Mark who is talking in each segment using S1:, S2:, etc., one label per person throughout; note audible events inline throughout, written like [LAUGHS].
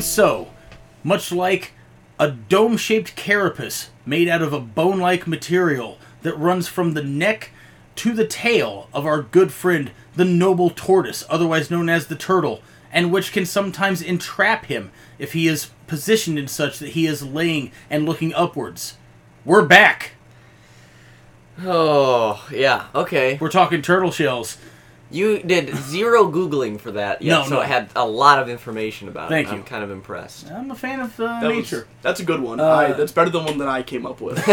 S1: so, much like a dome shaped carapace made out of a bone like material that runs from the neck to the tail of our good friend, the noble tortoise, otherwise known as the turtle, and which can sometimes entrap him if he is positioned in such that he is laying and looking upwards. We're back!
S2: Oh, yeah. Okay.
S1: We're talking turtle shells.
S2: You did zero Googling for that. Yeah,
S1: No,
S2: so
S1: no.
S2: it had a lot of information about
S1: Thank
S2: it.
S1: you.
S2: I'm kind of impressed.
S1: I'm a fan of uh,
S3: That was-
S1: nature.
S3: that's a good one. I, that's better than one that I came up with.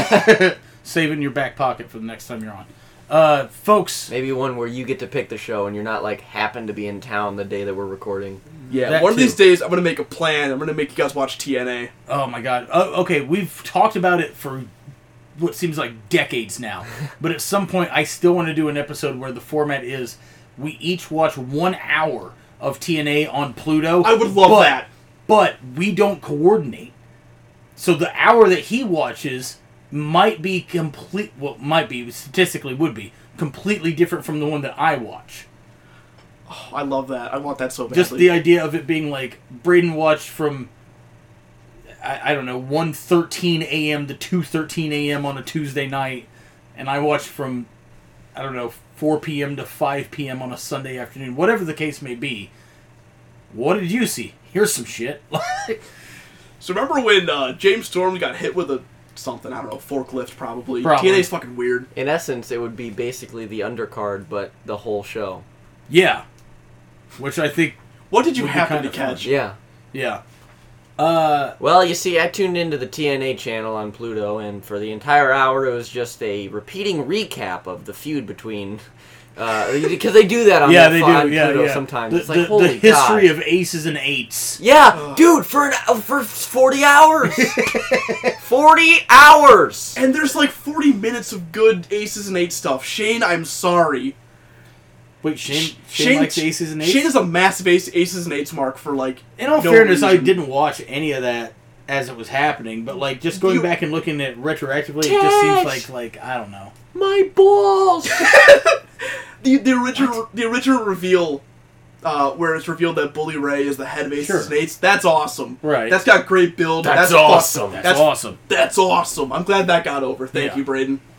S1: Save it in your back pocket for the next time you're on. Uh, folks,
S2: Maybe one where you get to pick the show and you're not like happen to be in town the day that we're recording.
S3: yeah,
S1: That
S3: one of
S1: too.
S3: these days I'm gonna make a plan. I'm gonna make you guys watch TNA.
S1: Oh my god. Oh, okay, we've talked about it for what seems like decades
S3: [LAUGHS]
S1: now. but at some point, I still want to do an episode where the format is we each watch one hour of TNA on Pluto.
S3: I would love
S1: but-
S3: that.
S1: But we don't coordinate. So the hour that he watches might be complete. Well, might be statistically would be completely different from the one that I watch.
S3: Oh, I love that. I want that so badly.
S1: Just the idea of it being like Braden watched from I, I don't know 1.13 a.m. to 2.13 a.m. on a Tuesday night, and I watched from I don't know 4 p.m. to 5 p.m. on a Sunday afternoon, whatever the case may be. What did you see? Here's some shit. [LAUGHS]
S3: so remember when uh, James Storm got hit with a something? I don't know, forklift probably.
S1: Probably.
S3: TNA's fucking weird.
S2: In essence, it would be basically the undercard, but the whole show.
S1: yeah, which I think
S3: What did you
S1: Would be
S3: happen
S1: kinda
S3: to catch?
S2: Yeah.
S1: yeah.
S2: Well, you see, I tuned into the TNA channel on Pluto, and for the entire hour, it was just a repeating recap of the feud between. [LAUGHS] Because they do that on,
S1: Yeah,
S2: that
S1: they
S2: fu-
S1: do.
S2: on
S1: Yeah,
S2: Pluto
S1: yeah.
S2: sometimes.
S1: The,
S2: it's like,
S1: the- the
S2: holy
S1: history
S2: God.
S1: of aces and eights.
S2: Yeah, dude, for an, uh, for forty hours, forty hours.
S3: And there's like 40 minutes of good aces and eight stuff. Shane, I'm sorry.
S1: Wait, Shane, Shane,
S3: Shane
S1: likes aces and eights.
S3: Shane is a massive ace, aces and eights mark for like.
S1: In all
S3: no
S1: fairness, I
S3: reason.
S1: didn't watch any of that as it was happening, but like just going
S3: You-
S1: back and looking at it retroactively, it just seems
S2: Yes.
S1: like like I don't know.
S2: My balls.
S3: the the original the original reveal, uh, where it's revealed that Bully Ray is the head of Aces
S1: Sure.
S3: and Eights. That's awesome.
S1: Right.
S3: That's got great build.
S2: That's
S3: fuck-
S2: awesome.
S1: That's,
S3: That's
S1: awesome.
S3: That's awesome. I'm glad that got over. Thank
S1: Yeah.
S3: you, Braden. [LAUGHS]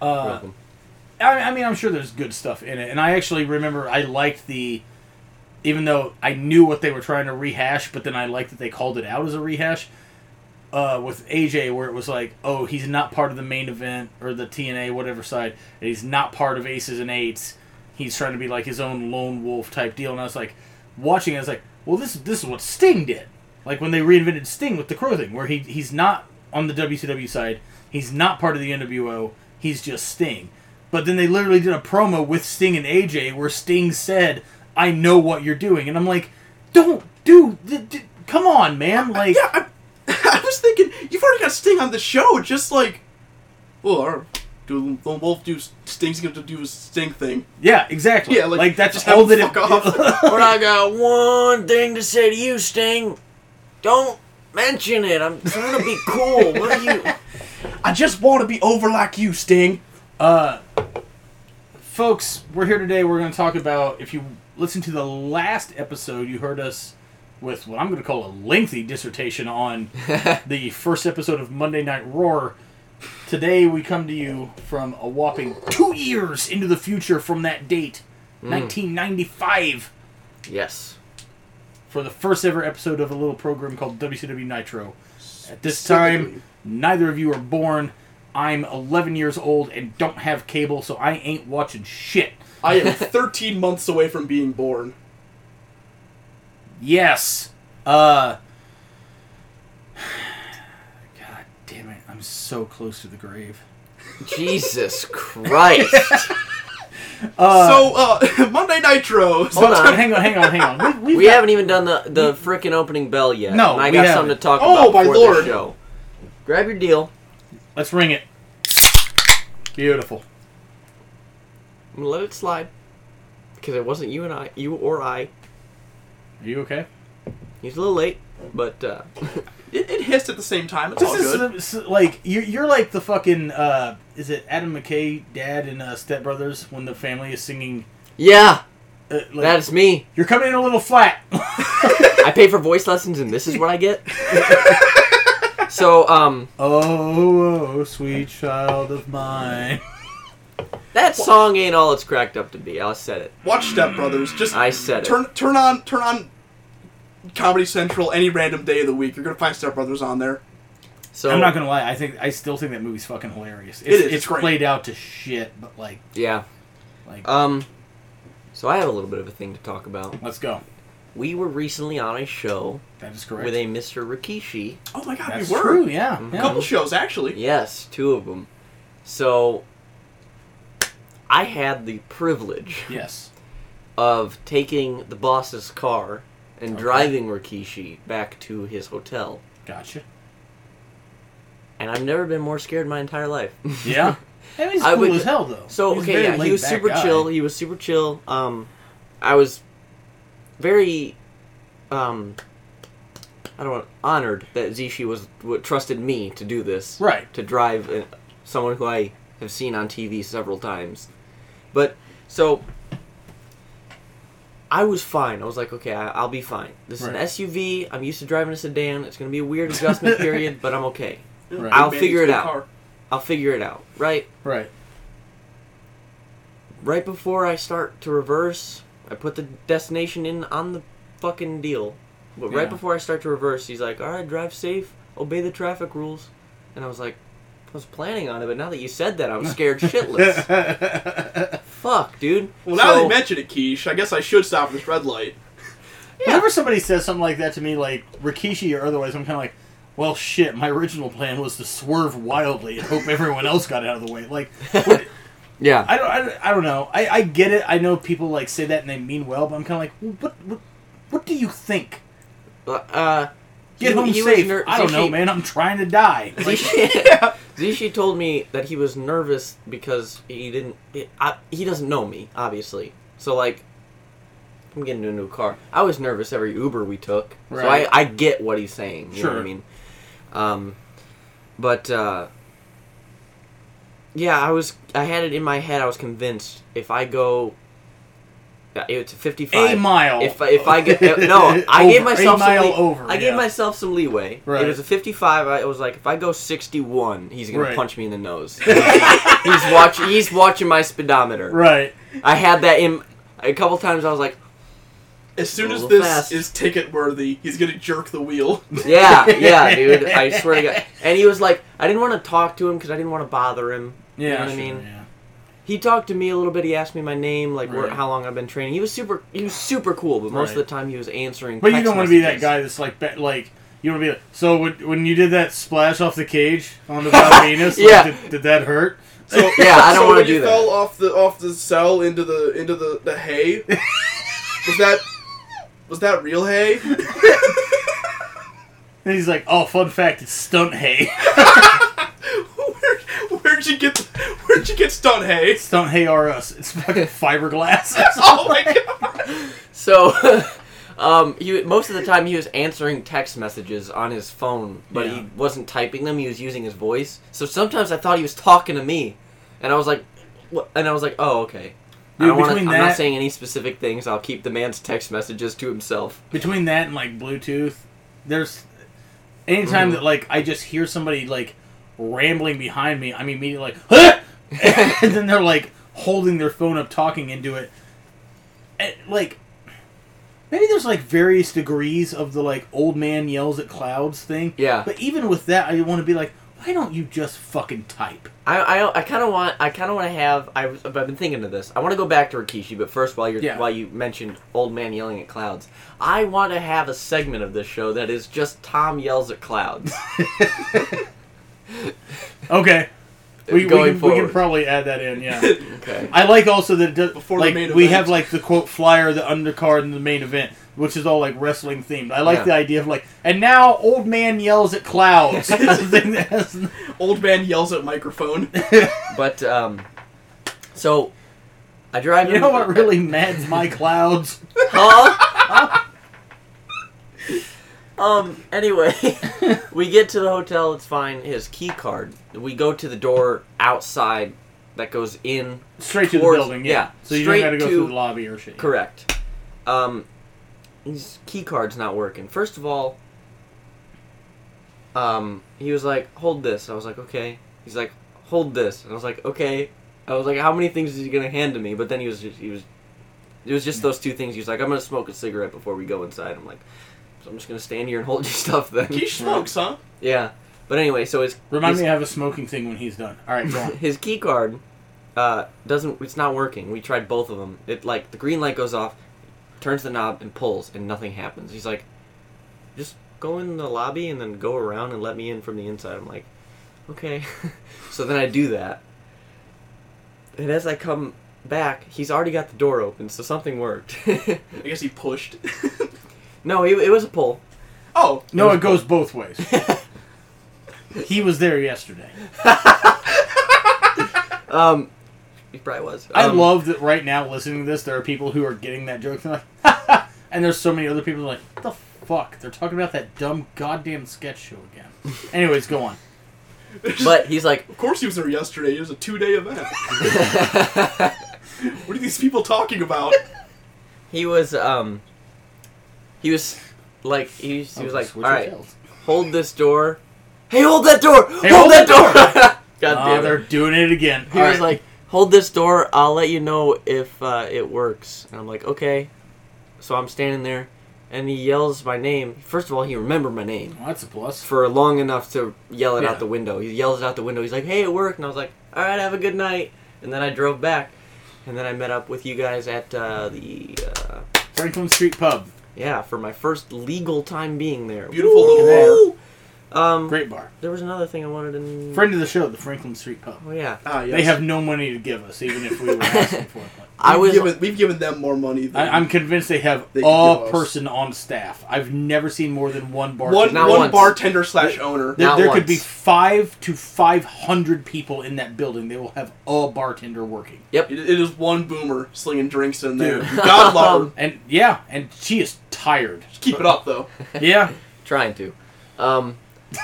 S1: Uh, I, I mean, I'm sure there's good stuff in it, and I actually remember I liked the, even though I knew what they were trying to rehash, but then I liked that they called it out as a rehash. Uh, with AJ, where it was like, oh, he's not part of the main event or the TNA whatever side, and he's not part of Aces and Eights. He's trying to be like his own lone wolf type deal, and I was like, watching, I was like, well, this this is what Sting did, like when they reinvented Sting with the Crow thing, where he he's not on the WCW side, he's not part of the NWO, he's just Sting. But then they literally did a promo with Sting and AJ where Sting said, "I know what you're doing," and I'm like, "Don't do, th- th- come on, man!" Like,
S3: Yeah, I, I was thinking you've already got Sting on the show. Just like, well, our, do Lone Wolf do Sting's gonna do his Sting thing.
S1: yeah, exactly.
S3: Yeah, like,
S1: that's
S3: just
S1: all
S3: have
S1: that
S3: him
S1: it, [LAUGHS]
S3: fuck off.
S2: but I got one thing to say to you, Sting. Don't mention it. I'm trying to be cool. What are you?
S3: I just want to be over like you, Sting.
S1: folks, we're here today. We're going to talk about if you listen to the last episode, you heard us with what I'm going to call a lengthy dissertation
S3: [LAUGHS]
S1: on the first episode of Monday Night Roar. Today, we come to you from a whopping two years into the future from that date,
S3: Hmm.
S1: 1995,
S2: Yes.
S1: for the first ever episode of a little program called WCW Nitro. At this time, neither of you are born. I'm 11 years old and don't have cable, so I ain't watching shit.
S3: I am 13 months away from being born.
S1: Yes. Uh. [SIGHS] God damn it! I'm so close to the grave.
S2: Jesus Christ.
S3: so uh, [LAUGHS] Monday Nitro.
S1: Hold
S2: on.
S1: on, hang on, hang on, hang [LAUGHS] on. We,
S2: We haven't even done the the frickin' opening bell yet.
S1: No,
S2: and I
S1: we
S2: got
S1: haven't.
S2: something to talk
S3: Oh,
S2: about
S3: my
S2: before
S3: lord.
S2: the show. Grab your deal.
S1: Let's ring it. Beautiful.
S2: I'm gonna let it slide because it wasn't you and I, you or I.
S1: Are you okay?
S2: He's a little late, but uh, [LAUGHS]
S3: It, it hissed at the same time. It's all
S1: This
S3: good.
S1: is s- s- like you're, you're like the fucking uh, is it Adam McKay dad and uh, Step Brothers when the family is singing.
S2: yeah,
S1: Uh, like,
S2: that's me.
S1: you're coming in a little flat.
S2: I pay for voice lessons, and this is what I get. so, um,
S1: [LAUGHS] Oh, oh, sweet child of mine.
S2: that song ain't all it's cracked up to be. I said it.
S3: Watch Step Brothers. Just
S2: I said it.
S3: turn turn on turn on Comedy Central any random day of the week. You're gonna find Step Brothers on there.
S2: So
S1: I'm not gonna lie. I think I still think that movie's fucking hilarious. It's,
S3: is, it's
S1: It's
S3: great.
S1: played out to shit, but like,
S2: Yeah.
S1: like,
S2: Um. So I have a little bit of a thing to talk about.
S1: let's go.
S2: We were recently on a show
S1: That is correct.
S2: with a Mr. Rikishi.
S3: Oh my god,
S1: That's
S3: we were
S1: true. Yeah.
S2: Mhm.
S1: yeah.
S3: a couple shows actually.
S2: Yes, two of them. So I had the privilege
S1: Yes.
S2: of taking the boss's car and
S1: Okay.
S2: driving Rikishi back to his hotel.
S3: [LAUGHS]
S1: Gotcha.
S2: And I've never been more scared in my entire life. [LAUGHS]
S1: Yeah. I mean, he's
S2: I
S1: cool
S2: would-
S1: as hell though.
S2: So
S1: He's a
S2: okay,
S1: very
S2: yeah, he was
S1: laid-back
S2: super
S1: guy.
S2: chill. He was super chill. Um, I was very, um, I don't know, honored that Zishi was w- trusted me to do this,
S1: Right.
S2: To drive uh, someone who I have seen on TV several times, but so I was fine. I was like, okay, I, I'll be fine. This
S1: Right.
S2: is an SUV. I'm used to driving a sedan. It's gonna be a weird
S1: [LAUGHS]
S2: adjustment period, but I'm okay.
S1: Right.
S2: I'll
S3: Big
S2: figure it
S3: big
S2: out.
S3: car.
S2: I'll figure it out, right?
S1: Right.
S2: right before I start to reverse, I put the destination in on the fucking deal. But
S1: Yeah.
S2: right before I start to reverse, he's like, "All right, drive safe, obey the traffic rules," and I was like, "I was planning on it, but now that you said that, I
S1: [LAUGHS]
S2: was scared shitless." Fuck, dude.
S3: Well, now
S2: So-
S3: they mention it, Keish. I guess I should stop at this red light.
S1: Whenever somebody says something like that to me, like Rikishi or otherwise, I'm kind of like, well, shit, my original plan was to swerve wildly and hope everyone else got out of the way. Like, what-
S2: yeah,
S1: I, don't, I, don't, I don't know. I, I get it. I know people, like, say that and they mean well, but I'm kind of like, well, what, what, what do you think?
S2: uh,
S1: Get
S2: He-
S1: home
S2: he was
S1: safe.
S2: ner-
S1: I don't know,
S2: Zishi-
S1: man. I'm trying to
S2: [LAUGHS]
S1: die. Like, [LAUGHS]
S2: Zishi, Zishi told me that he was nervous because he didn't. He, I, he doesn't know me, obviously. So like, I'm getting a new car. I was nervous every Uber we took, so
S1: Right.
S2: I, I get what he's saying. You know what I
S1: Sure.
S2: mean? Um, but uh, yeah, I was. I had it in my head. I was convinced if I go, yeah, it's a 55.
S1: a mile.
S2: If I- if I
S1: [LAUGHS]
S2: get uh, no, I gave
S1: Over,
S2: myself
S1: a mile
S2: some lea-
S1: over.
S2: I
S1: yeah.
S2: gave myself some leeway.
S1: Right.
S2: It was a 55. I was like, if I go 61, he's gonna
S1: Right.
S2: punch me in the nose.
S1: [LAUGHS]
S2: he's watching. He's watching my speedometer.
S1: Right.
S2: I had that in a couple times. I was like,
S3: As soon as
S2: Little
S3: this
S2: fast.
S3: is ticket worthy, he's gonna jerk the wheel.
S2: yeah, yeah, dude. I swear to God. And he was like, I didn't want to talk to him because I didn't want to bother him.
S1: Yeah.
S2: you know what I
S1: sure,
S2: mean.
S1: yeah.
S2: He talked to me a little bit. He asked me my name, like where,
S1: Right.
S2: how long I've been training. He was super. He was super cool, but most of
S1: Right.
S2: the time he was answering.
S1: But you
S2: text
S1: don't want to be that
S2: messages.
S1: guy that's like, be- like you want to be like. So when, when you did that splash off the cage on the
S2: [LAUGHS]
S1: Valvinus,
S2: Yeah.
S1: like, did, did that hurt?
S3: So
S2: Yeah, I don't
S3: [LAUGHS] so
S2: wanna
S3: when
S2: do
S3: you
S2: that.
S3: Fell off the off the cell into the into the the
S2: [LAUGHS]
S3: hay. was that was that real hay?
S1: And he's like, oh, fun fact, it's stunt hay. [LAUGHS]
S3: Where, where'd you get where'd you get
S2: [LAUGHS]
S3: stunt hay?
S1: stunt hay are us. It's fucking fiberglass.
S3: Oh my god!
S2: So, [LAUGHS] um, he most of the time he was answering text messages on his phone, but
S1: Yeah.
S2: he wasn't typing them. He was using his voice. So sometimes I thought he was talking to me, and I was like, what? And I was like, oh, okay. I
S1: Dude,
S2: don't wanna,
S1: between
S2: I'm not
S1: that-
S2: saying any specific things. I'll keep the man's text messages to himself.
S1: Between that and like Bluetooth, there's anytime
S2: Mhm.
S1: that like I just hear somebody like rambling behind me, I'm immediately like, [LAUGHS]
S2: [LAUGHS]
S1: huh? and then they're like holding their phone up, talking into it. And, like maybe there's like various degrees of the like old man yells at clouds thing.
S2: Yeah.
S1: But even with that, I want to be like, why don't you just fucking
S2: [LAUGHS]
S1: type?
S2: I, I, I kind of want I kind of want to have I was, I've been thinking of this. I want to go back to Rikishi, but first while you're
S1: Yeah.
S2: while you mentioned old man yelling at clouds, I want to have a segment of this show that is just Tom yells
S1: [LAUGHS]
S2: at clouds.
S1: Okay. We, we,
S2: Going
S1: can, we can
S2: forward.
S1: probably add that in, yeah.
S2: okay.
S1: I like also that it does,
S3: Before the
S1: like
S3: main
S1: we
S3: event.
S1: have like the quote flyer, the undercard, and the main event, which is all like wrestling themed. I like
S2: Yeah.
S1: the idea of like, and now old man yells at
S2: [LAUGHS]
S1: clouds. [LAUGHS] It's a thing that has-
S3: Old man yells
S2: [LAUGHS]
S3: at microphone.
S2: But um, so I drive.
S1: you
S2: him-
S1: know what really mads my clouds?
S2: [LAUGHS] Huh? um. Anyway, [LAUGHS] we get to the hotel. It's fine. His key card. We go to the door outside that goes in.
S1: Straight to the
S2: Towards-
S1: building, yeah.
S2: yeah,
S1: So you don't
S2: straight
S1: got to go
S2: to-
S1: through the lobby or shit.
S2: Correct. Um, his key card's not working. First of all, um, he was like, "Hold this." I was like, "Okay." He's like, "Hold this," and I was like, "Okay." I was like, "How many things is he gonna hand to me?" But then he was just, he was, it was just those two things. He was like, "I'm gonna smoke a cigarette before we go inside." I'm like, "So I'm just gonna stand here and hold [LAUGHS] your stuff then."
S3: He smokes, huh?
S2: yeah, but anyway, so his
S1: Remind
S2: his,
S1: me I have a smoking thing when he's done. All right, go on.
S2: [LAUGHS] his key card uh, doesn't it's not working we tried both of them it like the green light goes off turns the knob and pulls and nothing happens he's like just go in the lobby and then go around and let me in from the inside i'm like okay [LAUGHS] so then i do that and as i come back he's already got the door open so something worked [LAUGHS]
S3: I guess he pushed. [LAUGHS]
S2: no it, it was a pull
S3: oh,
S1: No, it goes both ways.
S2: [LAUGHS]
S1: he was there yesterday.
S2: um he probably was
S1: I
S2: Um,
S1: love that right now listening to this, there are people who are getting that joke. They're like, [LAUGHS] and there's so many other people like, what the fuck? They're talking about that dumb goddamn sketch show
S2: [LAUGHS]
S1: again. Anyways, go on.
S2: but he's like [LAUGHS]
S3: of course he was there yesterday. It was a two-day event. what are these people talking about?
S2: He was um he was like he
S1: Oh,
S2: was, he was like all right hold this door hey hold that door
S1: Hey, hold
S2: hold, that
S1: that
S2: door [LAUGHS] god
S1: Ah,
S2: damn
S1: they're
S2: it
S1: doing it again.
S2: he
S1: All
S2: was
S1: right.
S2: like hold this door I'll let you know if uh, it works and I'm like okay so I'm standing there and he yells my name first of all he remembered my name
S1: Well, that's a plus.
S2: for long enough to yell it
S1: Yeah.
S2: out the window he yells it out the window he's like hey it worked and I was like all right have a good night and then I drove back and then I met up with you guys at uh, the uh,
S1: Franklin Street Pub.
S2: yeah, for my first legal time being there.
S3: Beautiful little
S2: Woo! Um,
S1: Great bar.
S2: there was another thing I wanted to.
S1: Friend of the show, the Franklin Street Pub.
S2: oh yeah,
S3: Ah, yes.
S1: They have no money to give us, even if we were
S2: [LAUGHS]
S1: asking for it.
S2: I
S3: We've
S2: was.
S3: Given, we've given them more money. Than
S1: I, I'm convinced they have
S3: They could give
S1: a
S3: us-
S1: person on staff. I've never seen more than one bar.
S3: one
S2: Not
S3: one
S2: once.
S3: bartender slash owner.
S1: There,
S2: Not
S1: there could be
S2: once.
S1: five to five hundred people in that building. They will have a bartender working,
S2: Yep.
S3: It, it is one boomer slinging drinks in there.
S1: Dude.
S3: God love
S1: [LAUGHS]
S3: her.
S1: and yeah, and she is
S2: [LAUGHS]
S1: tired.
S3: Keep it up though.
S1: Yeah,
S2: Trying to. Um.
S3: [LAUGHS]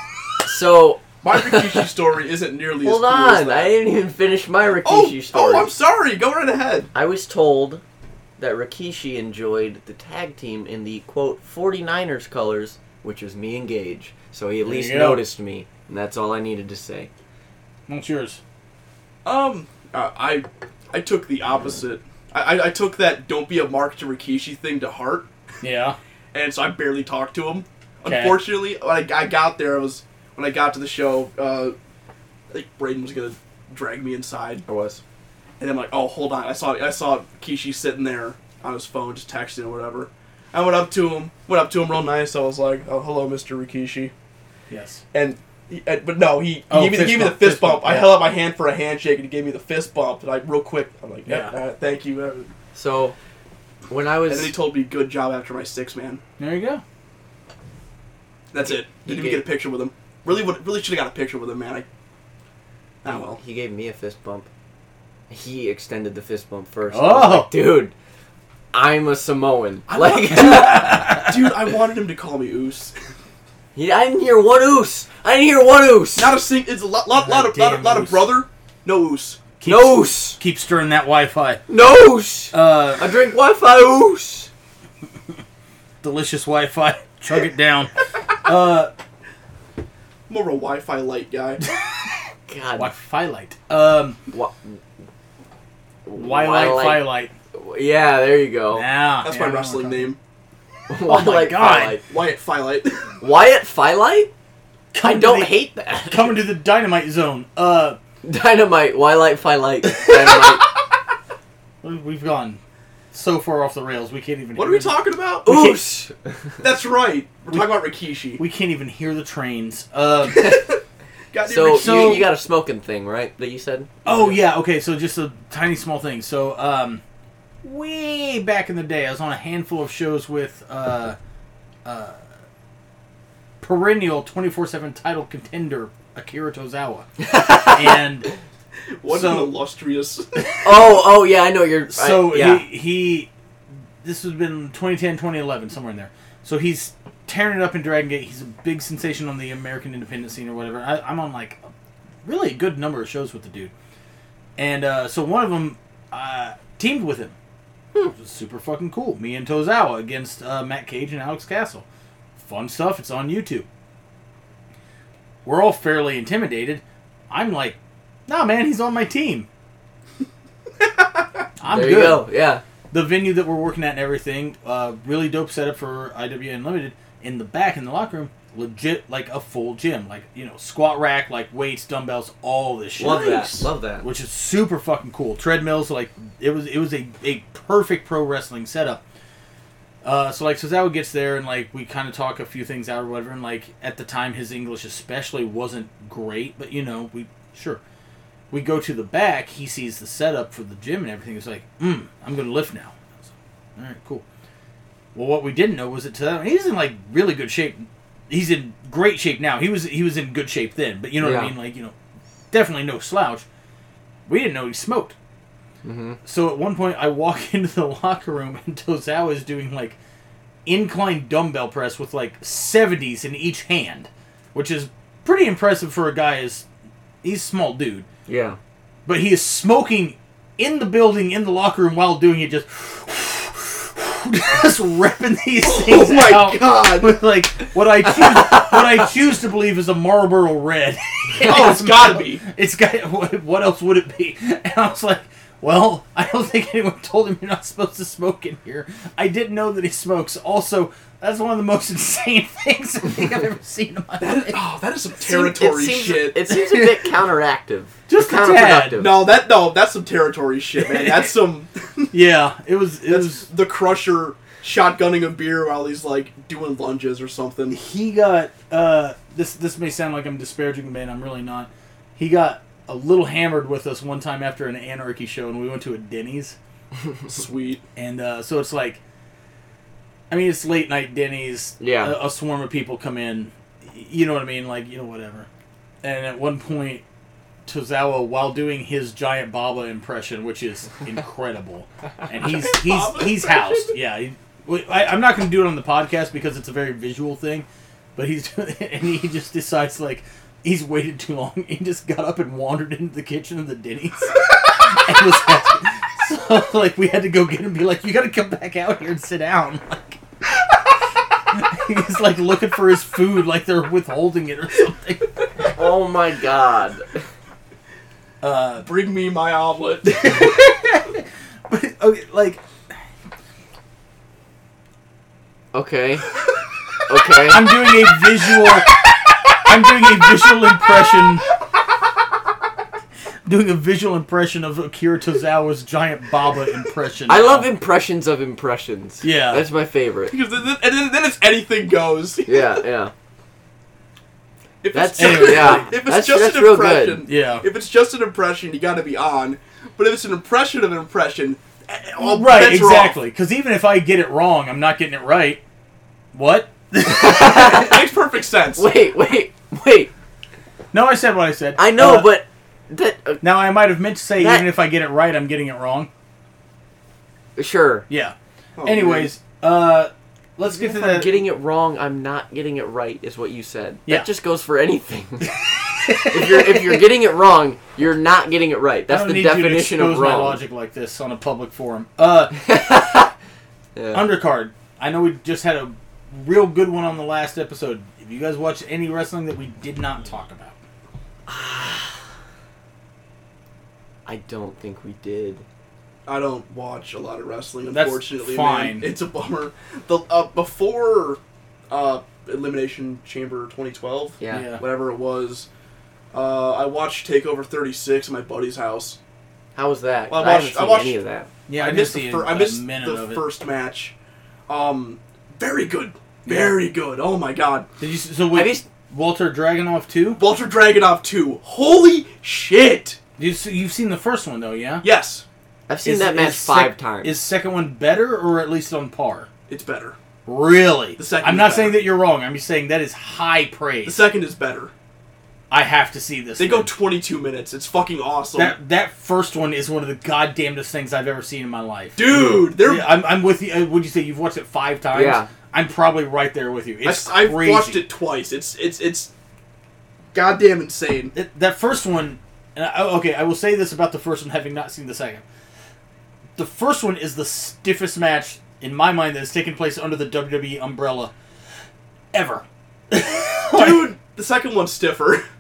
S2: So
S3: My Rikishi story isn't nearly
S2: hold
S3: as cool as
S2: on,
S3: that.
S2: I didn't even finish my Rikishi
S3: oh,
S2: story.
S3: oh, I'm sorry. Go right ahead.
S2: I was told that Rikishi enjoyed the tag team in the quote 49ers colors, which was me and Gage. So he at
S1: There
S2: least
S1: you go.
S2: noticed me, and that's all I needed to say.
S1: what's yours?
S3: Um, uh, I, I took the opposite. I, I, I took that "don't be a mark to Rikishi" thing to heart,
S1: Yeah,
S3: and so I barely talked to him.
S1: Okay.
S3: Unfortunately, when I, I got there, I was when I got to the show. Uh, I think Braden was gonna drag me inside,
S2: I was.
S3: and I'm like, "Oh, hold on!" I saw I saw Kishi sitting there on his phone, just texting or whatever. I went up to him, went up to him real nice. I was like, "Oh, hello, Mister Rikishi."
S1: yes.
S3: and he, uh, but no, he, he
S1: Oh,
S3: gave me, the,
S1: fist
S3: gave me the
S1: bump,
S3: fist
S1: fist
S3: bump.
S1: bump,
S3: I
S1: yeah.
S3: held out my hand for a handshake, and he gave me the fist bump. And I real quick, I'm like, yeah,
S1: Yeah.
S3: all right, thank you. And
S2: So when I was
S3: then he told me, good job after my six man.
S1: There you go.
S3: That's it.
S2: He
S3: Didn't even
S2: gave-
S3: get a picture with him. Really, would really should have got a picture with him, man. I, ah
S2: He- [LAUGHS]
S3: well.
S2: He gave me a fist bump. He extended the fist bump first.
S1: Oh.
S2: I was like, dude, I'm a Samoan.
S3: I
S2: like,
S3: Dude, I wanted him to call me Oos.
S2: [LAUGHS] he, I didn't hear one oos. I didn't hear one oos.
S3: Not a sing. It's a lot, lot, lot of, lot, of- lot of brother. No Oos.
S1: Keep,
S2: no oos.
S1: keep stirring that Wi-Fi.
S2: No oos.
S1: Uh,
S2: I drink Wi-Fi oos.
S1: delicious Wi-Fi. [LAUGHS] Chug it down. Uh,
S3: More of a Wi-Fi light guy.
S2: God.
S1: Wi-Fi light. Um,
S2: Wi-
S1: Wi light. Wi light.
S2: Yeah, there you go. [LAUGHS]
S1: Nah,
S3: That's
S1: yeah, I
S3: my
S1: know
S3: wrestling
S1: what we're
S3: name.
S2: oh
S1: my God.
S3: Wyatt [LAUGHS] Firelight.
S2: Wyatt Fylight?
S1: talking
S2: I
S1: about.
S2: don't
S1: Coming to the- [LAUGHS]
S2: hate that.
S1: Coming to the dynamite zone. Uh,
S2: Dynamite.
S1: [LAUGHS]
S2: Wyatt Fylight. Dynamite.
S1: we've gone so far off the rails. We can't even.
S3: what are
S1: hear
S3: we
S1: the-
S3: talking about?
S1: can't- [LAUGHS]
S2: oos.
S3: That's right. We're talking about Rikishi.
S1: We can't even hear the trains. Uh,
S3: Goddamn
S2: So,
S1: So-
S2: you, you got a smoking thing, right? That you said.
S1: oh yeah, okay. So just a tiny small thing. So um, way back in the day, I was on a handful of shows with uh, uh, perennial twenty four seven title contender Akira Tozawa, and
S3: What an
S1: So-
S2: [LAUGHS]
S3: illustrious.
S2: Oh, oh yeah, I know you're.
S1: so
S2: I, yeah.
S1: he, he this has been 2010 2011 somewhere in there so he's tearing it up in dragon gate he's a big sensation on the american independent scene or whatever I, i'm on like a, really a good number of shows with the dude and uh, so one of them uh, teamed with him which was super fucking cool. Me and Tozawa against uh, Matt Cage and Alex Castle. Fun stuff. It's on YouTube. We're all fairly intimidated. I'm like, nah, man, he's on my
S2: [LAUGHS]
S1: team. I'm
S2: there
S1: good.
S2: you go. Yeah.
S1: The venue that we're working at and everything, uh, really dope setup for IWA Unlimited. In the back, in the locker room, legit like a full gym, like you know, squat rack, like weights, dumbbells, all this shit
S2: Love
S3: Nice.
S2: that. Love that.
S1: which is super fucking cool. Treadmills, like it was, it was a, a perfect pro wrestling setup. Uh, so like Sazawa gets there and like we kind of talk a few things out or whatever, and like at the time his English especially wasn't great, but you know we sure. We go to the back. He sees the setup for the gym and everything. He's like, mm, "I'm gonna lift now." I was like, All right, cool. Well, what we didn't know was that to that he's in like really good shape. He's in great shape now. He was he was in good shape then, but you know what I
S2: Yeah.
S1: mean. Like you know, definitely no slouch. We didn't know he smoked.
S2: Mhm.
S1: So at one point, I walk [LAUGHS] into the locker room and Tozawa is doing like incline dumbbell press with like 70s in each hand, which is pretty impressive for a guy as he's a small dude.
S2: Yeah.
S1: But he is smoking in the building in the locker room while doing it, just [LAUGHS] just repping these things
S3: Oh my
S1: out [LAUGHS]
S3: god!
S1: with like what I choose, what I choose to believe is a Marlboro Red. [LAUGHS]
S3: [LAUGHS] Oh, it's [LAUGHS] gotta be.
S1: It's got. What what else would it be? And I was like, well, I don't think anyone [LAUGHS] told him you're not supposed to smoke in here. I didn't know that he smokes. Also, that's one of the most [LAUGHS] insane things I think I've ever seen in my life.
S3: Oh, that is some
S2: Seem-
S3: territory
S2: it seems,
S3: shit.
S2: It seems
S1: [LAUGHS]
S2: a bit counteractive.
S1: Just a tad.
S2: counterproductive.
S3: no, that no, that's some territory
S2: [LAUGHS]
S3: shit, man. That's some
S1: Yeah, it was. It
S3: that's
S1: was.
S3: the crusher shotgunning a beer while he's like doing lunges or
S2: [LAUGHS]
S3: something.
S1: He got. Uh, this this may sound like I'm disparaging the man. I'm really not. He got a little hammered with us one time after an Anarchy show, and we went to a Denny's.
S3: Sweet.
S1: And uh, so it's like, I mean, it's late night Denny's.
S2: Yeah.
S1: A, a swarm of people come in. y- You know what I mean? Like, you know, whatever. And at one point, Tozawa, while doing his giant Baba impression, which
S3: [LAUGHS]
S1: is incredible, and he's he's
S3: Baba
S1: he's
S3: impression?
S1: housed. Yeah. he- well, I, I'm not going to do it on the podcast because it's a very visual thing, but he's [LAUGHS] doing it, and he just decides like. He's waited too long. He just got up and wandered into the kitchen of the
S3: [LAUGHS]
S1: Denny's. and was so like we had to go get him and be like you gotta come back out here and sit down [LAUGHS] like he's like looking for his food like they're withholding it or something
S2: Oh my god.
S1: uh
S3: Bring me my omelet. [LAUGHS]
S1: but okay, like [LAUGHS]
S2: Okay. Okay.
S1: i'm doing a visual i'm doing a visual impression doing a visual impression of akira tozawa's giant baba impression
S2: I love impressions of impressions.
S1: Yeah.
S2: That's my favorite.
S1: [LAUGHS]
S3: Because then, then- and then, then it's anything goes. If
S2: Yeah, yeah.
S3: it's
S2: That's-
S3: just,
S2: yeah.
S3: [LAUGHS] if it's
S2: That's-
S3: just
S2: that's
S3: an
S2: real good.
S3: impression,
S1: Yeah.
S3: If it's just an impression, you got to be on. But if it's an impression of an impression, eh, all
S1: right
S3: bets are off.
S1: exactly because even if i get it wrong i'm not getting it right what
S3: [LAUGHS] Makes perfect sense.
S2: Wait, wait, wait.
S1: no i said what i said
S2: I know,
S1: Uh,
S2: but that uh,
S1: Now I might have meant to say
S2: That-
S1: even if I get it right, I'm getting it wrong.
S2: uh, sure.
S1: Yeah.
S3: Oh,
S1: Anyways, uh, let's get
S2: If
S1: to
S2: I'm
S1: that.
S2: getting it wrong, I'm not getting it right, is what you said.
S1: Yeah.
S2: That just goes for
S1: [LAUGHS]
S2: anything. if you're if you're getting it wrong, you're not getting it right.
S1: I
S2: That's
S1: don't
S2: the
S1: need you to
S2: definition of
S1: expose my
S2: wrong.
S1: logic like this on a public forum. Uh,
S2: [LAUGHS] Yeah.
S1: undercard. I know we just had a real good one on the last episode. If you guys watched any wrestling that we did not talk about,
S2: I don't think we did.
S3: I don't watch a lot of wrestling,
S1: That's
S3: unfortunately.
S1: fine.
S3: Man. It's a bummer. The uh, before uh, Elimination Chamber 2012,
S2: Yeah.
S1: Yeah.
S3: whatever it was, uh, I watched Takeover 36 at my buddy's house.
S2: How was that?
S3: Well, I
S2: 'Cause I, haven't
S3: watched-
S2: seen
S3: I watched-
S2: any of that.
S1: yeah,
S3: I, missed the
S1: a-
S3: fir- I
S1: a
S3: missed
S1: minute
S3: the
S1: of it.
S3: first match. Um, very good,
S1: Yeah.
S3: very good. Oh my god,
S1: Did you? s- So wait,
S2: I just-
S1: Walter Dragonoff too?
S3: Walter Dragonoff 2. Holy shit!
S1: You, s- you've seen the first one though, yeah?
S3: Yes,
S2: I've seen
S1: Is-
S2: that
S1: is
S2: match
S1: sec-
S2: five times.
S1: Is second one better or at least on par?
S3: it's better.
S1: Really?
S3: The second
S1: I'm
S3: is
S1: not
S3: better.
S1: saying that you're wrong. I'm just saying that is high praise.
S3: The second is better.
S1: I have to see this.
S3: They go
S1: one.
S3: 22 minutes. It's fucking awesome,
S1: that that first one is one of the goddamnest things I've ever seen in my life.
S3: dude. They're
S1: Yeah, I'm, I'm with you. uh, Would you say you've watched it five times?
S2: Yeah.
S1: I'm probably right there with you. It's
S3: I, I've
S1: crazy.
S3: watched it twice. It's it's it's goddamn insane.
S1: That- That first one. And I, oh, okay, I will say this about the first one, having not seen the second. the first one is the stiffest match in my mind that has taken place under the WWE umbrella ever. [LAUGHS]
S3: Dude, the second one's stiffer. [LAUGHS]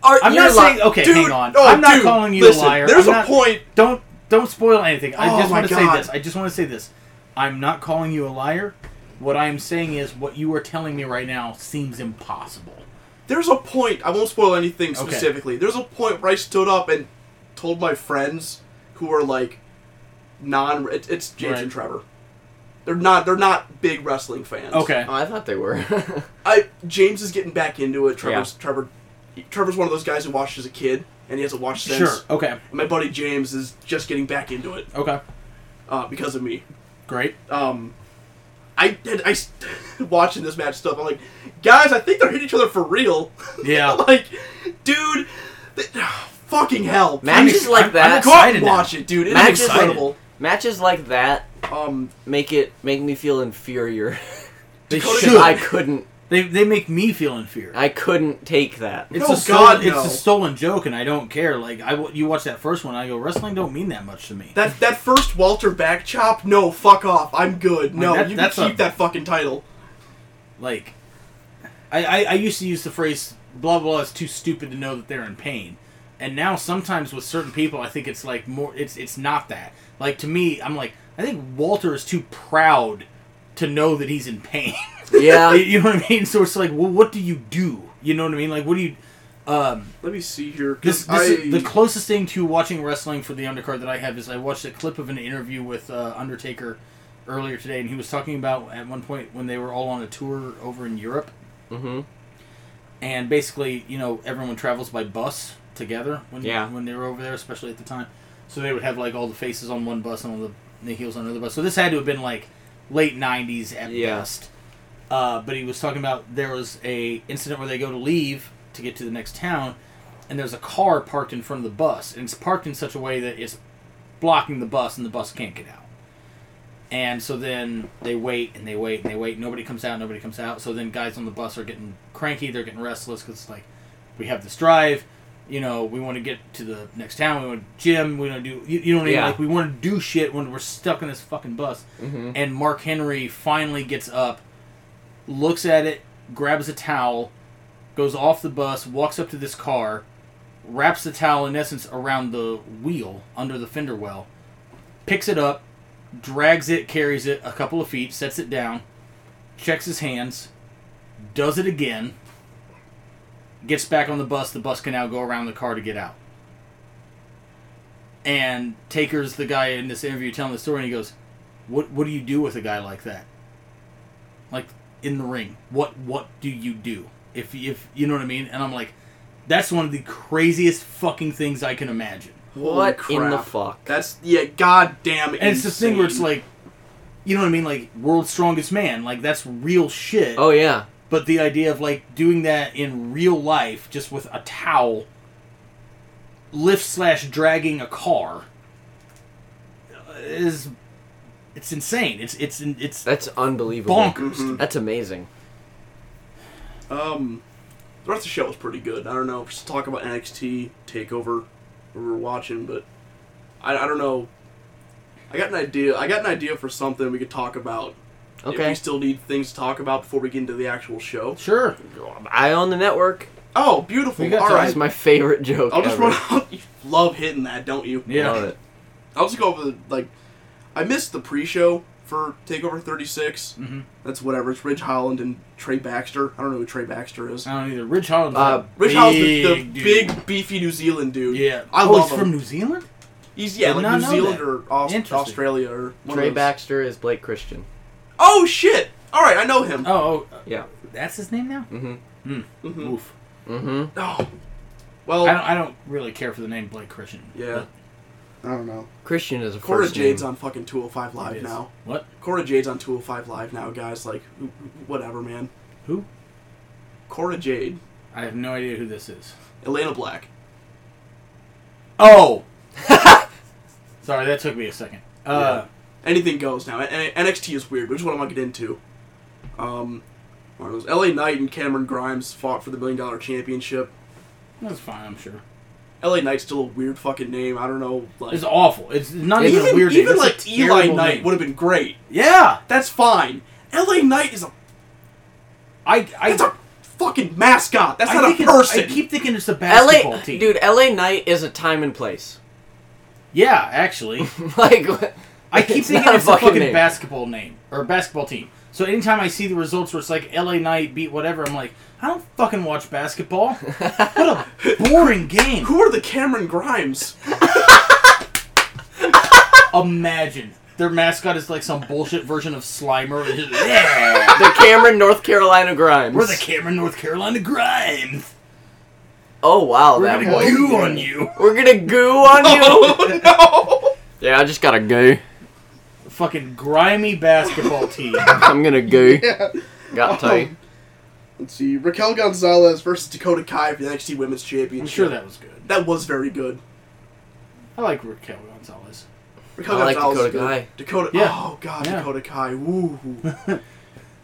S2: Are,
S1: I'm
S2: you're
S1: not
S2: li-
S1: saying okay.
S3: Dude,
S1: hang on.
S3: no,
S1: I'm not
S3: dude,
S1: calling you
S3: listen,
S1: a liar.
S3: There's
S1: I'm
S3: a
S1: not-
S3: point.
S1: Don't don't spoil anything. I
S3: Oh
S1: just
S3: my
S1: want to say
S3: God.
S1: this. I just want to say this. I'm not calling you a liar. What I am saying is what you are telling me right now seems impossible.
S3: There's a point. I won't spoil anything
S1: Okay.
S3: specifically. There's a point where I stood up and told my friends who are like non. It, it's James
S1: Right.
S3: and Trevor. They're not. They're not big wrestling fans.
S1: Okay.
S2: Oh, I thought they were. [LAUGHS]
S3: I James is getting back into it. Trevor's Trevor. Trevor's one of those guys who watched as a kid and he hasn't watched since.
S1: Sure. Okay.
S3: And my buddy James is just getting back into it
S1: Okay.
S3: uh, because of me. [LAUGHS]
S1: Great.
S3: um, I did. I s- [LAUGHS] watching this match stuff. I'm like, guys, I think they're hitting each other for real.
S1: Yeah.
S3: [LAUGHS] like, dude, th- fucking hell.
S2: matches
S3: Please,
S1: I'm
S2: like that.
S3: go out
S1: excited
S3: and
S1: now.
S3: watch it, dude. It's
S2: Matches like-
S3: incredible.
S2: matches like that
S3: Um,
S2: make it make me feel inferior.
S1: [LAUGHS] They
S3: Dakota-
S1: should.
S3: Dude.
S2: I couldn't.
S1: They, they make me feel inferior.
S2: I couldn't take that.
S1: it's
S3: No,
S1: a stolen,
S3: God, no.
S1: it's a stolen joke, and I don't care. Like I, w- you watch that first one, I go wrestling don't mean that much to me.
S3: that that first Walter back chop. No, fuck off. I'm good. No,
S1: that-
S3: you can
S1: that's
S3: keep
S1: a-
S3: that fucking title.
S1: like, I, I I used to use the phrase blah blah is too stupid to know that they're in pain, and now sometimes with certain people, I think it's like more. It's it's not that. Like to me, I'm like I think Walter is too proud to know that he's in pain. [LAUGHS]
S2: Yeah.
S1: you know what I mean? So it's like, well, what do you do? You know what I mean? Like, what do you? Um,
S3: Let me see here. 'cause
S1: This, this is
S3: I-
S1: the closest thing to watching wrestling for the undercard that I have is I watched a clip of an interview with uh, Undertaker earlier today, and he was talking about at one point when they were all on a tour over in Europe,
S2: hmm
S1: and basically, you know, everyone travels by bus together when
S2: Yeah.
S1: when they were over there, especially at the time. So they would have like all the faces on one bus and all the, the heels on another bus. So this had to have been like late '90s at
S2: Yeah.
S1: best. Uh, but he was talking about there was a incident where they go to leave to get to the next town, and there's a car parked in front of the bus, and it's parked in such a way that it's blocking the bus, and the bus can't get out. And so then they wait and they wait and they wait. Nobody comes out. Nobody comes out. So then guys on the bus are getting cranky. They're getting restless because it's like, we have this drive. You know, we want to get to the next town. We want to gym. We want to do. You, you know what I mean?
S2: Yeah.
S1: Like we want to do shit when we're stuck in this fucking bus.
S2: hmm
S1: And Mark Henry finally gets up, looks at it, grabs a towel, goes off the bus, walks up to this car, wraps the towel in essence around the wheel under the fender well, picks it up, drags it, carries it a couple of feet, sets it down, checks his hands, does it again, gets back on the bus. The bus can now go around the car to get out. And Taker's the guy in this interview telling the story, and he goes, "What What do you do with a guy like that? Like in the ring, what What do you do if if you know what I mean?" And I'm like, "That's one of the craziest fucking things I can imagine."
S3: Holy
S2: What in the
S3: crap.
S2: fuck?
S3: That's yeah, goddamn.
S1: And it's this thing where it's like, you know what I mean? Like world's strongest man, like that's real shit.
S2: Oh yeah.
S1: But the idea of like doing that in real life, just with a towel, lift slash dragging a car, uh, is it's insane. It's it's it's
S2: That's unbelievable.
S1: bonkers.
S3: Mhm.
S2: That's amazing.
S3: Um, the rest of the show was pretty good. I don't know. Just talk about NXT Takeover we were watching, but I, I don't know. I got an idea. I got an idea for something we could talk about. If
S2: Okay.
S3: we still need things to talk about before we get into the actual show.
S1: Sure.
S2: I own the network.
S3: Oh, beautiful!
S1: We got
S3: All
S1: to-
S2: That's
S3: right.
S2: my favorite joke.
S3: I'll just
S2: ever.
S3: run out. [LAUGHS] You love hitting that, don't you?
S1: Yeah.
S2: Love it.
S3: I'll just go over the like. I missed the pre-show for Takeover 36.
S1: Mhm.
S3: That's whatever. It's Ridge Holland and Trey Baxter. I don't know who Trey Baxter is.
S1: I don't either. Rich Holland.
S2: Uh,
S3: Rich Holland's the, the
S1: dude.
S3: big beefy New Zealand dude.
S1: Yeah.
S3: I
S1: oh,
S3: love
S1: he's
S3: him.
S1: from New Zealand.
S3: He's yeah,
S1: Did
S3: like
S1: not
S3: New
S1: know
S3: Zealand
S1: that.
S3: or Aus-
S1: Interesting.
S3: Australia or one of
S2: Trey
S3: those.
S2: Baxter is Blake Christian.
S3: Oh shit! All right, I know him.
S1: Oh, oh,
S2: Yeah.
S1: that's his name now. Hmm.
S2: Mm-hmm.
S3: Mhm.
S1: Oof.
S2: Mm-hmm.
S3: Oh,
S1: I
S3: well,
S1: don't. I don't really care for the name Blake Christian.
S3: yeah. I don't know.
S2: Christian is a
S3: Cora
S2: first
S3: Jade's
S2: name.
S3: on fucking 205
S1: But it
S3: Live
S1: is.
S3: now.
S1: What?
S3: Cora Jade's on 205 Live now, guys. Like, w- w- whatever, man.
S1: Who?
S3: Cora Jade,
S1: I have no idea who this is.
S3: Elena Black.
S1: Oh. [LAUGHS] Sorry, that took me a second. Uh,
S3: Anything goes now. N- N- NXT is weird, which is what I want to get into. Um, one of those. LA Knight and Cameron Grimes fought for the Million Dollar Championship.
S1: That's fine, I'm sure.
S3: LA Knight's still a weird fucking name. I don't know. Like
S1: It's awful. It's not
S3: even,
S1: even, a weird.
S3: even
S1: name. It's
S3: like
S1: a
S3: Eli
S1: terrible
S3: Knight
S1: name.
S3: would have been great.
S1: Yeah,
S3: That's fine. LA Knight is a
S1: I I,
S3: that's a fucking mascot. That's
S1: I
S3: not a
S1: think it's-
S3: person.
S1: I keep thinking it's a basketball
S2: LA,
S1: team.
S2: dude, LA Knight is a time and place. [LAUGHS]
S1: Yeah, actually,
S2: like,
S1: I keep
S2: it's
S1: thinking
S2: not
S1: it's a fucking
S2: name.
S1: basketball name or basketball team. So anytime I see the results where it's like LA Knight beat whatever, I'm like, I don't fucking watch basketball. What a boring game.
S3: Who are the
S1: [LAUGHS]
S3: Cameron Grimes? [LAUGHS]
S1: Imagine their mascot is like some bullshit version of Slimer. yeah,
S2: the Cameron, North Carolina Grimes.
S1: we're the Cameron North Carolina Grimes.
S2: oh wow,
S1: We're
S2: that
S1: gonna
S2: boy.
S1: goo on you.
S2: We're gonna goo on
S3: [LAUGHS]
S2: you.
S3: oh no!
S2: yeah, I just got to goo.
S1: Fucking grimy basketball team.
S2: I'm gonna goo.
S3: [LAUGHS] Yeah. Oh.
S2: Got tight.
S3: Let's see. Raquel Gonzalez versus Dakota Kai for the NXT Women's Championship.
S1: I'm sure that was good.
S3: that was very good.
S1: I like Raquel Gonzalez.
S3: Raquel
S2: I like
S3: Gonzalez is
S2: Dakota
S3: good. Dakota.
S1: Yeah.
S3: Oh god,
S1: Yeah.
S3: Dakota
S1: [LAUGHS]
S3: Kai. Woo.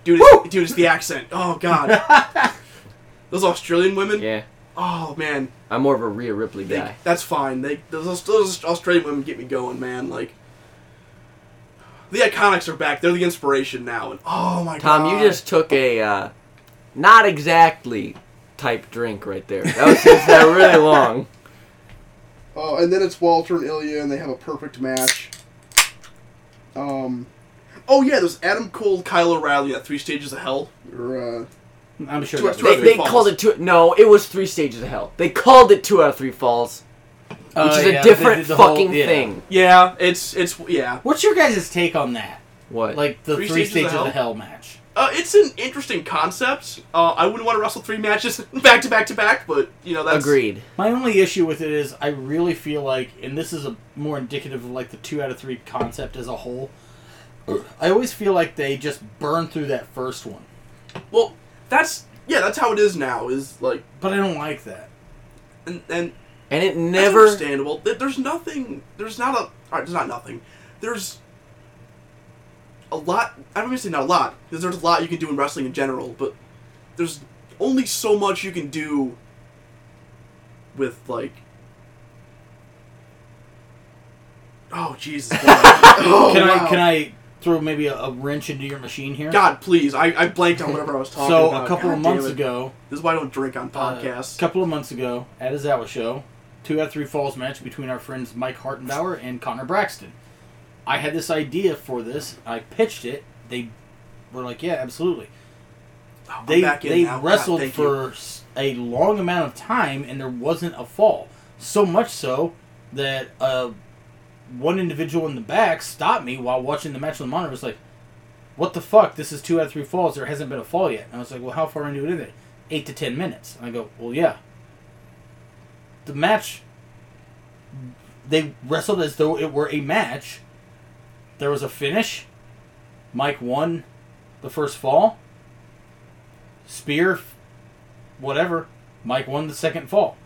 S3: dude, it's, dude, it's the accent. Oh god.
S1: [LAUGHS]
S3: those Australian women.
S2: Yeah,
S3: Oh man,
S2: I'm more of a Rhea Ripley
S3: they,
S2: guy.
S3: that's fine. They those, those Australian women get me going, man. Like. The Iconics are back. They're the inspiration now. And oh my
S2: Tom,
S3: god.
S2: you just took a uh, not exactly type drink right there. That was just that really long.
S3: Oh, and then it's Walter and Ilya, and they have a perfect match. Um, oh yeah, there's Adam Cole, Kyle O'Reilly at Three Stages of Hell. Or, uh,
S1: I'm sure
S3: Two-
S1: that was
S3: two out
S2: They,
S1: good.
S3: of three
S2: they
S3: falls.
S2: called it two. No, it was three stages of hell. They called it two out of three falls, which
S1: Uh,
S2: is
S1: yeah,
S2: a
S1: they
S2: different
S1: did the whole-
S2: fucking
S1: yeah.
S2: thing.
S3: yeah, it's it's yeah.
S1: What's your guys' take on that?
S2: What?
S1: Like the three,
S3: Three
S1: stages,
S3: Stages of
S1: of, the Hell match.
S3: Uh, it's an interesting concept. Uh, I wouldn't want to wrestle three matches [LAUGHS] back to back to back, but you know that's
S2: agreed.
S1: My only issue with it is I really feel like, and this is a more indicative of like the two out of three concept as a whole. I always feel like they just burn through that first one,
S3: Well, that's yeah, that's how it is now. Is like
S1: but I don't like that.
S3: and and
S2: And it
S3: That's
S2: never.
S3: understandable. There- There's nothing. There's not a. All right, there's not nothing. There's a lot. I don't even say not a lot because there's a lot you can do in wrestling in general, but there's only so much you can do with like. Oh Jesus! [LAUGHS] oh,
S1: Can
S3: wow.
S1: I can I throw maybe a, a wrench into your machine here?
S3: God, please! I, I blanked on whatever I was talking
S1: so
S3: about.
S1: a couple
S3: God
S1: of
S3: damn
S1: months
S3: it.
S1: ago,
S3: This is why I don't drink on
S1: uh,
S3: podcasts.
S1: a couple of months ago at a Zawa show, two out of three falls match between our friends Mike Hartenbauer and Connor Braxton. I had this idea for this. I pitched it. They were like, "Yeah, absolutely."
S3: Oh, I'm
S1: they
S3: back in
S1: they
S3: now. God,
S1: wrestled
S3: thank you.
S1: for s a long amount of time and there wasn't a fall so much so that uh, one individual in the back stopped me while watching the match on the monitor was like what the fuck this is two out of three falls there hasn't been a fall yet and i was like well how far into it is it eight to ten minutes and i go well yeah the match they wrestled as though it were a match there was a finish mike won the first fall spear, whatever. Mike won the second fall.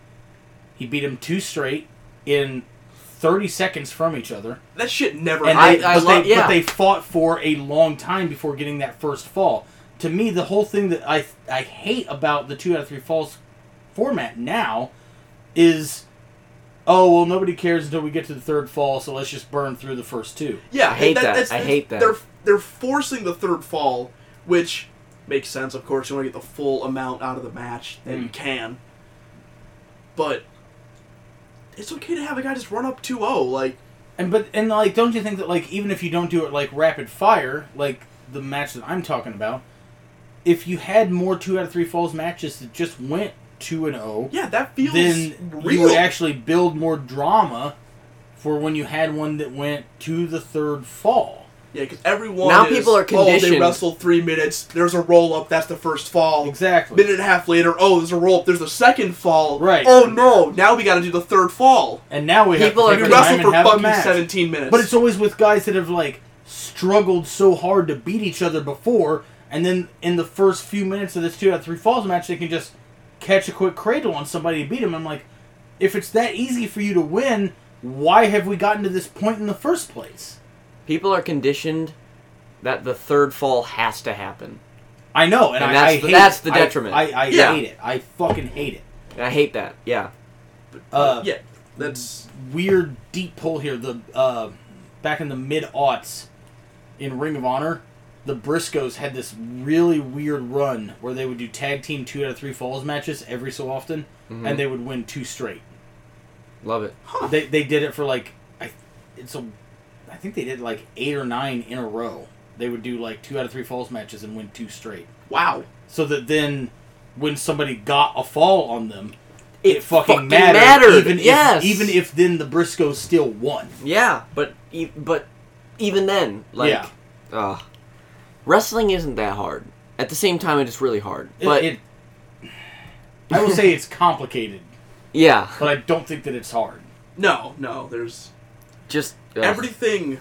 S1: He beat him two straight in 30 seconds from each other.
S3: That shit never.
S1: And
S3: happened.
S1: they,
S2: I
S1: but,
S2: lo-
S1: they,
S2: yeah.
S1: but they fought for a long time before getting that first fall. To me, the whole thing that I I hate about the two out of three falls format now is, oh well, nobody cares until we get to the third fall, so let's just burn through the first two.
S3: Yeah,
S2: I hate that.
S3: that's-
S2: I
S3: that's-
S2: hate that.
S3: They're they're forcing the third fall, which makes sense. Of course, you want to get the full amount out of the match that you
S1: Mm.
S3: can. But it's okay to have a guy just run up 2-0. Like
S1: And but and like, don't you think that like even if you don't do it like rapid fire, like the match that I'm talking about, if you had more two out of three falls matches that just went two and oh,
S3: yeah, that feels
S1: then you
S3: real.
S1: would actually build more drama for when you had one that went to the third fall.
S3: yeah, because everyone
S2: Now
S3: is,
S2: people are
S3: Oh, they
S2: conditioned."
S3: wrestle three minutes. There's a roll up. That's the first fall.
S1: Exactly.
S3: Minute and a half later, oh, there's a roll up. There's a second fall.
S1: Right.
S3: Oh no! Now we got to do the third fall.
S1: And now we
S2: People
S1: have to
S2: are
S3: We
S1: take
S2: Every
S1: time
S3: wrestled
S1: and
S3: for
S1: have a
S3: fucking
S1: match.
S3: seventeen minutes.
S1: But it's always with guys that have like struggled so hard to beat each other before, and then in the first few minutes of this two out of three falls match, they can just catch a quick cradle on somebody to beat them. I'm like, if it's that easy for you to win, why have we gotten to this point in the first place?
S2: People are conditioned that the third fall has to happen.
S1: I know, and,
S2: And
S1: I,
S2: that's
S1: I
S2: the-
S1: hate
S2: that's
S1: it.
S2: the
S1: I-
S2: detriment.
S1: I, I
S3: Yeah.
S1: hate it. I fucking hate it.
S2: And I hate that. Yeah.
S3: But
S1: Uh,
S3: yeah, that's
S1: weird deep pull here. The uh, back in the mid aughts in Ring of Honor, the Briscoes had this really weird run where they would do tag team two out of three falls matches every so often, and they would win two straight.
S2: Love it.
S1: They they did it for like I, it's a, I think they did like eight or nine in a row. They would do like two out of three falls matches and win two straight.
S3: wow.
S1: So that then, when somebody got a fall on them,
S2: It
S1: it, fucking,
S2: fucking
S1: mattered.
S2: mattered,
S1: Even
S2: yes.
S1: if, even if then the Briscoes still won.
S2: Yeah, but e- but even then, like,
S1: Yeah.
S2: ugh. wrestling isn't that hard. At the same time, it is really hard.
S1: It-
S2: But
S1: it, I will say it's complicated,
S2: yeah,
S1: but I don't think that it's hard.
S3: No, no, there's
S2: just ugh.
S3: everything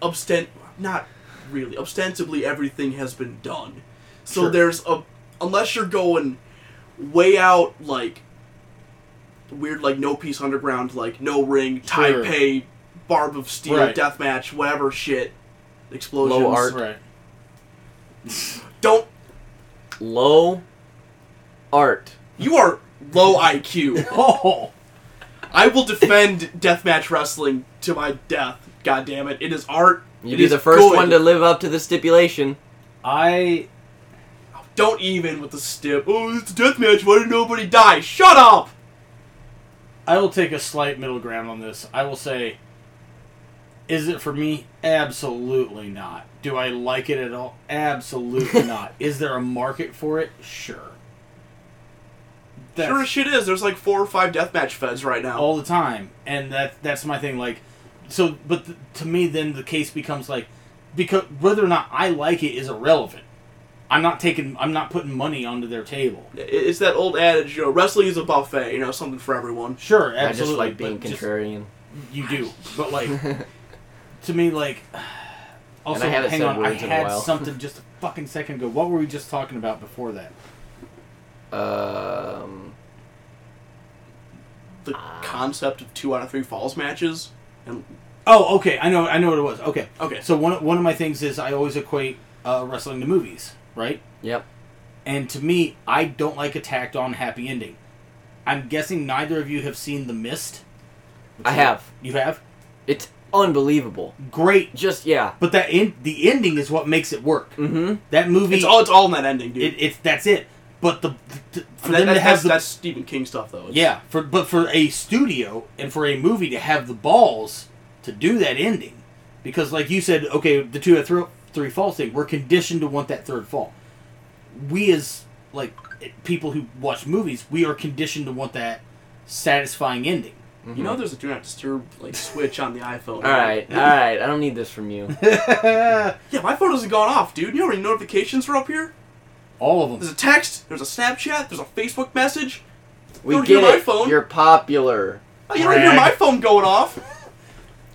S3: obstent not really ostensibly everything has been done so
S1: Sure.
S3: there's a unless you're going way out like weird like no peace underground like no ring
S1: Sure.
S3: taipei barb of steel
S1: Right.
S3: deathmatch whatever shit explosions
S2: Low art.
S1: Right.
S3: don't
S2: low art.
S3: you are low
S2: [LAUGHS]
S3: iq
S1: Oh,
S3: i will defend deathmatch wrestling to my death god damn it it is art
S2: You'd
S3: It
S2: be
S3: is
S2: the first
S3: good.
S2: one to live up to the stipulation.
S1: I
S3: Don't even with the stip. Oh, it's a death match. Why did nobody die? Shut up.
S1: I will take a slight middle ground on this. I will say, is it for me? Absolutely not. Do I like it at all? Absolutely not. Is there a market for it? Sure. That's Oh.
S3: sure as shit is. There's like four or five deathmatch feds right now.
S1: all the time, and that that's my thing. Like, so, but th- to me, then the case becomes like, because whether or not I like it is irrelevant. I'm not taking. I'm not putting money onto their table.
S3: I- It's that old adage, you know, wrestling is a buffet. You know, something for everyone.
S1: Sure,
S2: I just
S1: absolutely.
S2: like being
S1: but just-
S2: contrarian.
S1: you do, but
S2: [LAUGHS]
S1: like, to me, like. [SIGHS] Also,
S2: I haven't
S1: hang
S2: said
S1: on. I
S2: words in a
S1: had
S2: while. [LAUGHS]
S1: something just a fucking second ago. What were we just talking about before that?
S2: Um,
S3: The concept of two out of three falls matches. And
S1: Oh, okay. I know. I know what it was. Okay.
S3: Okay.
S1: So one one of my things is I always equate uh, wrestling to movies, right?
S2: yep.
S1: And to me, I don't like a tacked on happy ending. I'm guessing neither of you have seen The Mist.
S2: I have.
S1: You have?
S2: It's unbelievable.
S1: Great.
S2: Just yeah.
S1: But that in- the ending is what makes it work.
S2: Mm-hmm.
S1: That movie
S3: Mm. it's all it's all in that ending, dude.
S1: it, it's that's it. But the, th- for them
S3: that, that-
S1: to
S3: that's,
S1: have the
S3: that's Stephen King stuff, though. It's-
S1: yeah, for but for a studio and for a movie to have the balls to do that ending, because like you said, okay, the two out of thro- three falls thing, we're conditioned to want that third fall. We as like people who watch movies, we are conditioned to want that satisfying ending.
S3: You
S1: Mm-hmm.
S3: know, there's a do not disturb like switch on the iPhone.
S2: All right. All right. I don't need this
S1: [LAUGHS]
S2: from you.
S3: Yeah, my phone hasn't gone off, dude. You know how many notifications are up here?
S1: All of them.
S3: There's a text. There's a Snapchat. There's a Facebook message.
S2: We
S3: Don't
S2: get
S3: hear my
S2: it.
S3: phone.
S2: You're popular.
S3: Oh, You don't hear
S1: Brag.
S3: my phone going off.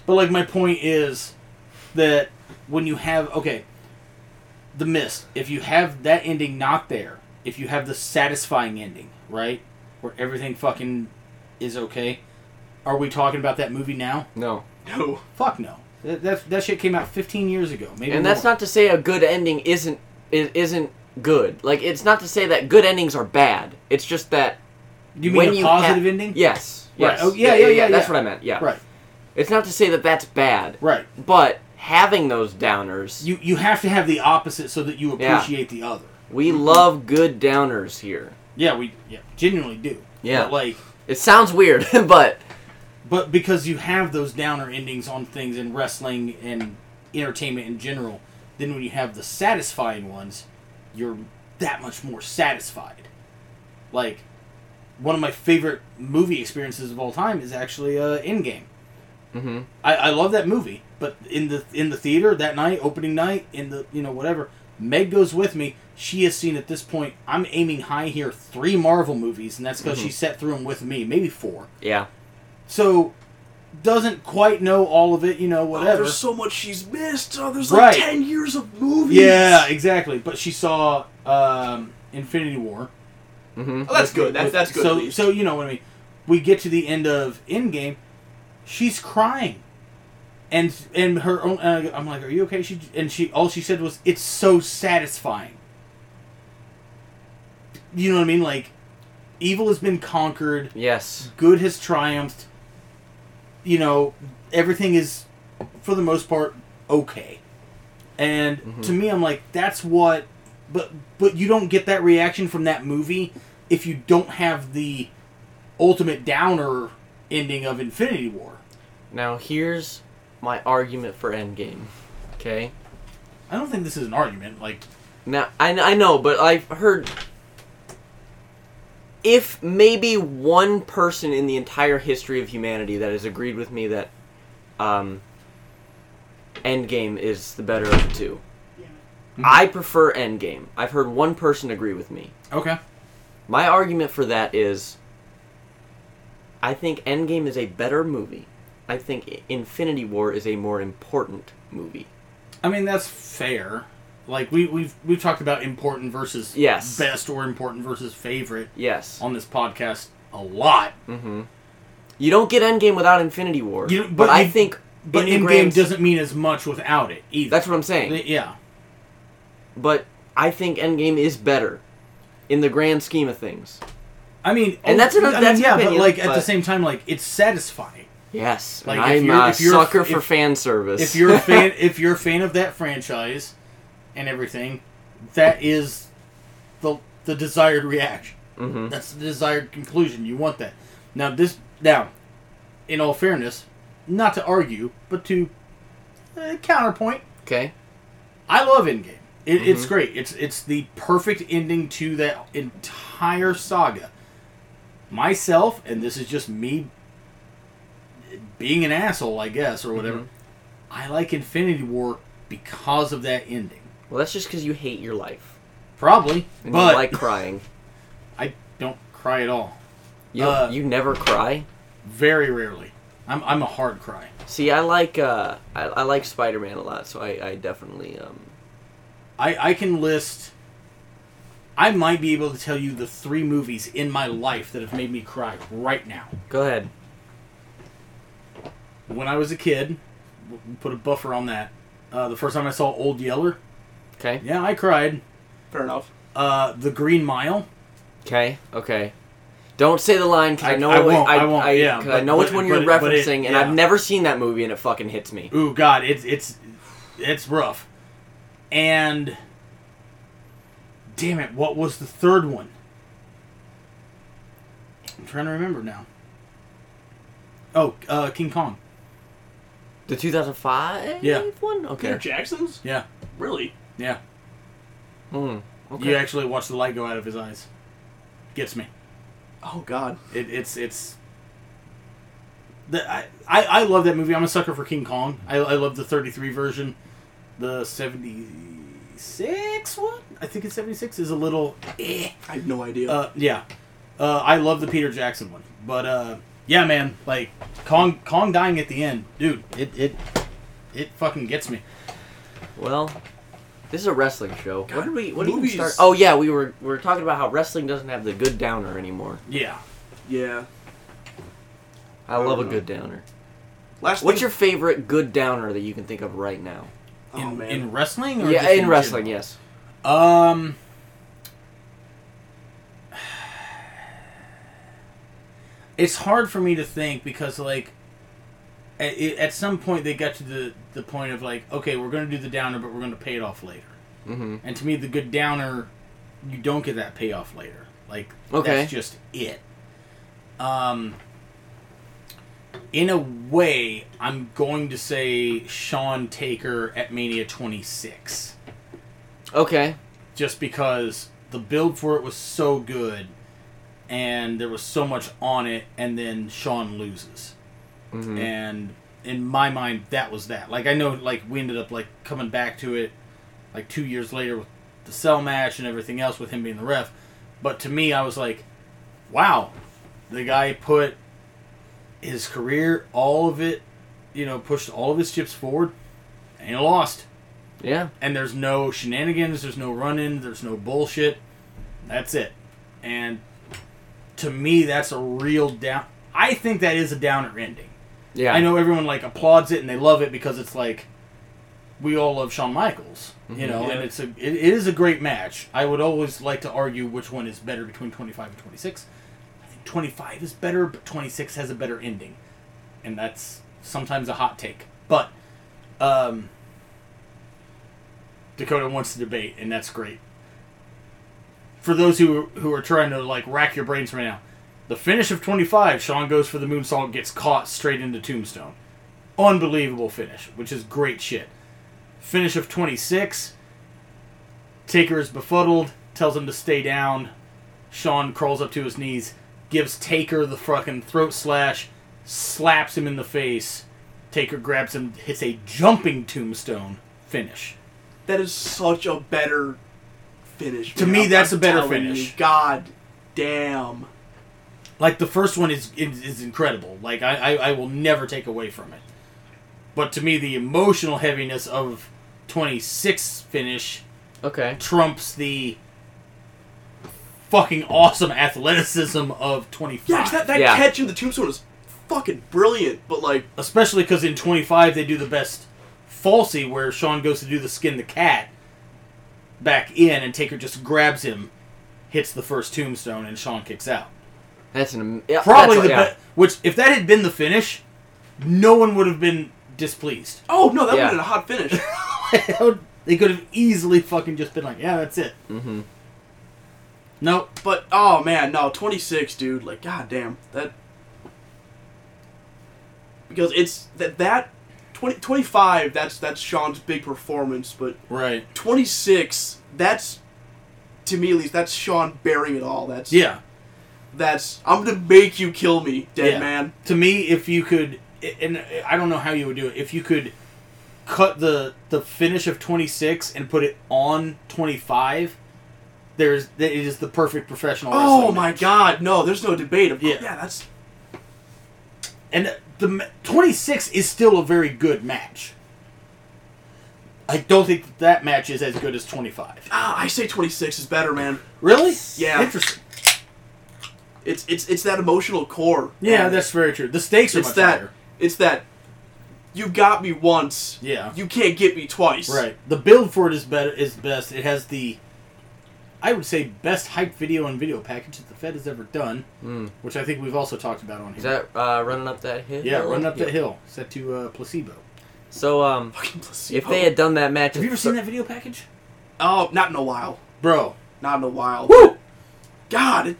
S1: But like my point is that when you have okay, the mist. If you have that ending not there, if you have the satisfying ending, right, where everything fucking is okay, are we talking about that movie now?
S2: No.
S3: No.
S1: Fuck [LAUGHS] no. That that, that shit came out 15 years ago. Maybe
S2: And that's
S1: more.
S2: not to say a good ending isn't is, isn't good. Like it's not to say that good endings are bad. It's just that
S1: You mean
S2: when
S1: a
S2: you
S1: positive
S2: ha-
S1: ending?
S2: Yes.
S1: Right.
S2: Yes.
S1: Oh, yeah, yeah, yeah,
S2: That's
S1: yeah.
S2: what I meant. Yeah.
S1: Right.
S2: It's not to say that that's bad,
S1: Right.
S2: but having those downers,
S1: You you have to have the opposite so that you
S2: Yeah.
S1: appreciate the other.
S2: we love good downers here.
S1: Yeah, we yeah, genuinely do.
S2: Yeah.
S1: But like
S2: It sounds weird, [LAUGHS] but
S1: But because you have those downer endings on things in wrestling and entertainment in general, then when you have the satisfying ones, you're that much more satisfied. Like, one of my favorite movie experiences of all time is actually uh, Endgame.
S2: Mhm.
S1: I, I love that movie, but in the in the theater that night, opening night, in the you know whatever, Meg goes with me. She has seen at this point. I'm aiming high here. Three Marvel movies, and that's because she sat through them with me, maybe four
S2: yeah.
S1: so doesn't quite know all of it, you know,
S3: Oh,
S1: whatever.
S3: there's so much she's missed. Oh, there's
S1: Right.
S3: like ten years of movies.
S1: yeah, exactly. But she saw um, Infinity War.
S2: Mm-hmm.
S3: Oh, that's good. That's that's good.
S1: So
S3: at least.
S1: so you know what I mean. We get to the end of Endgame. She's crying, and and her own. Uh, I'm like, are you okay? She and she all she said was, "It's so satisfying." You know what I mean? Like evil has been conquered,
S2: Yes.
S1: good has triumphed. You know, everything is, for the most part, okay. And to me, I'm like, that's what. But but you don't get that reaction from that movie if you don't have the ultimate downer ending of Infinity War.
S2: Now here's my argument for Endgame. Okay.
S1: I don't think this is an argument. Like,
S2: Now I I know, but I've heard if maybe one person in the entire history of humanity that has agreed with me that um, Endgame is the better of the 2 I prefer Endgame. I've heard one person agree with me.
S1: okay,
S2: My argument for that is I think Endgame is a better movie. I think Infinity War is a more important movie.
S1: I mean that's fair. Like we we've we've talked about important versus
S2: Yes.
S1: best or important versus favorite
S2: Yes.
S1: on this podcast a lot.
S2: You don't get Endgame without Infinity War.
S1: You-
S2: but
S1: but
S2: I
S1: in-
S2: think
S1: But
S2: in the
S1: in game
S2: grand-
S1: doesn't mean as much without it either.
S2: That's what I'm saying.
S1: yeah.
S2: But I think Endgame is better in the grand scheme of things.
S1: I mean, oh,
S2: And that's an-
S1: I mean,
S2: that's an
S1: yeah,
S2: opinion,
S1: but like at
S2: but-
S1: the same time, like it's satisfying.
S2: Yes.
S1: Like,
S2: and
S1: if
S2: I'm
S1: you're-
S2: a
S1: if you're-
S2: sucker for
S1: if-
S2: fan service.
S1: If
S2: [LAUGHS]
S1: you're a fan, if you're a fan of that franchise and everything, that is the the desired reaction.
S2: Mhm.
S1: That's the desired conclusion. You want that. Now this now, in all fairness, not to argue, but to uh, counterpoint,
S2: Okay.
S1: I love Endgame. It, It's
S2: Mm-hmm.
S1: great. It's it's the perfect ending to that entire saga. Myself, and this is just me being an asshole, I guess, or whatever.
S2: Mm-hmm.
S1: I like Infinity War because of that ending.
S2: Well, that's just because you hate your life.
S1: Probably,
S2: And
S1: but
S2: you like crying.
S1: I don't cry at all.
S2: You,
S1: Uh,
S2: you never cry?
S1: Very rarely. I'm I'm a hard cry.
S2: See, I like uh, I, I like Spider Man a lot, so I, I definitely um,
S1: I I can list. I might be able to tell you the three movies in my life that have made me cry right now.
S2: go ahead.
S1: when I was a kid, w- put a buffer on that. Uh, the first time I saw Old Yeller,
S2: Okay.
S1: yeah, I cried.
S3: Fair enough.
S1: Uh, the Green Mile,
S2: Okay. Okay. Don't say the line because I,
S1: I-
S2: know
S1: I
S2: what-
S1: won't, I won't, yeah,
S2: 'cause I
S1: but-
S2: know which
S1: but-
S2: one you're
S1: but- but it-
S2: referencing, and
S1: yeah.
S2: I've never seen that movie, and it fucking hits me.
S1: ooh god, it's it's it's rough. And damn it, what was the third one? I'm trying to remember now. Oh, uh, King Kong.
S2: The 2005
S1: Yeah.
S2: one.
S3: Peter
S2: Okay.
S3: Jackson's?
S1: Yeah,
S3: Really?
S1: yeah.
S2: Mm, okay.
S1: You actually watch the light go out of his eyes. Gets me.
S3: Oh God.
S1: It, it's it's. The, I, I I love that movie. I'm a sucker for King Kong. I, I love the 33 version. The 76 one, I think it's 76, is a little. Eh.
S3: I have no idea.
S1: Uh, yeah, uh, I love the Peter Jackson one, but uh, yeah, man, like Kong Kong dying at the end, dude, it it it fucking gets me.
S2: Well, this is a wrestling show.
S3: God,
S2: what did we? What did we
S3: movies.
S2: start? Oh yeah, we were we were talking about how wrestling doesn't have the good downer anymore.
S1: Yeah,
S3: yeah.
S1: Oh,
S2: I love a
S3: know.
S2: good downer.
S3: Last.
S2: What's
S3: thing-
S2: your favorite good downer that you can think of right now?
S3: Oh
S1: in,
S3: man.
S1: in wrestling, or
S2: Yeah,
S1: just
S2: in wrestling,
S1: general?
S2: yes.
S1: Um. It's hard for me to think because, like, at, at some point they got to the, the point of, like, okay, we're going to do the downer, but we're going to pay it off later.
S2: Mm-hmm.
S1: And to me, the good downer, you don't get that payoff later. Like,
S2: Okay.
S1: that's just it. Um, in a way, I'm going to say Sean Taker at Mania 26
S2: Okay.
S1: just because the build for it was so good and there was so much on it and then Sean loses.
S2: Mhm.
S1: And in my mind that was that. Like I know like we ended up like coming back to it like 2 years later with the cell match and everything else with him being the ref, but to me I was like wow, the guy put his career all of it, you know, pushed all of his chips forward and he lost
S2: Yeah.
S1: and there's no shenanigans, there's no running, there's no bullshit. That's it. And to me, that's a real down. I think that is a downer ending.
S2: Yeah.
S1: I know everyone like applauds it and they love it because it's like we all love Shawn Michaels, you know,
S3: Yeah.
S1: and it's a it, it is a great match. I would always like to argue which one is better between 25 and 26. 25 is better, but 26 has a better ending. And that's sometimes a hot take. But um, Dakota wants to debate, and that's great. For those who who are trying to like rack your brains right now, the finish of 25, Sean goes for the moonsault, gets caught straight into Tombstone. Unbelievable finish, which is great shit. Finish of 26, Taker is befuddled, tells him to stay down. Sean crawls up to his knees, gives Taker the fucking throat slash, slaps him in the face. Taker grabs him, hits a jumping tombstone finish.
S3: That is such a better finish.
S1: To
S3: man.
S1: me,
S3: I'm-
S1: that's
S3: I'm
S1: a better
S3: telling you,
S1: finish.
S3: God damn.
S1: Like the first one is is, is incredible. Like I, I I will never take away from it. But to me, the emotional heaviness of 26 finish
S2: Okay.
S1: trumps the fucking awesome athleticism of 25.
S3: Yeah, 'cause that, that
S2: Yeah.
S3: catch in the tombstone is fucking brilliant, but like,
S1: especially because in 25 they do the best falsy where Sean goes to do the skin the cat back in and Taker just grabs him, hits the first tombstone, and Sean kicks out.
S2: That's an am- yeah,
S1: Probably
S2: that's-
S1: the
S2: yeah.
S1: best. Which, if that had been the finish, no one would have been
S2: [LAUGHS]
S1: displeased.
S3: oh no, that would
S2: Yeah.
S3: have been a hot finish.
S1: That would- they could have easily fucking just been like, yeah, that's it. Mm-hmm. Nope.
S3: but oh man, no, 26, dude. Like, god damn. That. Because it's that that 20, 25, that's that's Sean's big performance, but
S1: Right.
S3: 26, that's to me at least, that's Sean bearing it all. That's
S1: Yeah.
S3: That's I'm gonna make you kill me, dead
S1: Yeah.
S3: man.
S1: To me, if you could, and uh, I don't know how you would do it, if you could cut the the finish of twenty six and put it on twenty five, there's that it is the perfect professional.
S3: Oh
S1: wrestling
S3: my
S1: match.
S3: god, no, there's no debate. Of,
S1: Yeah.
S3: yeah. yeah, that's
S1: And the twenty six is still a very good match. I don't think that, that match is as good as twenty five.
S3: ah, I say 26 is better, man.
S1: Really?
S3: Yeah.
S1: Interesting.
S3: It's it's it's that emotional core.
S1: Yeah,
S3: And
S1: that's very true. The stakes are
S3: it's
S1: much
S3: that
S1: higher.
S3: it's that you got me once.
S1: Yeah.
S3: You can't get me twice.
S1: Right. The build for it is better is best. It has the I would say best hype video and video package that the Fed has ever done,
S2: Mm.
S1: which I think we've also talked about on here.
S2: Is that uh, running up that hill?
S1: yeah, Run Up That
S2: Yeah.
S1: Hill, set to uh, Placebo.
S2: So um,
S3: Fucking placebo.
S2: if they had done that match,
S1: Have you ever
S2: at
S1: seen
S2: thir-
S1: that video package?
S3: Oh, not in a while.
S1: Bro.
S3: Not in a while.
S1: Woo!
S3: God, it-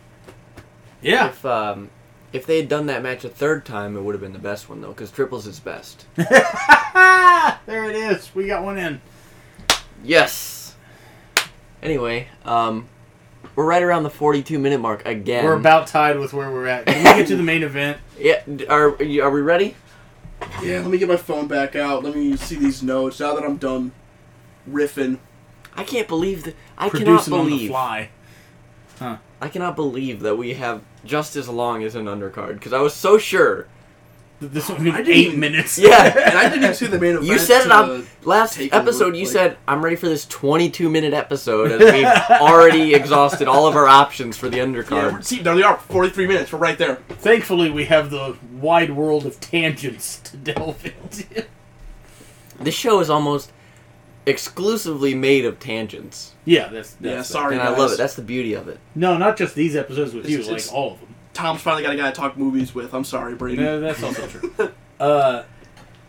S1: Yeah.
S2: If um, if they had done that match a third time, it would have been the best one though, because triples
S1: [LAUGHS]
S2: is best.
S1: Ah, there it is. We got one in.
S2: yes. Anyway, um, we're right around the 42 minute mark again.
S1: We're about tied with where we're at. Can we get to the main event?
S2: Yeah. d- Are are you- are we ready?
S3: yeah. Let me get my phone back out. Let me see these notes now that I'm done riffing.
S2: I can't believe that. I cannot
S1: Producing on the
S2: believe.
S1: fly.
S2: I cannot believe that we have just as long as an undercard because I was so sure.
S1: Th- This one's gonna
S3: I
S1: be
S3: didn't
S1: eight
S3: even-
S1: minutes. [LAUGHS]
S2: [LAUGHS] Yeah.
S3: And I didn't even see the main event.
S2: [LAUGHS] You said it on
S3: to-
S2: last
S3: take a
S2: episode.
S3: look,
S2: You
S3: like-
S2: said I'm ready for this 22 minute episode, and
S3: [LAUGHS]
S2: we've already exhausted all of our options for the
S3: Yeah,
S2: undercard.
S3: we're, see, there they are. 43 minutes. We're right there.
S1: Thankfully, we have the wide world of tangents to delve into. [LAUGHS]
S2: This show is almost exclusively made of tangents,
S1: yeah, that's, that's
S3: yeah, sorry.
S2: and
S3: guys.
S2: I love it. That's the beauty of it.
S1: No, not just these episodes with
S3: It's-
S1: you,
S3: it's-
S1: like all of them.
S3: Tom's finally got a guy to talk movies with. I'm sorry, Brady.
S1: No, that's also true. Uh,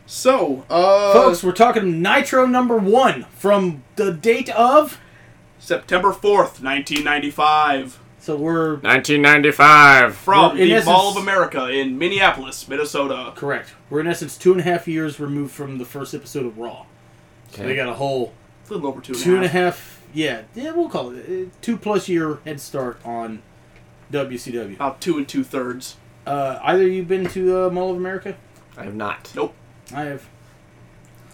S3: So,
S1: [LAUGHS]
S3: uh,
S1: folks, we're talking Nitro number one from the date of.
S3: September 4th, 1995,
S1: So we're
S2: 1995.
S3: from
S1: Well, in
S3: the
S1: essence-
S3: Mall of America in Minneapolis, Minnesota.
S1: correct. We're in essence two and a half years removed from the first episode of Raw. So they got a whole
S3: A little over two and a half.
S1: two and a half. Yeah, yeah, we'll call it uh, two plus year head start on WCW.
S3: About two and two thirds.
S1: Uh, either you been to uh, Mall of America?
S2: I have not.
S3: Nope.
S1: I have.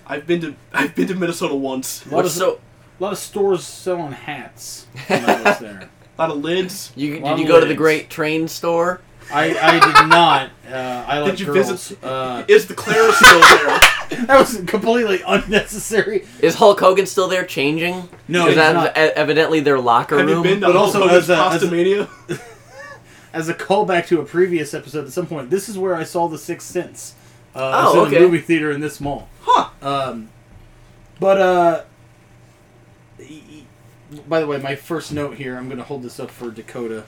S3: I've been to [LAUGHS] I've been to Minnesota once.
S1: What
S2: What's
S1: is
S2: so
S1: A lot of stores selling hats. When I was
S3: [LAUGHS]
S1: there,
S3: A lot of lids.
S2: you
S1: Long
S2: did you go to the
S1: legs.
S2: Great Train Store?
S1: I, I did not. Uh, I like
S3: you
S1: girls.
S3: visit-
S1: Uh,
S3: Is the Clara
S1: [LAUGHS]
S3: still there?
S1: That was completely unnecessary.
S2: Is Hulk Hogan still there changing?
S1: No,
S2: 'Cause
S1: he's
S2: that's
S1: not.
S2: e- evidently their locker
S3: Have
S2: room.
S3: you been to
S1: But
S3: Hulk
S1: also as
S3: Hogan's
S1: a- as a-
S3: Costomania?
S1: As a callback to a previous episode, at some point, this is where I saw The Sixth Sense. Uh, I
S2: Oh,
S1: was in a
S2: okay.
S1: movie theater in this mall.
S3: Huh.
S1: Um, but uh, e- e- by the way, my first note here. I'm going to hold this up for Dakota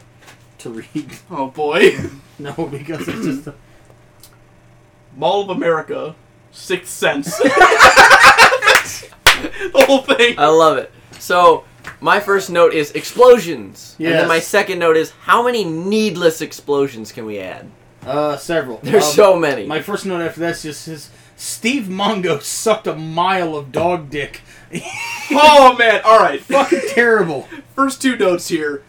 S1: to to read. [LAUGHS]
S3: Oh boy.
S1: No, because it's just. A,
S3: Mall of America,
S1: [LAUGHS]
S3: Sixth Sense. [LAUGHS] the whole thing.
S1: Uh,
S2: I love it. So my first note is explosions, and
S1: Yes.
S2: then my second note is how many needless explosions can we add? [LAUGHS]
S1: uh, several.
S2: There's
S1: Um,
S2: so many.
S1: My first note after that's just his. Steve Mongo sucked a mile of dog dick.
S3: [LAUGHS] Oh man, alright.
S1: Fucking terrible.
S3: First two notes here.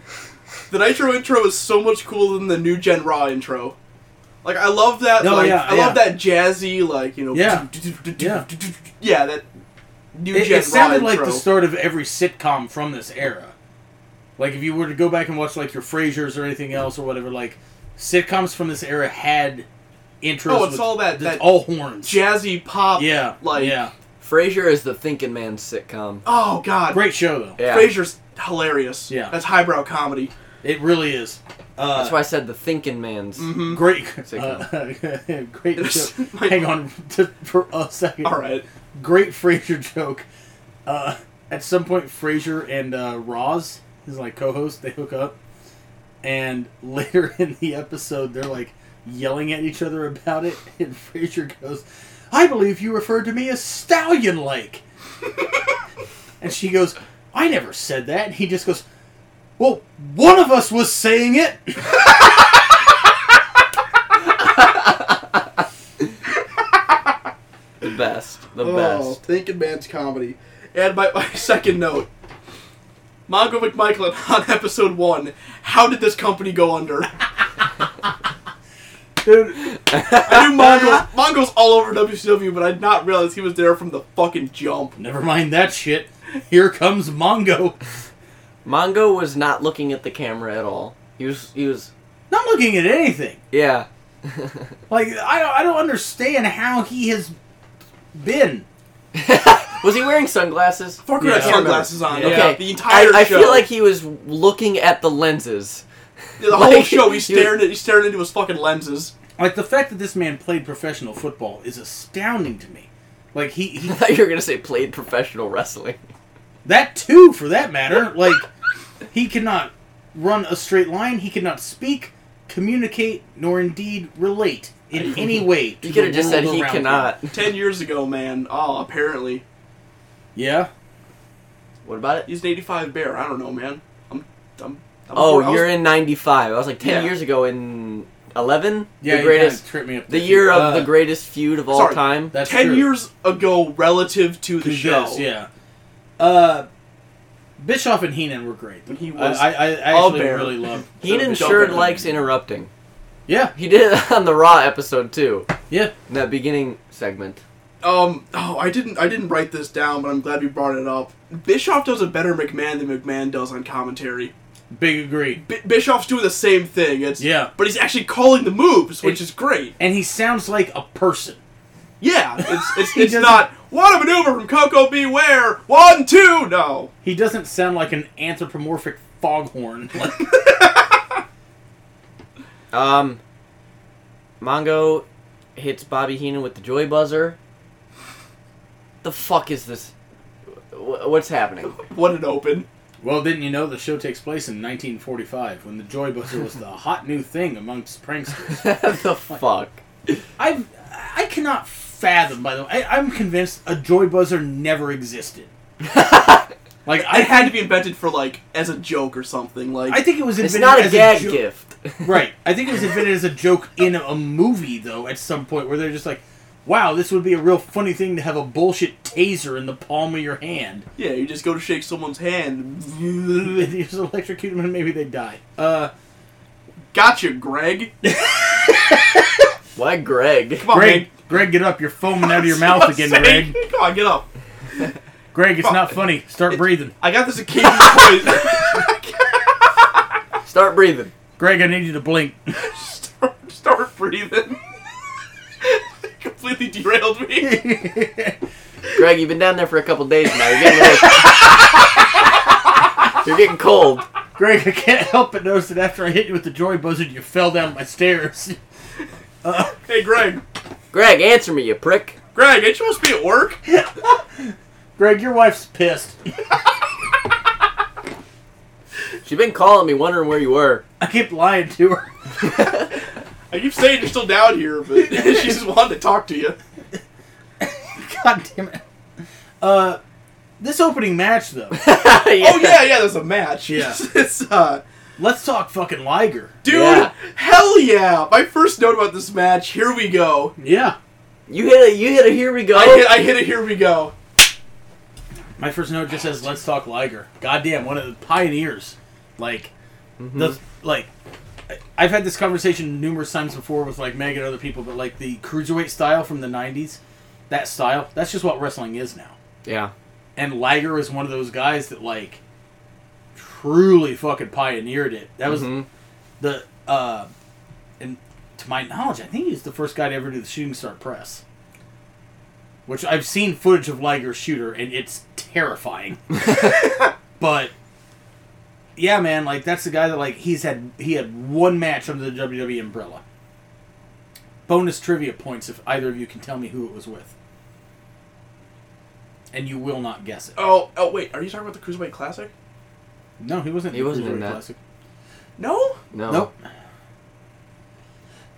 S3: The Nitro intro is so much cooler than the new Gen Raw intro. Like I love that
S1: No,
S3: like
S1: yeah,
S3: I love
S1: yeah.
S3: that jazzy like, you know [LAUGHS]
S1: Yeah.
S3: yeah, that new
S1: It,
S3: Gen
S1: it sounded
S3: Raw
S1: like
S3: intro.
S1: the start of every sitcom from this era. Like if you were to go back and watch like your Frasers or anything else or whatever, like sitcoms from this era had intros.
S3: Oh, it's
S1: with-
S3: all that-
S1: it's
S3: that
S1: all horns.
S3: jazzy pop
S1: yeah,
S3: like
S1: yeah,
S2: Frasier is the thinking man's sitcom.
S3: Oh god.
S1: great show though.
S2: Yeah.
S3: Frasier's hilarious.
S1: Yeah.
S3: That's highbrow comedy.
S1: It really is. Uh,
S2: That's why I said the thinking man's.
S1: Great,
S2: Sitcom.
S1: uh, [LAUGHS] great show.
S3: [LAUGHS] My-
S1: Hang on [LAUGHS] just for a second.
S3: All right.
S1: great [LAUGHS] Frasier joke. Uh, at some point, Frasier and uh, Roz, his like co-host, they hook up, and [LAUGHS] later in the episode, they're like yelling at each other about it, [LAUGHS] and Frasier goes, "I believe you referred to me as stallion like," and she goes, "I never said that." And he just goes, "Well, one of us was saying it." [LAUGHS]
S2: The best. The
S3: Oh,
S2: best.
S3: thinking man's comedy. And my, my [LAUGHS] second note. Mongo McMichael on [LAUGHS] episode one. How did this company go under? [LAUGHS]
S1: Dude,
S3: I knew Mongo, Mongo's all over WCW, but I did not realize he was there from the fucking jump.
S1: never mind that shit. Here comes Mongo.
S2: Mongo was not looking at the camera at all. He was. He was.
S1: Not looking at anything.
S2: Yeah.
S1: Like I don't, I don't understand how he has been.
S2: Was he wearing sunglasses?
S3: Fucker
S1: Yeah.
S3: had sunglasses on.
S1: Yeah.
S3: Okay.
S2: Okay.
S3: The entire
S2: I, I
S3: show.
S2: feel like he was looking at the lenses. [LAUGHS]
S3: the whole
S2: like,
S3: show he's
S2: he was-
S3: staring at he's staring into his fucking lenses.
S1: Like the fact that this man played professional football is astounding to me. Like he, he
S2: I thought you were gonna say played professional wrestling.
S1: that too, for that matter. Like he cannot run a straight line. He cannot speak, communicate, nor indeed relate
S2: [LAUGHS]
S1: in any way. To
S2: You could have just said he cannot.
S3: Ten years ago, man. Oh, apparently.
S1: Yeah.
S2: What about it?
S3: He's an eighty five bear. I don't know, man. I'm I'm, I'm
S2: Oh,
S3: I was-
S2: you're in '95. I was like ten
S3: Yeah.
S2: years ago in '11.
S1: Yeah.
S2: the
S1: you
S2: greatest,
S1: kinda tripped me up
S2: the
S1: there.
S2: year of
S1: Uh,
S2: the greatest feud of all
S3: sorry.
S2: time.
S1: That's
S3: ten
S1: true.
S3: years ago relative to the
S1: Who's
S3: show.
S1: this, yeah. Uh, Bischoff and Heenan were great.
S3: He was
S1: I, I, I
S3: a
S1: actually
S3: bear.
S1: really love.
S2: Heenan
S3: Don't
S2: sure
S3: do it.
S2: likes interrupting.
S1: Yeah,
S2: He did [LAUGHS] it on the Raw episode too.
S1: yeah.
S2: In that beginning segment.
S3: Um. Oh, I didn't. I didn't write this down, but I'm glad we brought it up. Bischoff does a better McMahon than McMahon does on commentary.
S1: Big agree.
S3: B- Bischoff's doing the same thing. It's
S1: Yeah.
S3: but he's actually calling the moves, which is great.
S1: And he sounds like a person. [LAUGHS]
S3: Yeah, it's it's,
S1: He
S3: it's
S1: doesn't- not,
S3: not what a maneuver from Coco Beware. One two no.
S1: He doesn't sound like an anthropomorphic [LAUGHS] foghorn. Like,
S2: Um, Mongo hits Bobby Heenan with the joy buzzer. The fuck is this? Wh- What's happening? [LAUGHS]
S3: What an open.
S1: well, didn't you know the show takes place in 1945 when the Joy Buzzer was the hot new thing amongst [LAUGHS] pranksters?
S2: the fuck?
S1: I I cannot fathom. By the way, I, I'm convinced a Joy Buzzer never existed. [LAUGHS] like I
S3: It had to
S1: had.
S3: be invented for like as a joke or something. Like
S1: I think it was
S2: It's
S1: invented
S2: not a
S1: as
S2: gag
S1: joke.
S2: gift. [LAUGHS]
S1: Right. I think it was invented as a joke in a movie, though, at some point, where they're just like, wow, this would be a real funny thing to have a bullshit taser in the palm of your hand.
S3: yeah, you just go to shake someone's hand.
S1: [LAUGHS]
S3: [LAUGHS]
S1: you just electrocute them and maybe they die. Uh,
S3: Gotcha, Greg.
S2: Why, Greg?
S3: Come on,
S1: Greg,
S3: man.
S1: Greg, get up. You're foaming out of [LAUGHS]
S3: [LAUGHS]
S1: your
S3: That's
S1: mouth
S3: what I'm
S1: again,
S3: saying.
S1: Greg.
S3: [LAUGHS] Come on, get up.
S1: Greg, it's
S3: Fuck.
S1: not funny. Start breathing.
S3: I got this occasional [LAUGHS] voice.
S2: Start breathing.
S1: Greg, I need you to blink. [LAUGHS]
S3: start, start breathing. [LAUGHS] Completely derailed me.
S2: Greg, you've been down there for a couple days now. You're getting,
S1: [LAUGHS]
S2: a little- You're getting cold.
S1: Greg, I can't help but notice that after I hit you with the joy buzzard, you fell down my stairs. [LAUGHS]
S3: Hey, Greg.
S2: Greg, answer me, you prick.
S3: Greg, ain't you supposed to be at work?
S1: Greg, your wife's pissed.
S2: She's been calling me, wondering where you were. [LAUGHS]
S1: I keep lying to her. [LAUGHS]
S3: I keep saying you're still down here, but [LAUGHS] she just wanted to talk to you.
S1: God damn it. Uh, this opening match though. [LAUGHS]
S3: Oh yeah, yeah. There's a match.
S1: Yeah.
S3: [LAUGHS] it's uh,
S1: let's talk fucking Liger.
S3: dude.
S2: Yeah.
S3: Hell yeah! My first note about this match. Here we go.
S1: Yeah.
S2: You hit a you hit a here we go.
S3: I hit. I hit it. Here we go.
S1: My first note just says let's talk Liger. Goddamn, one of the pioneers. Like the like I- I've had this conversation numerous times before with like Meg and other people, but like the cruiserweight style from the nineties, that style, that's just what wrestling is now.
S2: yeah.
S1: and Liger is one of those guys that like truly fucking pioneered it. That was
S2: Mhm.
S1: the uh, and to my knowledge, I think he was the first guy to ever do the shooting star press. Which I've seen footage of Liger's shooter, and it's terrifying. but yeah, man, like that's the guy that like he's had he had one match under the WWE umbrella. Bonus trivia points if either of you can tell me who it was with. And you will not guess it.
S3: Oh, oh wait. Are you talking about the Cruiserweight Classic?
S1: No, he wasn't.
S2: He
S1: the
S2: wasn't in
S1: Cruiserweight
S2: that.
S1: Classic.
S3: No.
S2: No.
S1: Nope.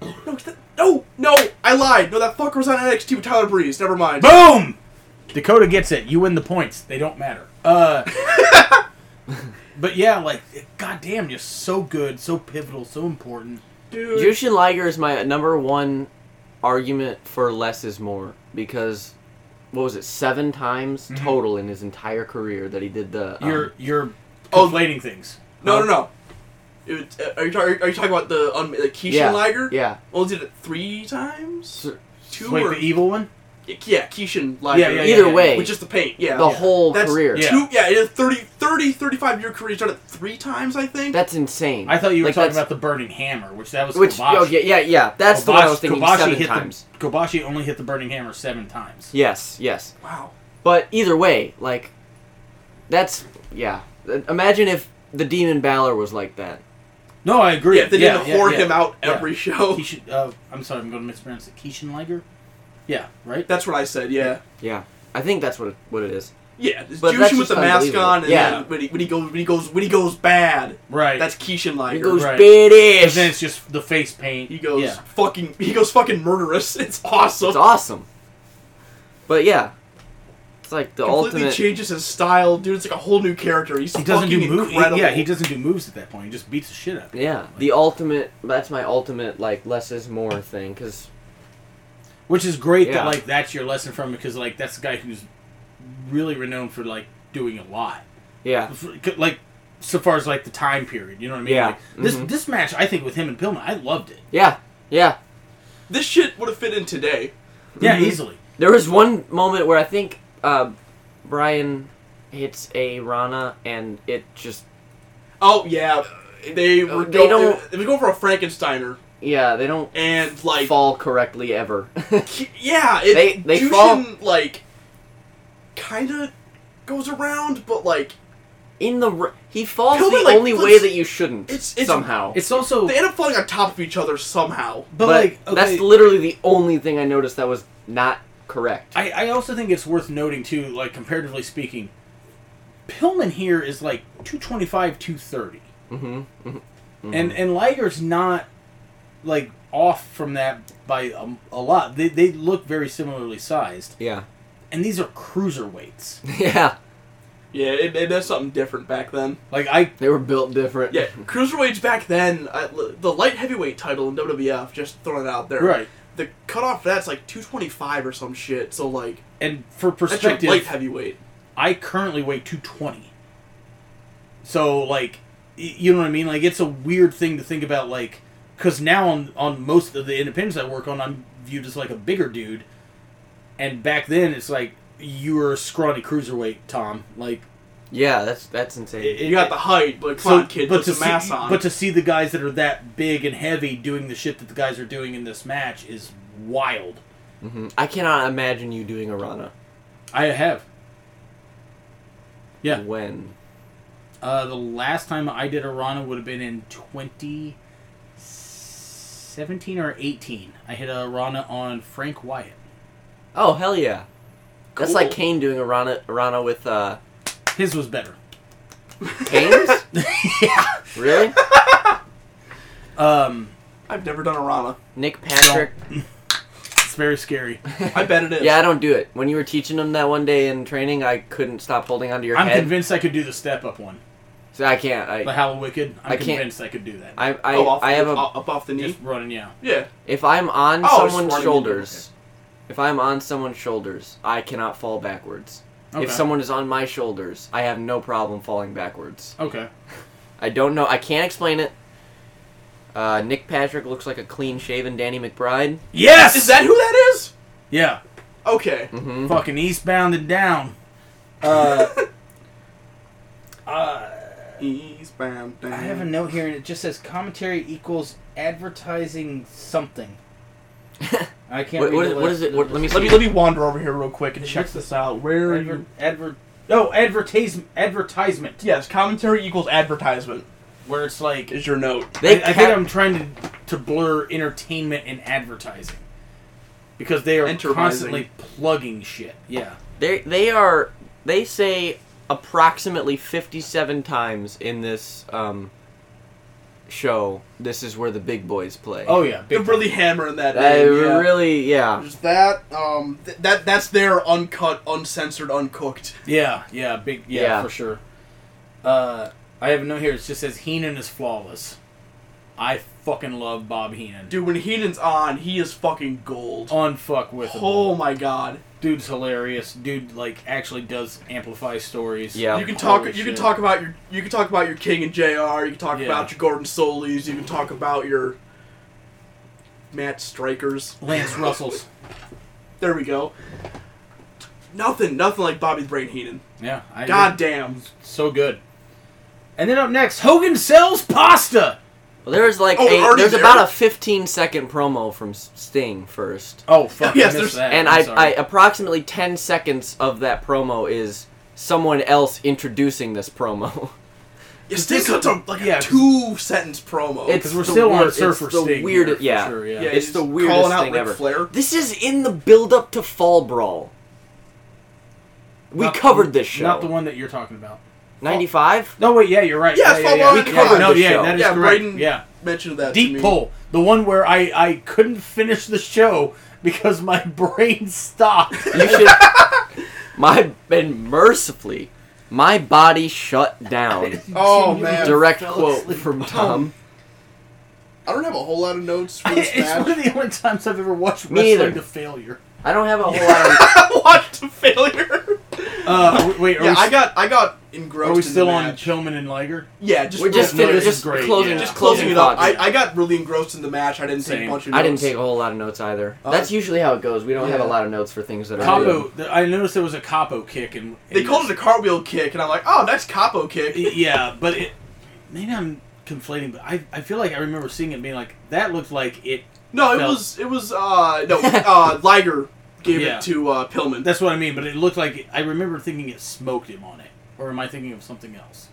S3: No. 'cause that- No. No. I lied. No, that fucker was on NXT with Tyler Breeze. Never mind.
S1: Boom! Dakota gets it. You win the points. They don't matter.
S2: [LAUGHS]
S1: Uh, but yeah, like, goddamn, just so good, so pivotal, so important.
S3: Dude.
S2: Jushin Liger is my number one argument for less is more because what was it seven times total in his entire career that he did the um,
S1: Mm-hmm. You're you're
S3: Oh.
S1: conflating things.
S3: no, no, no. It was- uh, are you talking? Are you talking about the um, the Keishan
S2: yeah
S3: Liger?
S2: yeah
S3: Only did it three times.
S2: So-
S3: Two
S1: Wait,
S3: or
S1: the
S2: e-
S1: evil one?
S3: yeah, Keishan Liger.
S1: Yeah,
S2: either
S1: yeah.
S2: way
S3: With just the paint. Yeah.
S2: the whole
S3: That's
S2: career
S1: Yeah.
S3: Two, yeah, it is 30, 30, 35 year career. He's done it three times, I think.
S2: that's insane
S1: I thought you were
S2: Like,
S1: talking
S2: that's-
S1: about the burning hammer, which that was
S2: which
S1: Kobashi.
S2: oh, yeah, yeah yeah that's the one I was thinking
S1: Kobashi
S2: seven
S1: hit
S2: times
S1: The, Kobashi only hit the burning hammer seven times.
S2: yes yes
S3: wow.
S2: But either way, like, that's yeah. Imagine if the Demon Balor was like that.
S1: No, I agree.
S3: Yeah, they didn't
S1: yeah,
S3: hoard
S1: yeah.
S3: him out
S1: Yeah.
S3: every show.
S1: Keishin, uh, I'm sorry, I'm going to mispronounce it. Keishin Liger? Yeah, right?
S3: That's what I said. Yeah,
S2: Yeah, I think that's what it, what it is.
S3: yeah. It's
S2: But that's
S3: Jushin with
S2: just
S3: the mask
S2: unbelievable.
S3: on, and
S2: Yeah.
S3: then when he, when he goes when he goes when he goes bad,
S1: right.
S3: that's Keishan
S2: He
S3: Liger.
S2: goes
S1: right.
S2: British.
S1: Because then it's just the face paint.
S3: He goes
S1: Yeah.
S3: fucking. He goes fucking murderous. [LAUGHS] It's awesome.
S2: It's awesome. But yeah, it's like the
S3: Completely
S2: ultimate.
S3: changes his style, dude. It's like a whole new character. He's
S1: He doesn't
S3: fucking
S1: do moves.
S3: incredible.
S1: Yeah, he doesn't do moves at that point. He just beats the shit out of you.
S2: Yeah, the ultimate. That's my ultimate like less is more thing because
S1: Which is great
S2: Yeah.
S1: that like that's your lesson from because like that's a guy who's really renowned for like doing a lot.
S2: yeah,
S1: For- Like so far as like the time period, you know what I mean?
S2: Yeah.
S1: Like, this
S2: Mhm.
S1: this match I think with him and Pillman, I loved it.
S2: yeah, yeah.
S3: This shit would have fit in today.
S1: Yeah,
S2: Mhm.
S1: easily.
S2: There was one moment where I think uh, Brian hits a Rana and it just
S3: Oh yeah, they were
S2: Uh, they
S3: going.
S2: don't-
S3: They were going for a Frankensteiner,
S2: yeah they don't
S3: and like
S2: fall correctly ever. [LAUGHS]
S3: Ki- yeah, it,
S2: They- they
S3: Jushin,
S2: fall-
S3: like kind of goes around, but like
S2: in the r- he falls
S3: Tell me,
S2: the
S3: like,
S2: only
S3: let's-
S2: way that you shouldn't
S3: it's- it's-
S2: somehow.
S1: It's also
S3: they end up falling on top of each other somehow.
S1: but,
S2: but
S1: like okay,
S2: that's literally the only thing I noticed that was not correct.
S1: I, I also think it's worth noting too, like comparatively speaking, Pillman here is like two twenty five, two thirty.
S2: hmm
S1: and and Liger's not like off from that by um, a lot. They they look very similarly sized,
S2: Yeah, [LAUGHS]
S1: and these are cruiserweights.
S2: yeah,
S3: Yeah, it, it, that's something different back then.
S1: Like I
S2: they were built different.
S3: Yeah, cruiserweights back then, I, the light heavyweight title in WWF, just throwing it out there.
S1: right,
S3: The cutoff for that's like two twenty five or some shit. So like
S1: and for
S3: that's your light
S1: perspective,
S3: heavyweight.
S1: I currently weigh two twenty. So like, y- you know what I mean? Like it's a weird thing to think about. Like, because now on on most of the independents I work on, I'm viewed as like a bigger dude, and back then it's like you were a scrawny cruiserweight, Tom. Like
S2: yeah, that's that's insane.
S1: It-
S3: You got the height, but come on, kid, put
S1: to
S3: some mass
S1: see,
S3: on.
S1: But to see the guys that are that big and heavy doing the shit that the guys are doing in this match is wild.
S2: Mhm. I cannot imagine you doing a Rana
S1: I have. Yeah.
S2: when
S1: Uh, the last time I did a Rana would have been in 2017 or 18. I hit a Rana on Frank Wyatt.
S2: oh hell yeah, that's like
S3: Cool.
S2: Kane doing a Rana a Rana with uh
S1: [LAUGHS] His was better.
S3: [LAUGHS]
S2: [LAUGHS] Games?
S1: yeah.
S2: really?
S1: Um,
S3: I've never done a Rana.
S2: Nick Patrick?
S1: it's very scary.
S3: I bet it is.
S2: Yeah, I don't do it. When you were teaching them that one day in training, I couldn't stop holding onto your
S1: I'm
S2: head.
S1: convinced I could do the step up one.
S2: So I can't. I
S1: The Howl Wicked. I'm
S2: I can't-
S1: convinced I could do that.
S2: I I,
S3: Oh, off
S2: I
S3: the-
S2: have a
S3: up off the knee.
S1: Just running, yeah.
S3: Yeah.
S2: If I'm on
S3: Oh, I was
S2: someone's
S3: smarter than you.
S2: shoulders, if I'm on someone's shoulders, I cannot fall backwards.
S1: Okay.
S2: If someone is on my shoulders, I have no problem falling backwards.
S1: Okay.
S2: I don't know. I can't explain it. Uh, Nick Patrick looks like a clean-shaven Danny McBride.
S1: Yes.
S3: Is that who that is?
S1: Yeah.
S3: Okay.
S2: Mm-hmm.
S1: Fucking eastbound and down.
S2: Uh,
S1: Uh,
S3: He's bam bam.
S1: I have a note here, and it just says commentary equals advertising
S2: [LAUGHS]
S1: something. I can't.
S2: What-
S1: read
S2: what
S1: the
S2: is-
S1: last-
S2: what is it? What- let me
S3: Let me let me wander over here real quick and check this out. Where are
S1: Adver,
S3: you?
S1: adver, oh, advertise, advertisement.
S3: Yes, commentary equals advertisement
S1: Where it's like
S3: is your note.
S1: I,
S2: they
S1: I think
S2: ca-
S1: I'm trying to to blur entertainment and advertising because they are
S3: Entervising.
S1: constantly plugging shit. Yeah.
S2: they they are they say approximately 57 times in this um, show. This is where the big boys play.
S1: Oh yeah.
S3: They're
S1: big time.
S3: really hammering that.
S2: They
S3: name, yeah.
S2: really yeah.
S3: There's that. Um, th- that that's their uncut, uncensored, uncooked.
S1: Yeah. Yeah. Big. Yeah,
S2: Yeah.
S1: For sure. Uh, I have a note here. It just says Heenan is flawless. I fucking love Bob Heenan.
S3: Dude, when Heenan's on, he is fucking gold.
S1: Unfuck with
S3: Oh my god.
S1: dude's hilarious. Dude like actually does amplify stories.
S2: Yeah.
S3: You can talk.
S1: Holy
S3: You can
S1: shit.
S3: talk about your. You can talk about your King and Jr. You can talk
S1: Yeah.
S3: about your Gordon Solis. You can talk about your Matt Strikers. [LAUGHS]
S1: Lance Russell's.
S3: There we go. Nothing. Nothing like Bobby Brain Heenan.
S1: Yeah. I
S3: God damn.
S1: So good. And then up next, Hogan sells pasta.
S2: Well, there was like
S3: Oh,
S2: a,
S3: already
S2: there's
S3: there?
S2: about a 15 second promo from S- Sting first,
S1: Oh [LAUGHS] fuck!
S3: Yes,
S1: I missed
S3: there's-
S1: that.
S2: and
S1: I'm
S2: I,
S1: sorry.
S2: I approximately 10 seconds of that promo is someone else introducing this promo. [LAUGHS]
S3: You still cut to like
S1: yeah,
S3: a
S1: 'cause-
S3: two sentence promo.
S2: It's
S1: because Oh, we're
S2: the
S1: still
S2: wor-
S1: on
S2: it's
S1: Surfer
S2: the
S1: Sting.
S2: weird-
S1: here, for
S2: yeah.
S1: sure,
S3: yeah,
S1: yeah.
S2: it's
S3: he's
S2: the weirdest
S3: calling out
S2: thing
S3: Ric
S2: ever.
S3: Flair.
S2: This is in the build up to Fall Brawl. We
S1: Not-
S2: covered this show.
S1: Not the one that you're talking about.
S2: 95.
S1: No, wait, yeah, you're right.
S3: Yeah,
S1: yeah, yeah,
S3: follow
S1: yeah.
S3: on
S1: We
S3: the
S1: covered
S2: cover.
S1: No,
S2: the
S1: yeah,
S2: show.
S1: that is
S3: Yeah,
S1: correct.
S3: Braden-
S1: yeah,
S3: Mentioned that. to
S1: deep
S3: me.
S1: pull, the one where I I couldn't finish the show because my [LAUGHS] brain stopped.
S2: You should. [LAUGHS] my and mercifully, my body shut
S3: [LAUGHS]
S2: down.
S3: Oh, man.
S2: Direct
S1: Fell
S2: quote
S1: asleep. Oh,
S2: from Tom.
S3: I don't have a whole lot of notes [LAUGHS] for this
S1: It's one
S3: match.
S1: of the only times I've ever watched
S2: Me
S1: wrestling
S2: either.
S1: to failure.
S2: I don't have a whole lot. of...
S3: Watch the failure.
S1: Uh, w- wait, are
S3: Yeah,
S1: we,
S3: I got I got engrossed.
S1: are we
S3: in the
S1: still on
S3: match.
S1: Pillman and Liger?
S3: Yeah, [LAUGHS] just
S2: We're just
S1: No,
S2: fin-
S1: it's
S2: just
S1: great,
S2: closing,
S1: yeah.
S2: just
S3: just
S2: closing,
S3: closing it up.
S2: thoughts.
S3: I, I got really engrossed in the match. I didn't take
S1: Same.
S3: much. Of
S2: I didn't
S3: notes.
S2: take a whole lot of notes either.
S3: Uh,
S2: That's usually how it goes. We don't have a
S3: yeah.
S2: lot of notes for things that are. new.
S1: Capo. The, I noticed there was a capo kick, and
S3: They called it a cartwheel kick, and I'm like, oh, that's
S1: [LAUGHS]
S3: capo kick.
S1: Yeah, but it, maybe I'm conflating. But I I feel like I remember seeing it being like that looked like it.
S3: No, it
S1: No.
S3: was it was uh no uh Liger gave
S1: Yeah.
S3: it to uh Pillman.
S1: That's what I mean. But it looked like I remember thinking it smoked him on it, or am I thinking of something else?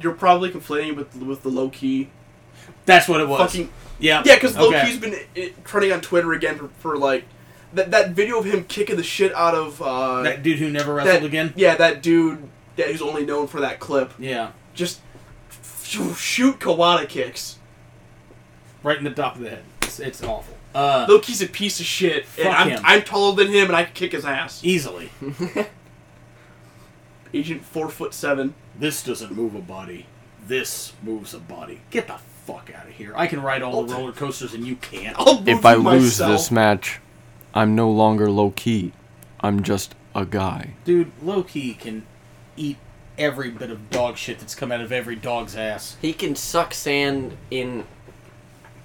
S3: You're probably conflating with with the low key.
S1: That's what it was.
S3: Fucking
S1: yeah,
S3: yeah, because low
S1: okay.
S3: key's been uh, trending on Twitter again for, for like that that video of him kicking the shit out of uh
S1: that dude who never wrestled
S3: that-
S1: again.
S3: Yeah, that dude that who's only known for that clip.
S1: Yeah,
S3: Just shoot, shoot Kawada kicks.
S1: right in the top of the head. It's, it's awful. Uh,
S3: Loki's a piece of shit, and
S1: Fuck
S3: I'm,
S1: him.
S3: I'm taller than him, and I can kick his ass.
S1: easily.
S3: Agent four foot seven.
S1: This doesn't move a body. This moves a body. Get the fuck out of here. I can ride all the roller coasters and you can't.
S3: I'll move you myself.
S2: match, I'm no longer low key. I'm just a guy.
S1: Dude, Loki can eat every bit of dog shit that's come out of every dog's ass.
S2: He can suck sand in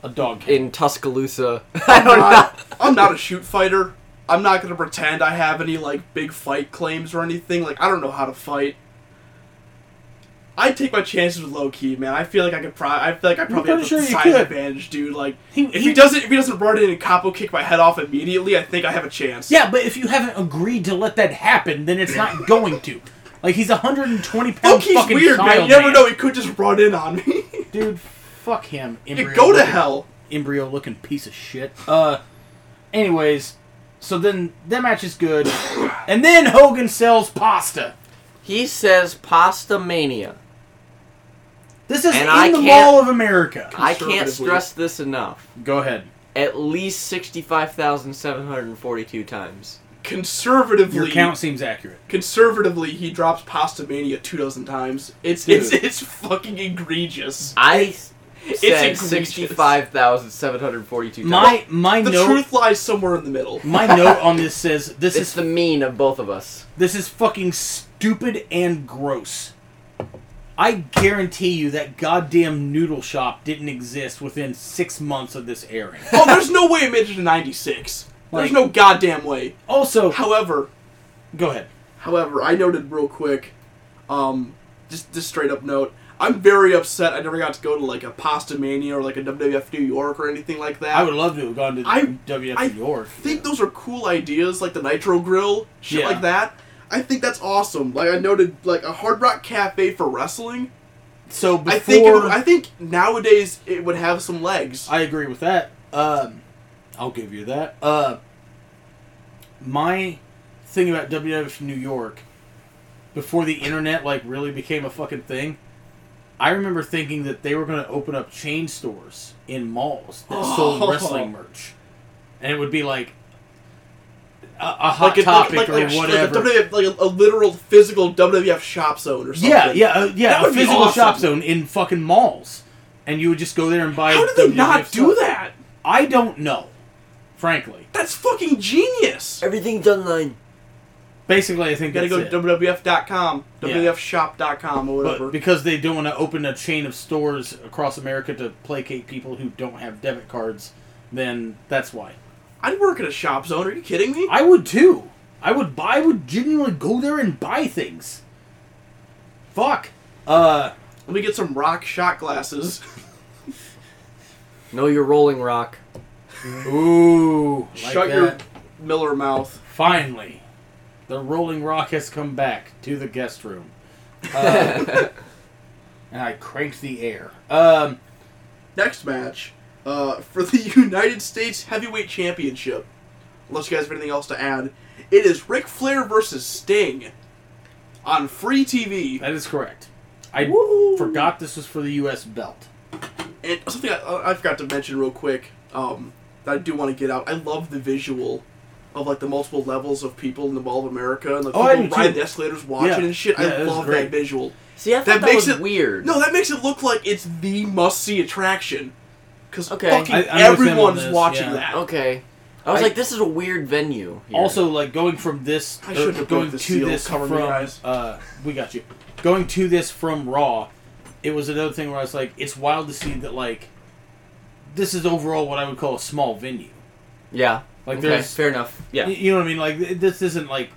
S1: A dog can.
S2: in Tuscaloosa. [LAUGHS] I don't know.
S3: I- I'm not a shoot fighter. I'm not gonna pretend I have any like big fight claims or anything. Like I don't know how to fight. I take my chances with low key, man. I feel like I could probably. I feel like I probably have
S1: pretty sure
S3: the
S1: you
S3: size
S1: could.
S3: advantage, dude. Like
S1: He-
S3: if he,
S1: he-
S3: doesn't, if he doesn't run in and capo kick my head off immediately, I think I have a chance.
S1: yeah, but if you haven't agreed to let that happen, then it's not going to. Like he's a 120 pound
S3: Loki's
S1: fucking
S3: weird, man.
S1: child,
S3: You never know. He could just run in on me. [LAUGHS]
S1: Dude, fuck him.
S3: You
S1: Embryo
S3: go to
S1: looking-
S3: hell.
S1: Embryo looking piece of shit. Uh anyways, so then that match is
S3: [COUGHS]
S1: good. and then Hogan sells pasta.
S2: He says pasta mania.
S1: This is
S2: And
S1: in
S2: I
S1: the
S2: can't-
S1: Mall of America.
S2: I can't
S3: Conservatively.
S2: stress this enough.
S1: Go ahead.
S2: At least sixty-five thousand seven hundred forty-two times.
S3: Conservatively,
S1: Your count seems accurate.
S3: conservatively, he drops Pasta Mania two dozen times. It's
S1: Dude.
S3: it's it's fucking egregious.
S2: I said
S3: egregious.
S2: sixty-five thousand seven hundred forty-two times.
S1: My my
S3: The
S1: note
S3: truth lies somewhere in the middle. [LAUGHS]
S1: my note on this says this
S2: it's
S1: is
S2: the mean of both of us.
S1: this is fucking stupid and gross. I guarantee you that goddamn noodle shop didn't exist within six months of this airing.
S3: oh, there's no way it made it to 96.
S1: Like-
S3: there's no goddamn way.
S1: Also,
S3: However,
S1: go ahead.
S3: however, I noted real quick, um, just just straight up note. I'm very upset. I never got to go to like a Pasta Mania or like a WWF New York or anything like that.
S1: I would love to have gone to
S3: I-
S1: WF
S3: I
S1: New York.
S3: I think those are cool ideas, like the Nitro Grill, shit
S1: Yeah.
S3: like that. I think that's awesome. Like I noted, like a Hard Rock Cafe for wrestling.
S1: So before
S3: I think it would, I think nowadays it would have some legs.
S1: I agree with that. Um, I'll give you that. Uh, my thing about WWF New York before the internet like really became a fucking thing. I remember thinking that they were going to open up chain stores in malls that sold
S3: [LAUGHS] Oh.
S1: wrestling merch, and it would be like a, a hot
S3: a-
S1: topic or
S3: a sh-
S1: whatever.
S3: Like, a, WWF, like a, a literal physical WWF shop zone or something.
S1: yeah, yeah, uh, yeah.
S3: That
S1: A
S3: would be
S1: physical shop
S3: awesome.
S1: zone in fucking malls, and you would just go there and buy.
S3: How did they not
S1: WWF
S3: do
S1: stuff.
S3: that?
S1: I don't know, frankly.
S3: That's fucking genius.
S2: Everything's online.
S1: Basically, I think
S3: You gotta
S1: that's
S3: go
S1: it.
S3: to WWF.com,
S1: Yeah.
S3: WWFshop.com or whatever.
S1: but because they don't want to open a chain of stores across America to placate people who don't have debit cards, then that's why.
S3: I'd work at a shop zone. Are you kidding me?
S1: I would too. I would buy. I would genuinely go there and buy things. Fuck. Uh,
S3: Let me get some rock shot glasses.
S2: No, you're Rolling Rock.
S1: ooh. [LAUGHS] like
S3: Shut
S1: that.
S3: your Miller mouth.
S1: Finally, the Rolling Rock has come back to the guest room. Uh, [LAUGHS] and I cranked the air. Um,
S3: Next match uh, for the [LAUGHS] United States Heavyweight Championship. Unless you guys have anything else to add, it is Ric Flair versus Sting on free TV.
S1: that is correct. I
S3: Woo.
S1: forgot this was for the U.S. belt.
S3: And something I, I forgot to mention real quick um, that I do want to get out. I love the visual of like the multiple levels of people in the Mall of America and like
S1: Oh, I
S3: people
S1: do
S3: riding
S1: too.
S3: the escalators watching
S1: Yeah.
S3: and shit.
S1: Yeah,
S3: I
S1: that was
S3: love
S1: great.
S3: that visual.
S2: See, I thought
S3: That
S2: that,
S3: makes
S2: was
S3: it-
S2: weird.
S3: No, that makes it look like it's the must see attraction. Because
S2: Okay.
S3: fucking
S1: I- I'm with him on
S3: everyone's
S1: this,
S3: watching
S1: yeah.
S3: that.
S2: Okay. I was
S1: I-
S2: like, this is a weird venue. here.
S1: Also, like going from this,
S3: I
S1: or
S3: shouldn't have
S1: going
S3: broke the
S1: to
S3: seal.
S1: this
S3: Cover me,
S1: from.
S3: guys.
S1: Uh, we got you. Going to this from Raw, it was another thing where I was like, it's wild to see that like, this is overall what I would call a small venue.
S2: yeah.
S1: Like
S2: okay,
S1: there's,
S2: fair enough.
S1: y-
S2: Yeah.
S1: you know what I mean. Like th- this isn't like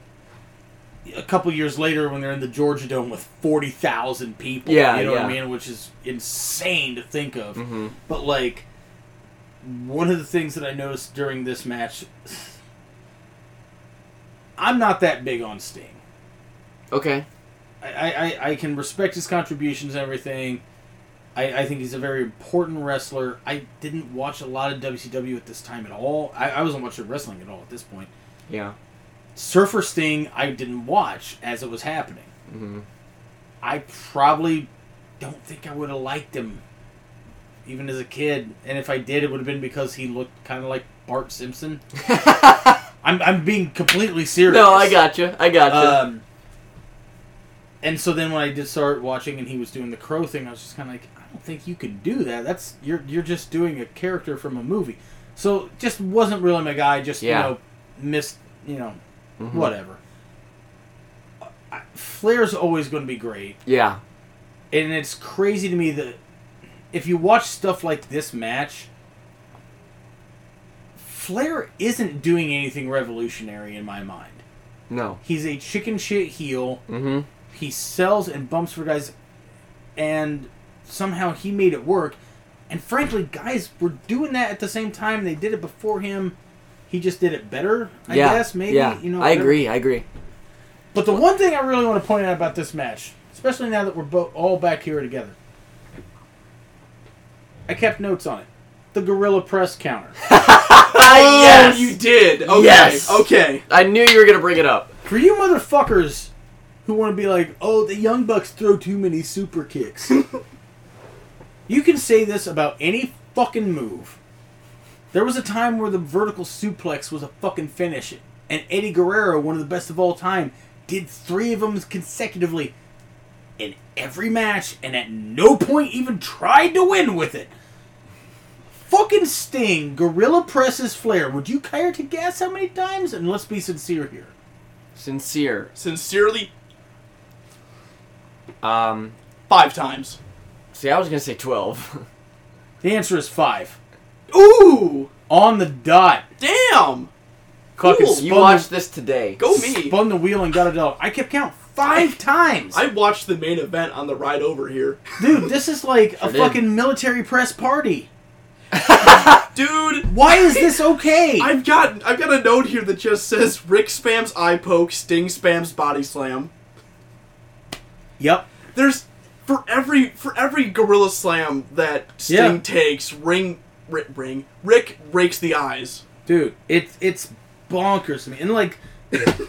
S1: a couple years later when they're in the Georgia Dome with forty thousand people.
S2: Yeah,
S1: you know what I
S2: yeah.
S1: mean, which is insane to think of.
S2: hmm
S1: But like one of the things that I noticed during this match I'm not that big on Sting.
S2: Okay.
S1: I, I, I- I can respect his contributions and everything. I, I think he's a very important wrestler. I didn't watch a lot of WCW at this time at all. I, I wasn't watching wrestling at all at this point.
S2: Yeah.
S1: Surfer Sting I didn't watch as it was happening. [LAUGHS]
S2: hmm
S1: I probably don't think I would have liked him, even as a kid. And if I did, it would have been because he looked kind of like Bart Simpson. I'm, I'm being completely serious.
S2: no, I gotcha. I gotcha.
S1: Um, and so then when I did start watching and he was doing the crow thing, I was just kind of like, I don't think you can do that. That's you're you're just doing a character from a movie. So just wasn't really my guy. Just
S2: Yeah.
S1: you know missed you know
S2: Mhm.
S1: whatever. I- Flair's always going to be great
S2: Yeah.
S1: and it's crazy to me that if you watch stuff like this match, Flair isn't doing anything revolutionary in my mind.
S2: No.
S1: He's a chicken shit heel.
S2: hmm
S1: He sells and bumps for guys, and somehow he made it work. And frankly, guys were doing that at the same time. They did it before him. He just did it better, I
S2: yeah.
S1: guess. Maybe
S2: Yeah.
S1: you know.
S2: I
S1: whatever.
S2: agree. I
S1: [LAUGHS]
S2: agree.
S1: But the one thing I really want to point out about this match, especially now that we're bo- all back here together, I kept notes on it. The gorilla press counter.
S3: Oh,
S2: yes.
S3: you did. Okay.
S2: Yes.
S3: Okay.
S2: I knew you were gonna bring it up.
S1: For you motherfuckers who want to be like, "Oh, the Young Bucks throw too many super kicks," You can say this about any fucking move. There was a time where the vertical suplex was a fucking finish, and Eddie Guerrero, one of the best of all time, did three of them consecutively in every match, and at no point even tried to win with it. Fucking Sting, Gorilla Presses Flair. Would you care to guess how many times? And let's be sincere here.
S2: Sincere.
S3: Sincerely,
S2: Um,
S3: five times.
S2: see, I was gonna say twelve. [LAUGHS]
S1: The answer is five.
S3: Ooh,
S1: On the dot.
S3: damn!
S1: Fucking
S3: Cool.
S1: spun,
S2: you watched this today.
S3: Go
S1: the,
S3: me.
S1: spun the wheel and got it out. I kept count
S2: [LAUGHS]
S1: five times.
S3: I watched the main event on the ride over here. [LAUGHS]
S1: Dude, this is like a
S2: Sure did.
S1: fucking military press party.
S3: Dude,
S1: Why is this
S2: [LAUGHS]
S1: okay?
S3: I've got I've got a note here that just says Rick spams eye poke, Sting spams body slam.
S1: yep.
S3: There's for every for every gorilla slam that Sting
S1: Yeah.
S3: takes, ring ri ring Rick breaks the eyes.
S1: Dude, it's it's bonkers to me. And like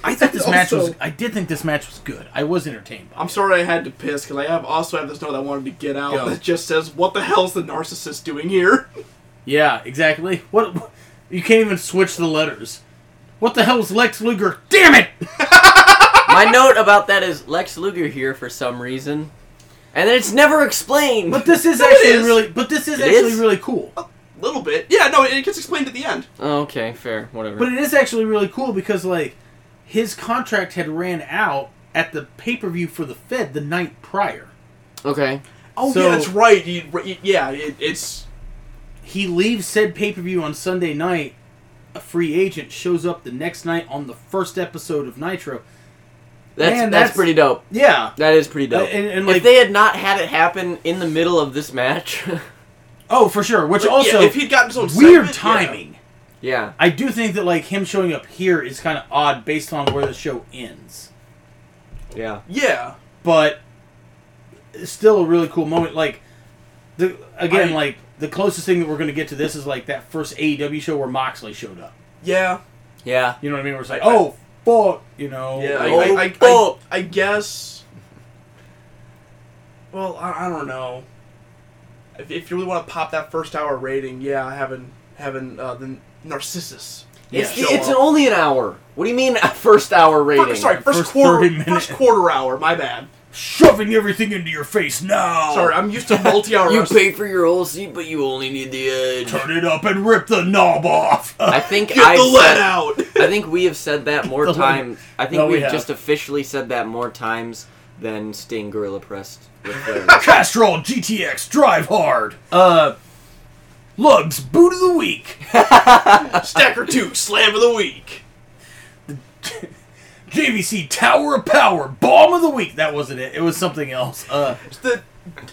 S1: I
S2: [LAUGHS]
S1: thought this match was
S3: Also-
S1: I did think this match was good. I was entertained by it.
S3: I'm sorry I had to piss because I have also have this note I wanted to get out
S1: Go.
S3: that just says what the hell's the narcissist doing here? [LAUGHS]
S1: Yeah, exactly. What, what you can't even switch the letters. What the hell's Lex Luger? Damn it!
S2: My note about that is Lex Luger here for some reason, and then it's never explained.
S1: But this is actually
S3: is.
S1: really but this is
S2: It
S1: actually
S2: is?
S1: really cool.
S3: little bit, yeah. No, it gets explained at the end.
S2: Oh, okay, fair, whatever.
S1: But it is actually really cool because like his contract had ran out at the pay per view for the Fed the night prior.
S2: okay,
S3: Oh
S1: So-
S3: yeah, that's right. You, you- yeah, it, it's
S1: He leaves said pay per view on Sunday night. A free agent shows up the next night on the first episode of Nitro.
S2: that's
S1: Man,
S2: that's,
S1: that's-
S2: pretty dope.
S1: Yeah.
S2: That is pretty dope.
S1: Uh, and- and,
S2: if
S1: like-
S2: they had not had it happen in the middle of this match, [LAUGHS]
S1: Oh, for sure. Which
S3: but
S1: also
S3: yeah, if he'd gotten his own
S1: weird
S3: segment, yeah.
S1: timing.
S2: yeah,
S1: I do think that like him showing up here is kind of odd based on where the show ends.
S2: yeah,
S3: yeah.
S1: but still a really cool moment. Like the again,
S3: I-
S1: like the closest thing that we're gonna get to this is like that first AEW show where Moxley showed up.
S3: Yeah,
S2: yeah.
S1: You know what I mean? Where it's like,
S3: I- I-
S1: oh fuck, you know.
S3: yeah. I,
S1: oh,
S3: I, I, I,
S2: Oh.
S3: I guess. Well, I, I don't know. If, if you really want to pop that first hour rating, yeah, having having uh, the Narcissus.
S1: Yeah,
S2: it's
S3: show
S2: it's
S3: up.
S2: only an hour. What do you mean a first hour rating?
S3: Fir- sorry, first,
S1: First 30
S3: quarter,
S1: minute.
S3: first quarter hour. My bad.
S1: shoving everything into your face now.
S3: Sorry, I'm used to
S1: [LAUGHS]
S3: multi-hour.
S2: You
S3: wrestling.
S2: pay for your whole seat, but you only need the edge.
S1: Turn it up and rip the knob off.
S2: I think
S3: Get
S2: I
S3: the lead
S2: said-
S3: out.
S1: [LAUGHS]
S2: I think we have said that more
S1: The lead-
S2: times. I think
S1: No, we
S2: we've
S1: have.
S2: just officially said that more times than Sting Gorilla pressed.
S1: [LAUGHS]
S2: With Flair.
S1: [LAUGHS] Castrol GTX drive hard. Uh, Lugs boot of the week. [LAUGHS]
S3: Stacker two, slam of the week.
S1: JVC Tower of Power bomb of the week. That wasn't it. It was something else. Uh,
S3: It's the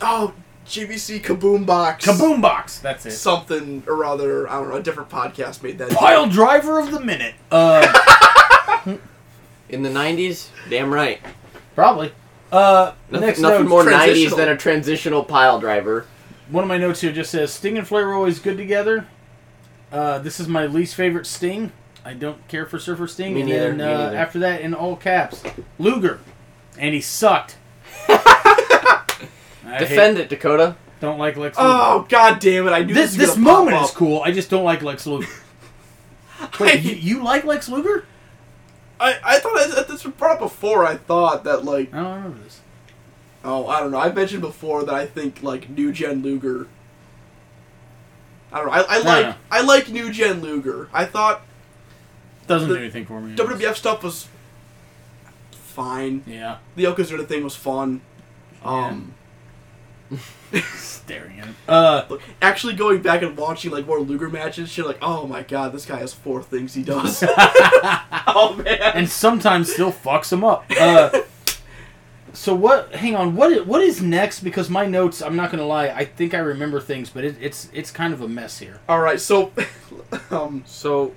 S3: oh GBC Kaboom Box.
S1: kaboom box. That's it.
S3: Something or other. I don't know. A different podcast made that.
S1: pile driver of the minute. Uh,
S2: In the '90s, damn right.
S1: probably. Uh,
S2: Nothing,
S1: next
S2: nothing
S1: note,
S2: more
S3: transitional.
S2: '90s than a transitional pile driver.
S1: One of my notes here just says Sting and Flair were always good together. Uh, this is my least favorite Sting. I don't care for Surfer Sting.
S2: Me
S1: and
S2: neither,
S1: then
S2: me
S1: uh,
S2: neither.
S1: after that, in all caps, Luger, and he sucked. I hate-
S2: Defend it, Dakota.
S1: don't like Lex Luger.
S3: Oh god damn it! I knew
S1: this
S3: this. was
S1: this
S3: gonna pop
S1: moment
S3: up.
S1: is cool. I just don't like Lex Luger. Wait, you, you like Lex Luger?
S3: I, I thought I, this was brought up before. I thought that like
S1: I don't remember this.
S3: oh I don't know. I mentioned before that I think like New Gen Luger. I don't know. I, I like
S1: yeah.
S3: I like New Gen Luger. I thought
S1: Doesn't
S3: The-
S1: do anything for me.
S3: WWF stuff was fine.
S1: Yeah, [LAUGHS]
S3: The Yokozuna thing was fun. Um,
S1: staring at him. Uh,
S3: look, actually going back and watching like more Luger matches, you're like, oh my god, this guy has four things he does. [LAUGHS] oh man.
S1: and sometimes still fucks them up. Uh, so what? Hang on. What? i- What is next? Because my notes. I'm not gonna lie. I think I remember things, but it, it's it's kind of a mess here.
S3: All right, so [LAUGHS] um,
S2: So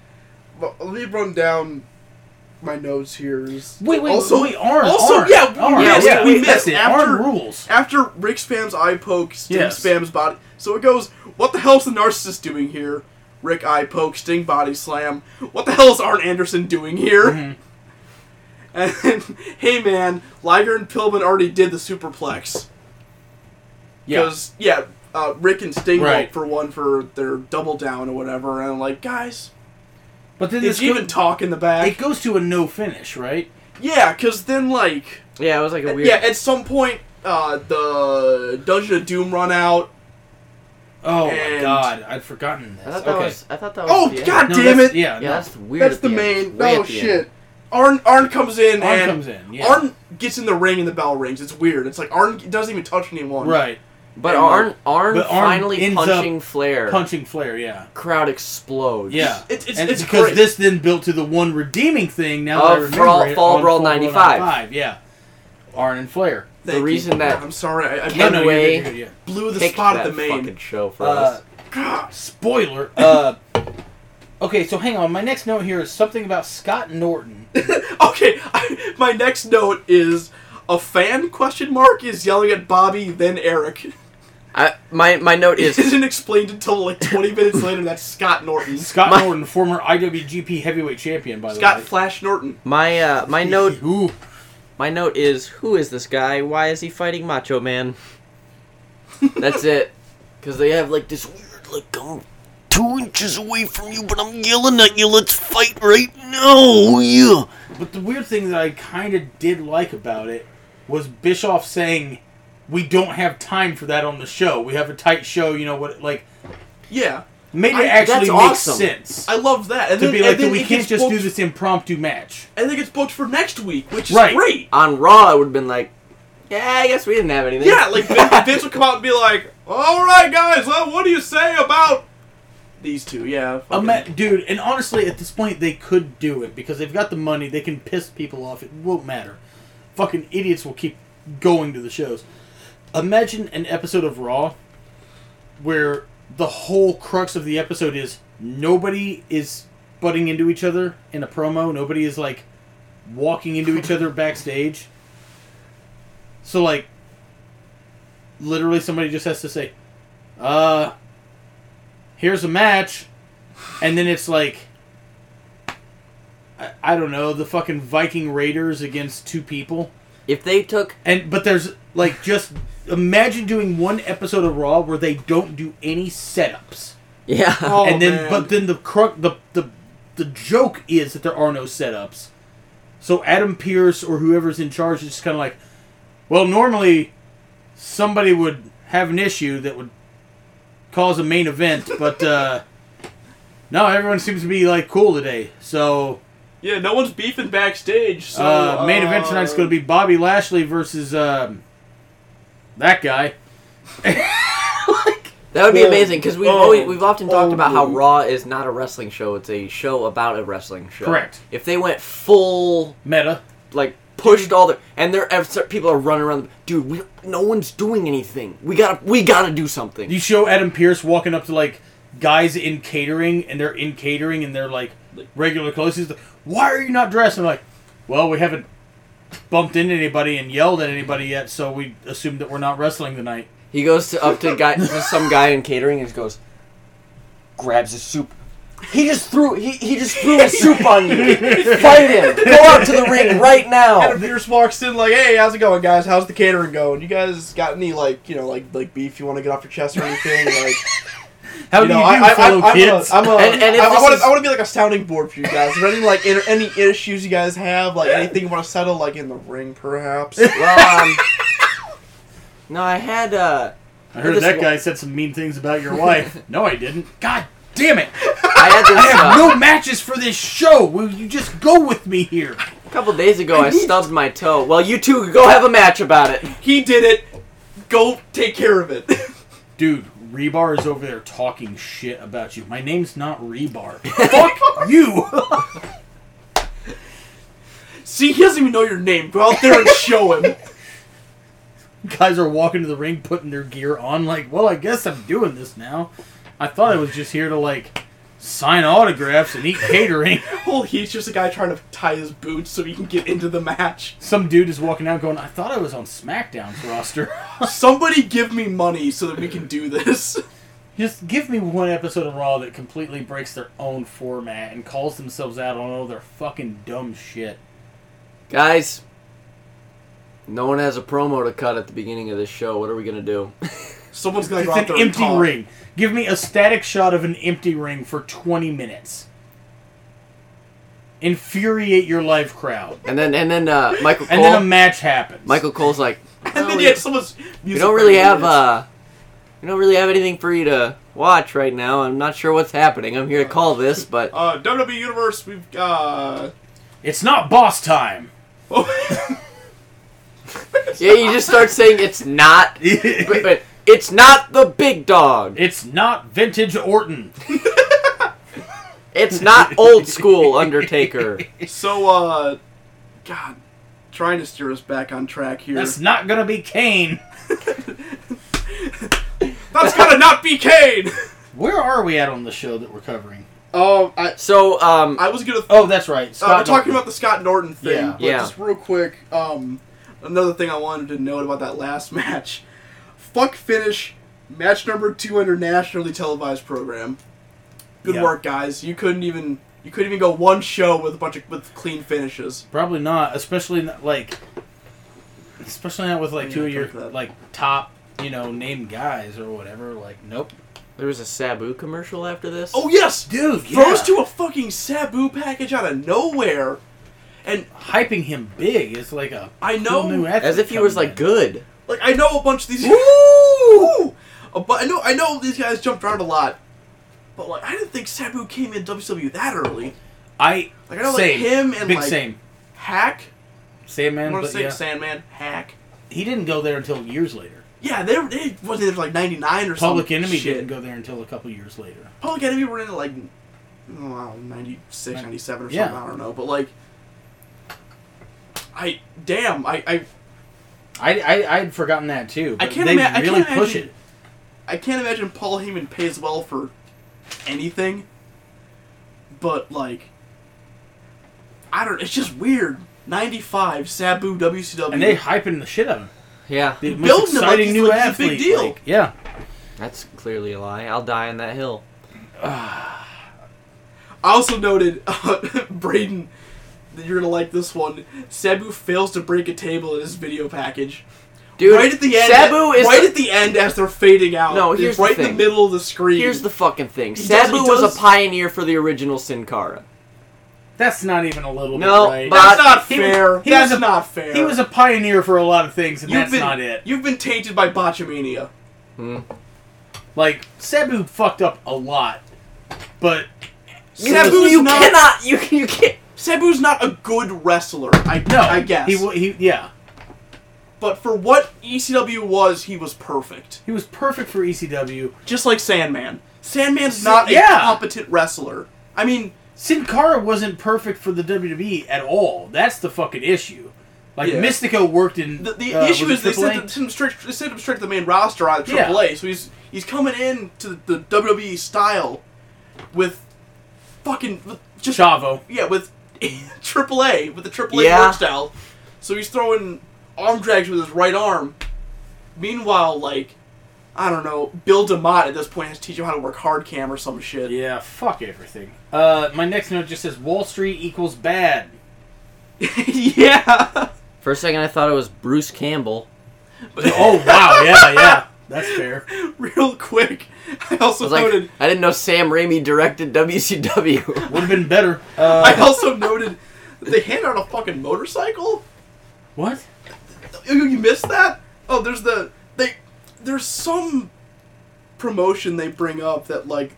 S3: Well, let me run down my notes here. Is
S1: Wait, wait,
S3: also,
S1: wait. Arn.
S3: also,
S1: Arn,
S3: yeah, we
S1: Arn,
S3: missed.
S1: yeah,
S3: we
S1: that's
S3: missed
S1: it.
S3: after
S1: Arn rules.
S3: after Rick spams eye poke, Sting
S1: Yes.
S3: spams body. So it goes. What the hell's the narcissist doing here? Rick eye poke, Sting body slam. What the hell is Arn Anderson doing here? [LAUGHS] And [LAUGHS] hey man, Liger and Pillman already did the superplex.
S1: Yeah.
S3: Because yeah. uh, Rick and Sting
S1: Right.
S3: vote for one for their double down or whatever, and I'm like, guys,
S1: But then
S3: it's
S1: this
S3: even
S1: even
S3: talk in the back.
S1: it goes to a no finish, right?
S3: yeah, because then like,
S2: Uh, Yeah, it was like a weird.
S3: yeah, at some point, uh, the Dungeon of Doom run out.
S1: Oh my
S3: And-
S1: god, I'd forgotten this.
S2: I thought that
S1: okay.
S2: was. I thought that was.
S3: Oh
S2: the end.
S3: God
S1: No,
S3: damn
S1: that's-
S3: it!
S1: Yeah,
S2: Yeah,
S1: no.
S2: that's weird.
S3: That's
S2: at
S3: the
S2: end.
S3: main.
S2: Way
S3: Oh
S2: at the
S3: shit.
S2: end.
S3: Arn Arn comes in
S1: Arn
S3: and
S1: comes in, yeah.
S3: Arn gets in the ring and the bell rings. It's weird. It's like Arn doesn't even touch anyone.
S1: Right.
S2: But
S3: And,
S2: Arn, Arn
S1: but Arn
S2: finally
S1: ends up
S2: punching Flair.
S1: Punching Flair, yeah.
S2: Crowd explodes.
S1: Yeah.
S3: It's- it's-
S1: and
S3: it's
S1: because
S3: great.
S1: this then built to the one redeeming thing now that I
S2: Of
S1: remember
S2: Fall-
S1: it,
S2: Fall
S1: on
S2: Brawl 95.
S1: 95, Yeah. Arn and Flair.
S2: The
S3: Thank you.
S2: reason that-
S3: I'm sorry, I, I
S1: No, no, you're
S2: Way-
S1: good, you're good, yeah.
S3: blew the
S2: Kicked
S3: spot at
S2: that
S3: the main.
S2: fucking show for
S1: Uh,
S2: us.
S3: God,
S1: spoiler. [LAUGHS] Uh, okay, so hang on. My next note here is something about Scott Norton.
S3: [LAUGHS] Okay, I, my next note is a fan question mark is yelling at Bobby then Eric.
S2: I, my my note
S3: It
S2: is [LAUGHS]
S3: isn't explained until like 20 minutes later. That's Scott
S1: [LAUGHS] [LAUGHS]
S3: Norton.
S1: Scott
S2: My-
S1: Norton, former IWGP Heavyweight Champion, by
S3: Scott
S1: the way.
S3: Flash Norton.
S2: my uh, my note
S1: [LAUGHS] Ooh.
S2: my note is who is this guy? Why is he fighting Macho Man? That's it. Because they have like this weird like um,
S4: two inches away from you, but I'm yelling at you. Let's fight right now. Yeah.
S1: But the weird thing that I kind of did like about it was Bischoff saying, "We don't have time for that on the show. We have a tight show. You know what? Like,
S3: Yeah,
S1: made it
S3: I-
S1: actually
S2: that's
S1: make
S2: awesome.
S1: sense
S3: I love that. And
S1: to
S3: then,
S1: be like,
S3: and then
S1: we
S3: it
S1: can't
S3: gets
S1: just do
S3: booked-
S1: this impromptu match."
S3: And then it's booked for next week, which is
S1: Right.
S3: great.
S2: on Raw. I would have been like, yeah, I guess we didn't have anything.
S3: Yeah,
S2: [LAUGHS]
S3: like
S1: [LAUGHS]
S3: Vince, Vince will come out and be like, "All right, guys, well, what do you say about these two? Yeah,
S1: A
S3: fucking-
S1: ma- dude, and honestly, at this point, they could do it because they've got the money. They can piss people off. It won't matter. Fucking idiots will keep going to the shows. Imagine an episode of Raw where the whole crux of the episode is nobody is butting into each other in a promo. Nobody is like walking into each other backstage. So like, literally, somebody just has to say, "Uh, here's a match," and then it's like, I, I don't know, the fucking Viking Raiders against two people.
S2: If they took
S1: And but there's like just imagine doing one episode of Raw where they don't do any setups,
S2: yeah.
S3: [LAUGHS] Oh,
S1: and then
S3: man.
S1: but then the crux the the the joke is that there are no setups. So Adam Pierce or whoever's in charge is just kind of like, well, normally somebody would have an issue that would cause a main event, [LAUGHS] but uh, no, everyone seems to be like cool today. So
S3: yeah, no one's beefing backstage. So
S1: uh, main event tonight's going to be Bobby Lashley versus um, that guy. [LAUGHS]
S2: That would be
S3: Well,
S2: amazing because we've
S3: oh,
S2: always, we've often talked about how
S3: oh.
S2: Raw is not a wrestling show; it's a show about a wrestling show.
S1: Correct.
S2: If they went full
S1: Meta.
S2: like pushed all the and there and so- people are running around, dude. We, no one's doing anything. We gotta we gotta do something.
S1: You show Adam Pierce walking up to like guys in catering, and they're in catering, and they're like regular clothes. He's like, "Why are you not dressed?" And I'm like, "Well, we haven't bumped into anybody and yelled at anybody yet, so we assume that we're not wrestling tonight."
S2: he goes to up to guy [LAUGHS] to some guy in catering and he goes, grabs his soup. He just threw he, he just threw his
S1: [LAUGHS]
S2: soup on you. Fight him. Go out to the ring right now.
S1: [LAUGHS]
S3: Adam Pierce walks in Oh, like, "Hey, how's it going, guys? How's the catering going? You guys got any like, you know, like like beef you want to get off your chest or anything? [LAUGHS] Like,
S1: How
S3: Oh, you
S1: do
S3: know,
S1: you do,
S3: I, I,
S1: fellow
S3: I, I'm
S1: kids?
S3: a, I'm a,
S2: And- and if
S3: I,
S2: this
S3: I want
S2: is-
S3: to, I want to be like a sounding board for you guys. Is there any like inter, any issues you guys have? [LAUGHS] Like anything you want to settle, like in the ring, perhaps?
S2: Well, um, no, I had uh,
S1: I heard
S2: this
S1: that
S2: wa-
S1: guy said some mean things about your [LAUGHS] wife. no, I didn't. God damn it!
S2: I had this.
S1: I have [LAUGHS]
S2: uh,
S1: no matches for this show. Will you just go with me here?
S2: A couple days ago, I stubbed my toe. Well, you two go have a match about it.
S3: he did it. Go take care of it. [LAUGHS]
S1: Dude, Rebar is over there talking shit about you. My name's not [LAUGHS] Rebar. Fuck you!
S3: [LAUGHS] See, he doesn't even know your name. Go out there and show him. [LAUGHS]
S1: Guys are walking to the ring, putting their gear on, like, well, I guess I'm doing this now. I thought I was just here to, like, sign autographs and eat catering.
S3: Well, he's just a guy trying to tie his boots so he can get into the match.
S1: Some dude is walking out going, I thought I was on SmackDown's roster. [LAUGHS]
S3: Somebody give me money so that we can do this. [LAUGHS]
S1: just give me one episode of Raw that completely breaks their own format and calls themselves out on all their fucking dumb shit.
S2: Guys, no one has a promo to cut at the beginning of this show. What are we gonna do?
S3: Someone's gonna
S1: It's
S3: go out
S1: an
S3: there and
S1: empty
S3: talk.
S1: ring. Give me a static shot of an empty ring for 20 minutes. Infuriate your live crowd.
S2: And then and then uh, Michael Cole.
S1: And then Oh, a match happens.
S2: Michael Cole's like,
S3: And then yet someone's.
S2: you don't really have uh, you don't really have anything for you to watch right now. I'm not sure what's happening. I'm here to call this,
S3: [LAUGHS]
S2: but
S3: Uh, WWE Universe, we've uh, got.
S1: It's not boss time.
S2: yeah, you just start saying it's
S3: [LAUGHS]
S2: not. But, but it's not the big dog.
S1: It's not vintage Orton.
S2: It's not old school Undertaker.
S3: [LAUGHS] so, uh. God. Trying to steer us back on track here.
S1: That's not gonna be Kane.
S3: That's gotta not be [LAUGHS] Kane!
S1: Where are we at on the show that we're covering?
S3: Oh, I,
S2: So um,
S3: I was gonna.
S1: Oh, that's right.
S3: Uh, we're
S1: Scott
S3: talking about the Scott Norton thing,
S1: Yeah.
S3: but
S2: Yeah.
S3: just real quick, um, another thing I wanted to note about that last [LAUGHS] match. Fuck finish, match number two under nationally televised program. Good
S1: Yeah.
S3: work, guys. You couldn't even you couldn't even go one show with a bunch of with clean finishes.
S1: Probably not, especially not, like, especially not with like
S3: Yeah,
S1: two of your
S3: fuck that.
S1: like top you know named guys or whatever. Like, nope,
S2: there was a Sabu commercial after this.
S3: Oh yes,
S1: dude.
S3: throws to a fucking Sabu package out of nowhere, and
S1: hyping him big is like a
S3: I know-
S2: as if he was like good.
S3: like I know a bunch of these. Woo! A bu- I know I know these guys jumped around a lot, but like I didn't think Sabu came in WWE that early.
S1: I
S3: Like, I know, like,
S1: same.
S3: him and,
S1: big
S3: like-
S1: same
S3: Hack.
S1: same
S3: I
S1: man.
S3: want to
S1: But
S3: say
S1: yeah.
S3: Sandman, Hack.
S1: He didn't go there until years later.
S3: Yeah, they, they wasn't there like '99 or something.
S1: Public Enemy
S3: shit.
S1: didn't go there until a couple years later.
S3: Public Enemy were in like oh, I don't know, '96, '97 or
S1: Yeah.
S3: something. I don't know, but like, I damn, I I,
S1: I I I'd forgotten that too.
S3: I
S1: but
S3: can't
S1: they
S3: ima- I
S1: really
S3: can't
S1: push
S3: imagine-
S1: it.
S3: I can't imagine Paul Heyman pays well for anything, but like, I don't. It's just weird. '95 Sabu WCW.
S1: And they hyping the shit out of him.
S2: Yeah,
S1: The most
S3: building him like
S1: exciting
S3: he's-
S1: new
S3: like he's a
S1: athlete.
S3: big deal.
S1: like, yeah.
S2: that's clearly a lie. I'll die on that hill.
S3: I also noted, [LAUGHS] uh, Braden, that you're gonna like this one. Sabu fails to break a table in his video package.
S2: Dude,
S3: right at the end,
S2: Sabu is
S3: right
S2: the-
S3: at the end as they're fading out.
S2: No,
S3: It's
S2: here's the
S3: right in
S2: thing.
S3: the middle of the screen.
S2: Here's the fucking thing.
S3: He does-
S2: Sabu
S3: he
S2: was
S3: does-
S2: a pioneer for the original Sin Cara.
S1: That's not even a little
S2: No,
S1: bit right.
S2: but-
S3: That's not
S1: He was-
S3: fair.
S1: he
S3: That's
S1: was a-
S3: not fair.
S1: he was a pioneer for a lot of things, and
S3: You've
S1: that's
S3: been,
S1: not it.
S3: You've been tainted by botchamania.
S1: Like Sabu fucked up a lot, but
S3: Sabu's
S2: you
S3: not.
S2: cannot. You you can't.
S3: Sabu's not a good wrestler. I
S1: no,
S3: I guess.
S1: he wa- he yeah
S3: but for what ECW was, he was perfect.
S1: he was perfect for E ECW.
S3: Just like Sandman. Sandman's not
S1: yeah.
S3: a competent wrestler. I mean,
S1: Sin Cara wasn't perfect for the WWE at all. That's the fucking issue. Like
S3: Yeah.
S1: Mystico worked in
S3: The, the
S1: uh,
S3: issue
S1: was
S3: is they
S1: it
S3: sent,
S1: AAA?
S3: him- sent him straight, they sent him straight to the main roster on
S1: Yeah.
S3: AAA, so he's he's coming in to the, the WWE style with fucking with just
S1: Chavo.
S3: yeah with [LAUGHS] AAA with the AAA
S2: Yeah.
S3: work style. So he's throwing arm drags with his right arm. Meanwhile, like I don't know, Bill DeMott at this point has to teach him how to work hard cam or some shit.
S1: Yeah, fuck everything. Uh, my next note just says Wall Street equals bad.
S3: [LAUGHS] yeah.
S2: For a second, I thought it was Bruce Campbell.
S1: oh wow, yeah, yeah, that's fair.
S3: [LAUGHS] Real quick, I
S2: I
S3: also
S2: was like,
S3: noted
S2: I didn't know Sam Raimi directed WCW.
S1: Would have been better. Uh,
S3: I also noted that they hand out a fucking motorcycle.
S1: what?
S3: You, you missed that? Oh, there's the they. There's some promotion they bring up that like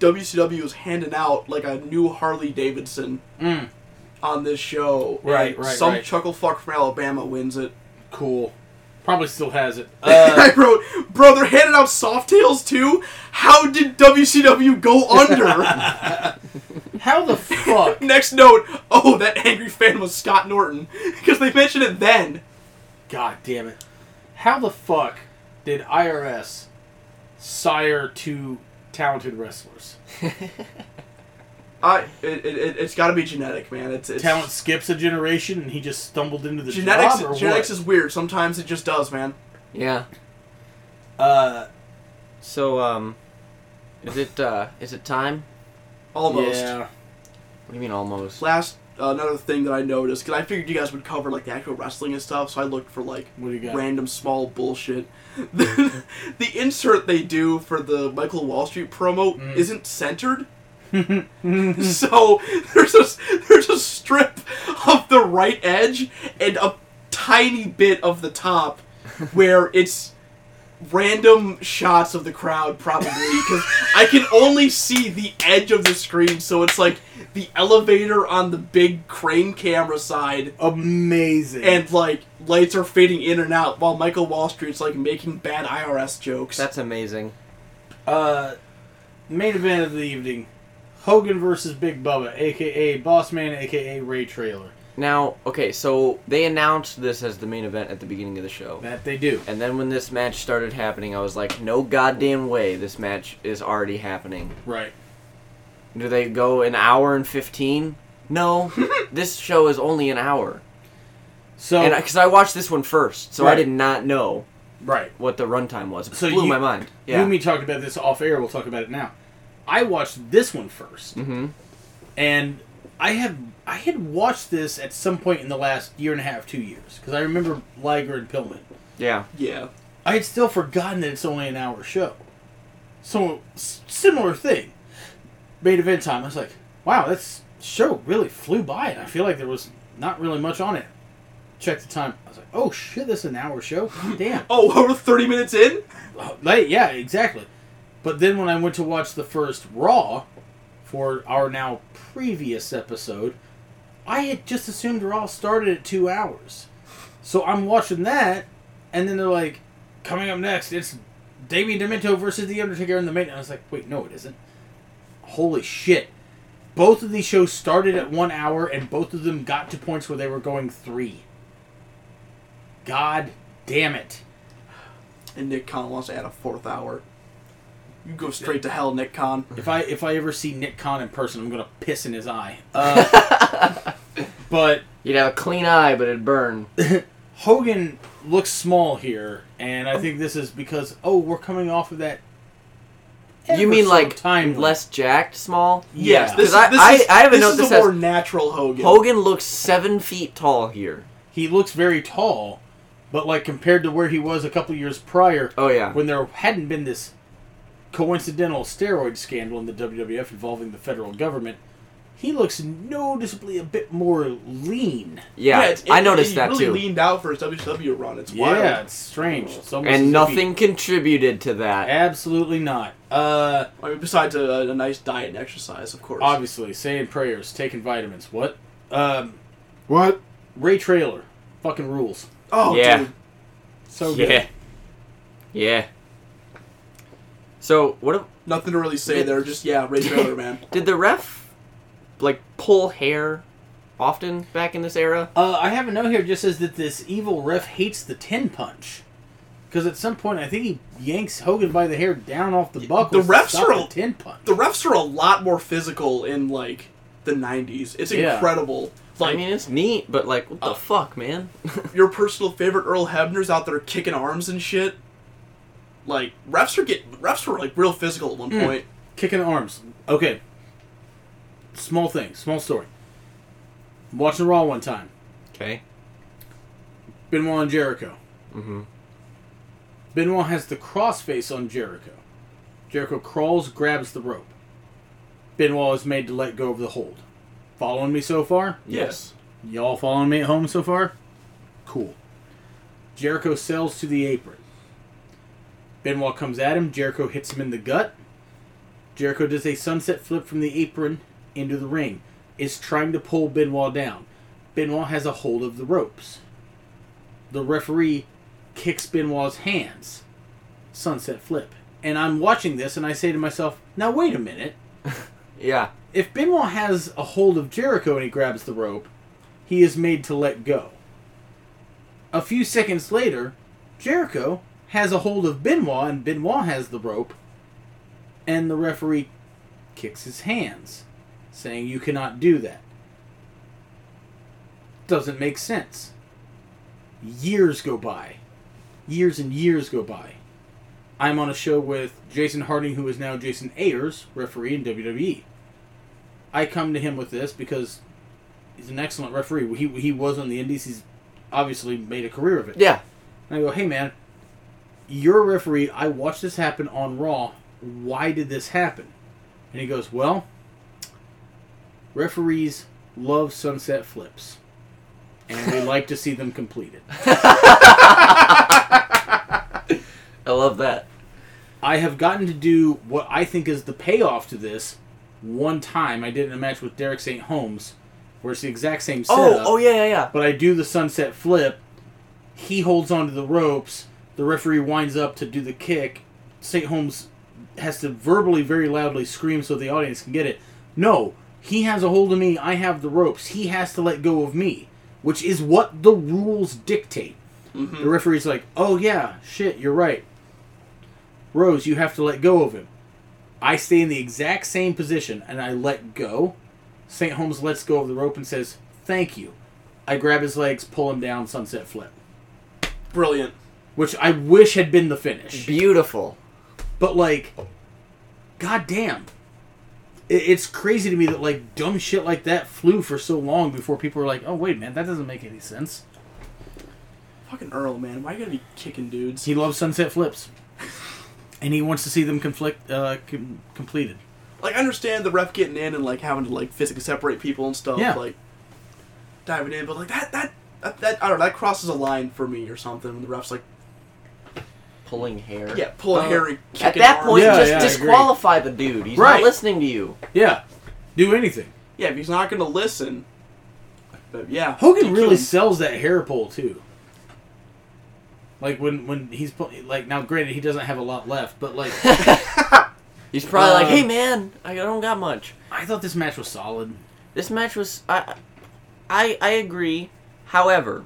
S3: WCW is handing out like a new Harley Davidson
S1: Mm.
S3: on this show.
S1: Right,
S3: and
S1: right,
S3: Some
S1: right.
S3: chuckle fuck from Alabama wins it.
S1: Cool. Probably still has it. Uh,
S3: And [LAUGHS] I wrote, bro, they're handing out soft tails too. How did WCW go
S1: [LAUGHS]
S3: under? [LAUGHS]
S1: How the fuck? [LAUGHS]
S3: Next note. Oh, that angry fan was Scott Norton [LAUGHS] because they mentioned it then.
S1: God damn it. How the fuck did IRS sire two talented wrestlers?
S3: I it, it, it, it's got to be genetic, man. It's, it's
S1: Talent skips a generation and he just stumbled into the
S3: [LAUGHS] Genetics,
S1: job or
S3: genetics
S1: what?
S3: is weird. Sometimes it just does, man.
S2: [LAUGHS] yeah.
S1: uh,
S2: So um, is it uh, is it time?
S3: Almost.
S1: Yeah.
S2: What do you mean almost?
S3: Last uh, another thing that I noticed because I figured you guys would cover like the actual wrestling and stuff, so I looked for like
S1: What do you got?
S3: random small bullshit. [LAUGHS] The, the insert they do for the Michael Wall Street promo
S1: Mm.
S3: isn't centered. [LAUGHS] so there's a s- there's a strip of the right edge and a tiny bit of
S1: [LAUGHS]
S3: the top where it's random shots of the crowd probably because I can only see the edge of the screen so it's like the elevator on the big crane camera side
S1: Amazing.
S3: and like lights are fading in and out while Michael Wall Street's like making bad IRS jokes.
S2: That's amazing.
S1: uh, main event of the evening: Hogan versus Big Bubba, aka Boss Man, aka Ray Trailer.
S2: Now, okay, so they announced this as the main event at the beginning of the show.
S1: That they do.
S2: And then when this match started happening, I was like, no goddamn way this match is already happening.
S1: Right.
S2: Do they go an hour and 15? No. this show is only an hour.
S1: So
S2: And because I, watched this one first, so I
S1: Right.
S2: did not know
S1: right.
S2: what the runtime was. It
S1: So
S2: blew
S1: you-
S2: my mind.
S1: You
S2: Yeah.
S1: and me talked about this off air. We'll talk about it now. I watched this one first,
S2: mm-hmm.
S1: and I have I had watched this at some point in the last year and a half, two years, because I remember Liger and Pillman.
S2: Yeah.
S3: yeah.
S1: I had still forgotten that it's only an hour show. So s- similar thing. Main event time. I was like, wow, this show really flew by, and I feel like there was not really much on it. Check the time. I was like, oh shit, this is an hour show. Damn.
S3: Oh, [LAUGHS] we're 30 minutes in?
S1: Uh, like, yeah, exactly. But then when I went to watch the first Raw for our now previous episode, I had just assumed Raw started at two hours. So I'm watching that, and then they're like, coming up next, it's Damien Demento versus The Undertaker in the main. And I was like, wait, no, it isn't. Holy shit. Both of these shows started at one hour, and both of them got to points where they were going three. God damn it.
S3: And Nick Khan wants to add a fourth hour. You go straight to hell, Nick Khan.
S1: If I if I ever see Nick Khan in person, I'm gonna piss in his eye.
S2: [LAUGHS]
S1: Uh, but
S2: You'd have a clean eye, but it'd
S3: [LAUGHS]
S2: burn.
S1: Hogan looks small here, and I think this is because oh we're coming off of that. ever
S2: you mean
S1: so
S2: like
S1: time
S2: less jacked, small?
S1: Yes,
S3: Yes,
S1: Yeah.
S3: this,
S2: this- I-
S3: this
S2: I-
S3: is,
S2: I have a
S3: this
S2: note
S3: is
S2: that
S3: a
S2: says-
S3: more natural Hogan.
S2: Hogan looks seven feet tall here.
S1: he looks very tall, but like compared to where he was a couple years prior,
S2: Oh yeah.
S1: when there hadn't been this coincidental steroid scandal in the WWF involving the federal government, he looks noticeably a bit more lean.
S2: Yeah,
S3: it's-
S2: I
S3: it-
S2: noticed
S3: he
S2: that
S3: really
S2: too.
S3: leaned out for his WCW run. It's
S1: Yeah,
S3: wild.
S1: it's strange. It's almost as if
S2: and
S1: he-
S2: nothing contributed to that.
S1: Absolutely not. Uh,
S3: I mean, besides a, a nice diet and exercise, of course.
S1: obviously, saying prayers, taking vitamins. What? Um,
S3: What?
S1: Ray Trailer, fucking rules.
S3: Oh,
S2: Yeah.
S3: dude.
S1: So
S2: yeah.
S1: good.
S2: Yeah. So what if-
S3: Nothing to really say there. Just, yeah, Ray
S1: [LAUGHS]
S3: Trailer, man.
S2: [COUGHS] did the ref like pull hair often back in this era?
S1: Uh, I have a note here. It just says that this evil ref hates the ten punch. Because at some point, I think he yanks Hogan by the hair down off the buckle.
S3: refs are
S1: a
S3: all-
S1: ten punch.
S3: the refs are a lot more physical in like the 90s. It's
S1: Yeah.
S3: incredible. Like
S2: I mean, it's neat, but like, what the fuck, man? [LAUGHS]
S3: your personal favorite Earl Hebner's out there kicking arms and shit. Like refs are get refs were like real physical at one
S2: Hmm.
S3: point.
S1: Kicking arms. Okay. Small thing. Small story. Watching Raw one time.
S2: okay.
S1: Benoit and Jericho. Mm-hmm. Benoit has the crossface on Jericho. Jericho crawls, grabs the rope. Benoit is made to let go of the hold. Following me so far?
S3: Yes.
S1: Y'all following me at home so far? Cool. Jericho sails to the apron. Benoit comes at him. Jericho hits him in the gut. Jericho does a sunset flip from the apron into the ring. Is trying to pull Benoit down. Benoit has a hold of the ropes. The referee kicks Benoit's hands. Sunset flip. And I'm watching this and I say to myself, now wait a minute
S2: Yeah.
S1: if Benoit has a hold of Jericho and he grabs the rope, he is made to let go. A few seconds later, Jericho has a hold of Benoit and Benoit has the rope, and the referee kicks his hands, saying, You cannot do that. Doesn't make sense. Years go by. Years and years go by. I'm on a show with Jason Harding, who is now E. Jason Ayers, referee in WWE. I come to him with this because he's an excellent referee. He he was on the Indies. He's obviously made a career of it.
S2: Yeah.
S1: And I go, hey man, you're a referee. I watched this happen on Raw. Why did this happen? And he goes, well, referees love sunset flips, and we like to see them
S2: [LAUGHS]
S1: completed.
S2: I love that.
S1: I have gotten to do what I think is the payoff to this one time. I did it in a match with Derek St. Holmes, where it's the exact same
S2: Oh,
S1: setup.
S2: oh yeah, yeah, yeah.
S1: But I do the sunset flip. He holds onto the ropes. The referee winds up to do the kick. St. Holmes has to verbally, very loudly scream so the audience can get it. No, he has a hold of me. I have the ropes. He has to let go of me, which is what the rules dictate. The referee's like, oh, yeah, shit, you're right. Rose, you have to let go of him. I stay in the exact same position and I let go. St. Holmes lets go of the rope and says, Thank you. I grab his legs, pull him down, sunset flip.
S3: Brilliant.
S1: Which I wish had been the finish.
S2: Beautiful.
S1: But, like, goddamn. It, it's crazy to me that, like, dumb shit like that flew for so long before people were like, oh, wait, man, that doesn't make any sense.
S3: Fucking Earl, man. Why you gotta be kicking dudes?
S1: He loves sunset flips. And he wants to see them conflict, uh, com- completed.
S3: like I understand the ref getting in and like having to like physically separate people and stuff,
S1: Yeah.
S3: like diving in, but like that that that, that I don't know, that crosses a line for me or something. And the ref's like,
S2: Pulling hair.
S3: yeah, pull a
S2: Uh,
S3: hairy.
S2: At that point,
S1: Yeah,
S2: just
S1: yeah, I agree.
S2: disqualify the dude. He's
S1: Right.
S2: not listening to you.
S1: Yeah. Do anything.
S3: yeah, if he's not gonna listen, but yeah,
S1: Hogan
S3: DQ
S1: really
S3: him.
S1: sells that hair pull too. Like when when he's pull- like now, granted he doesn't have a lot left, but like
S2: He's probably like,
S1: Uh,
S2: "Hey, man, I don't got much."
S1: I thought this match was solid.
S2: This match was I I I agree. However,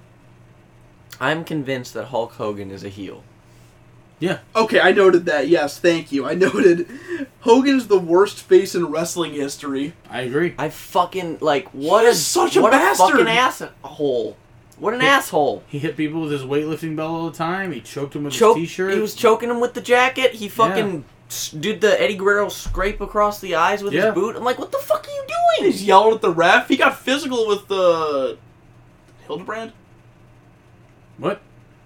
S2: I'm convinced that Hulk Hogan is a heel.
S1: Yeah,
S3: Okay, I noted that. Yes, thank you. I [LAUGHS] noted Hogan's the worst face in wrestling history.
S1: I agree.
S2: I fucking like what is
S3: is such a
S2: what
S3: bastard.
S2: fucking asshole. What an asshole.
S1: He hit people with his weightlifting belt all the time. He choked him with
S2: Choke,
S1: his t-shirt.
S2: he was choking him with the jacket. He fucking s did the Eddie Guerrero scrape across the eyes with
S1: Yeah.
S2: his boot. I'm like, what the fuck are you doing?
S3: He's yelling at the ref. He got physical with the Hildebrand,
S1: what?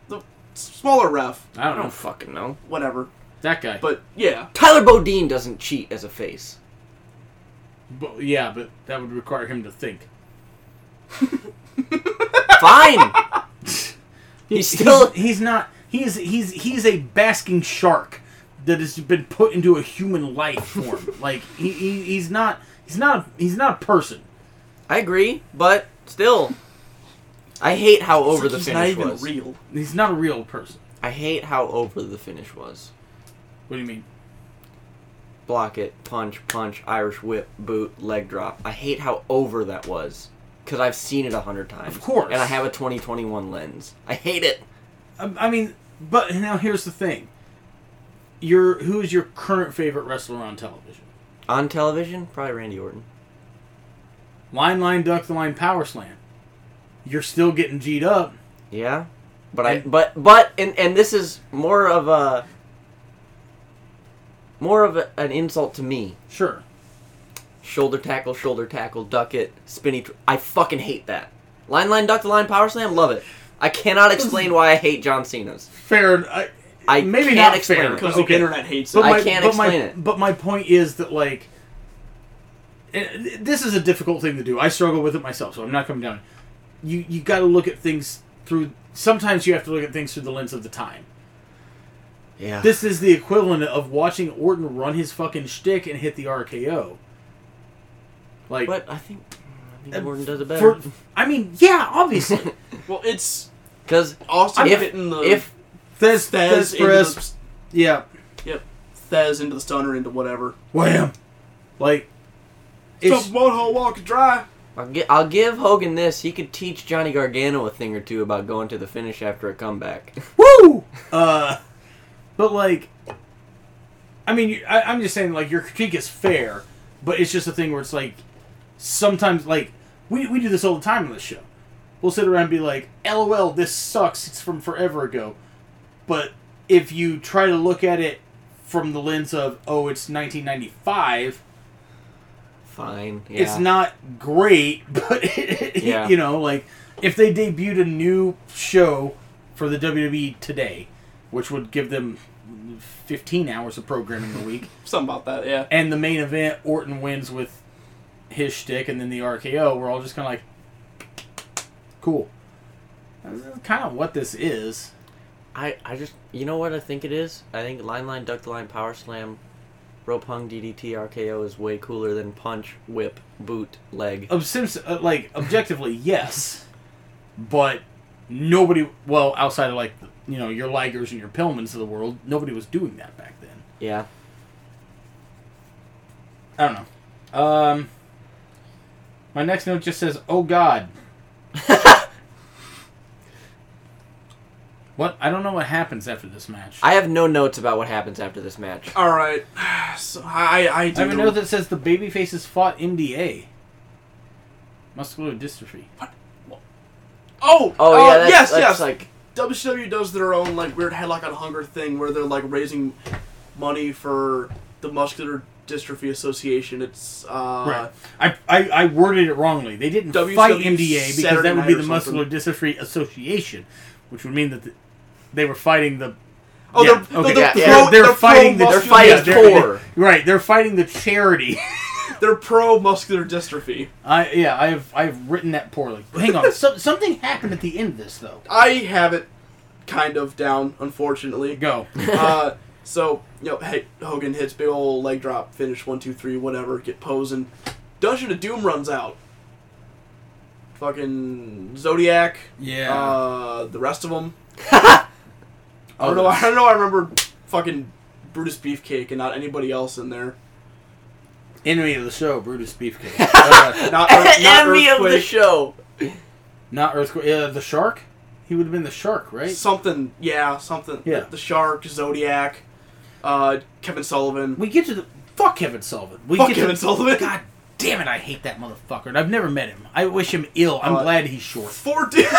S3: the smaller ref.
S1: I don't,
S2: I
S1: know.
S2: don't fucking know.
S3: Whatever.
S1: That guy.
S3: But yeah,
S2: Tyler Bodine doesn't cheat as a face.
S1: But- yeah, but that would require him to think.
S2: Fine. He's still-
S1: he's, he's not he's he's he's a basking shark that has been put into a human life form. like he, he he's not he's not he's not a person.
S2: I agree, but still, I hate how over
S3: It's like
S2: the
S3: he's
S2: finish
S3: not even
S2: was.
S3: real.
S1: He's not a real person.
S2: I hate how over the finish was.
S1: What do you mean?
S2: Block it, punch, punch, Irish whip, boot, leg drop. I hate how over that was because I've seen it a hundred times.
S1: Of course.
S2: and I have a 2021 lens. I hate it.
S1: I, Um, I mean, but now here's the thing. Your who is your current favorite wrestler on television?
S2: On television, probably Randy Orton.
S1: Line, line, duck the line, power slam. You're still getting G'd up.
S2: Yeah, but I
S1: And-
S2: but but and and this is more of a more of a, an insult to me.
S1: Sure.
S2: Shoulder tackle, shoulder tackle, duck it, spinny. Tw- I fucking hate that. Line, line, duck to line, power slam. Love it. I cannot explain why I hate John Cena's.
S1: Fair. I,
S2: I
S1: maybe
S2: can't
S1: not
S2: explain
S1: fair
S2: it.
S3: Because
S1: okay.
S3: the internet hates
S1: But
S3: it.
S2: I
S1: my,
S2: can't
S1: but my-
S2: explain it.
S1: But my point is that like, it, this is a difficult thing to do. I struggle with it myself, so I'm not coming down. You you got to look at things through. Sometimes you have to look at things through the lens of the time.
S2: Yeah.
S1: This is the equivalent of watching Orton run his fucking shtick and hit the RKO. Like,
S2: but uh, I think, I think Orton does it
S1: for,
S2: better.
S1: I mean, yeah,
S2: [LAUGHS]
S1: obviously.
S3: well, it's
S2: Because
S3: Austin
S2: if
S3: hitting the
S2: if
S1: Thez,
S3: Thez
S1: Thez,
S3: into
S1: Perez,
S3: the,
S1: yeah,
S3: yep, Thez into the stunner into whatever.
S1: wham, like,
S3: It's
S1: it's
S3: motorhole walk dry.
S2: I'll, gi- I'll give Hogan this, he could teach Johnny Gargano a thing or two about going to the finish after a comeback. [LAUGHS]
S1: woo. Uh, but like, I mean, you- I, I'm just saying, like, your critique is fair, but it's just a thing where it's like, sometimes, like, we we do this all the time on this show. We'll sit around and be like, "LOL, this sucks. It's from forever ago." But if you try to look at it from the lens of, "Oh, it's 1995,"
S2: fine. Yeah.
S1: It's not great, [LAUGHS] but
S2: Yeah.
S1: you know, like if they debuted a new show for the WWE today, which would give them 15 hours of programming a
S2: [LAUGHS]
S1: week,
S3: Something about that, yeah.
S1: and the main event Orton wins with his shtick, and then the RKO, we're all just kind of like, cool. That's kind of what this is.
S2: I, I just you know what I think it is? I think line line duck the line power slam, rope hung DDT RKO is way cooler than punch whip boot leg.
S1: Ob- Sims, uh, like objectively, yes, but nobody. Well, outside of like you know your Ligers and your Pillmans of the world, nobody was doing that back then.
S2: Yeah,
S1: I don't know. Um, my next note just says, "Oh God." what? I don't know what happens after this match.
S2: I have no notes about what happens after this match.
S3: All right. [SIGHS] So I I
S1: I
S3: do.
S1: have a note that says the babyfaces fought MDA. Muscular dystrophy.
S3: oh,
S2: Oh
S3: uh,
S2: yeah, that's,
S3: yes,
S2: that's
S3: yes.
S2: like
S3: WCW does their own like weird headlock on hunger thing where they're like raising money for the Muscular Dystrophy Association. It's uh,
S1: Right. I, I, I worded it wrongly. They didn't
S3: WCW
S1: fight MDA because
S3: Saturday
S1: that would be
S3: night or
S1: the Muscular Dystrophy Association, which would mean that the, they were fighting the.
S3: Oh,
S1: Yeah,
S3: they're,
S1: okay.
S3: they're,
S2: Yeah,
S3: pro-
S1: they're, they're fighting the.
S3: pro
S2: They're
S3: muscular-
S2: fighting
S1: yeah, they're-
S2: for.
S1: they- right. They're fighting the charity. [LAUGHS]
S3: They're pro muscular dystrophy.
S1: I yeah. I have I have written that poorly. Hang
S3: [LAUGHS]
S1: on. so, something happened at the end of this though.
S3: I have it kind of down, unfortunately.
S1: Go.
S3: [LAUGHS]
S1: [LAUGHS]
S3: uh, so, you know, hey, Hogan hits big old leg drop, finish one, two, three, whatever, get posing. Dungeon of Doom runs out. Fucking Zodiac.
S1: Yeah.
S3: Uh, the rest
S1: [LAUGHS]
S3: of them. I don't know. I don't know. I remember fucking Brutus Beefcake and not anybody else in
S1: [LAUGHS]
S3: there.
S1: Enemy of the show, Brutus Beefcake. [LAUGHS] Uh,
S3: Not, Earth- [LAUGHS] not
S2: enemy of the
S3: Earthquake,
S2: show.
S1: not earthquake. Uh, the shark. He would have been the shark, right?
S3: Something. Yeah. Something.
S1: Yeah.
S3: The Shark, Zodiac, uh, Kevin Sullivan.
S1: We get to the fuck Kevin Sullivan. We
S3: Fuck
S1: get
S3: Kevin
S1: to,
S3: Sullivan.
S1: God damn it, I hate that motherfucker. And I've never met him. I wish him ill. I'm
S3: Uh,
S1: glad he's short.
S3: 14. [LAUGHS]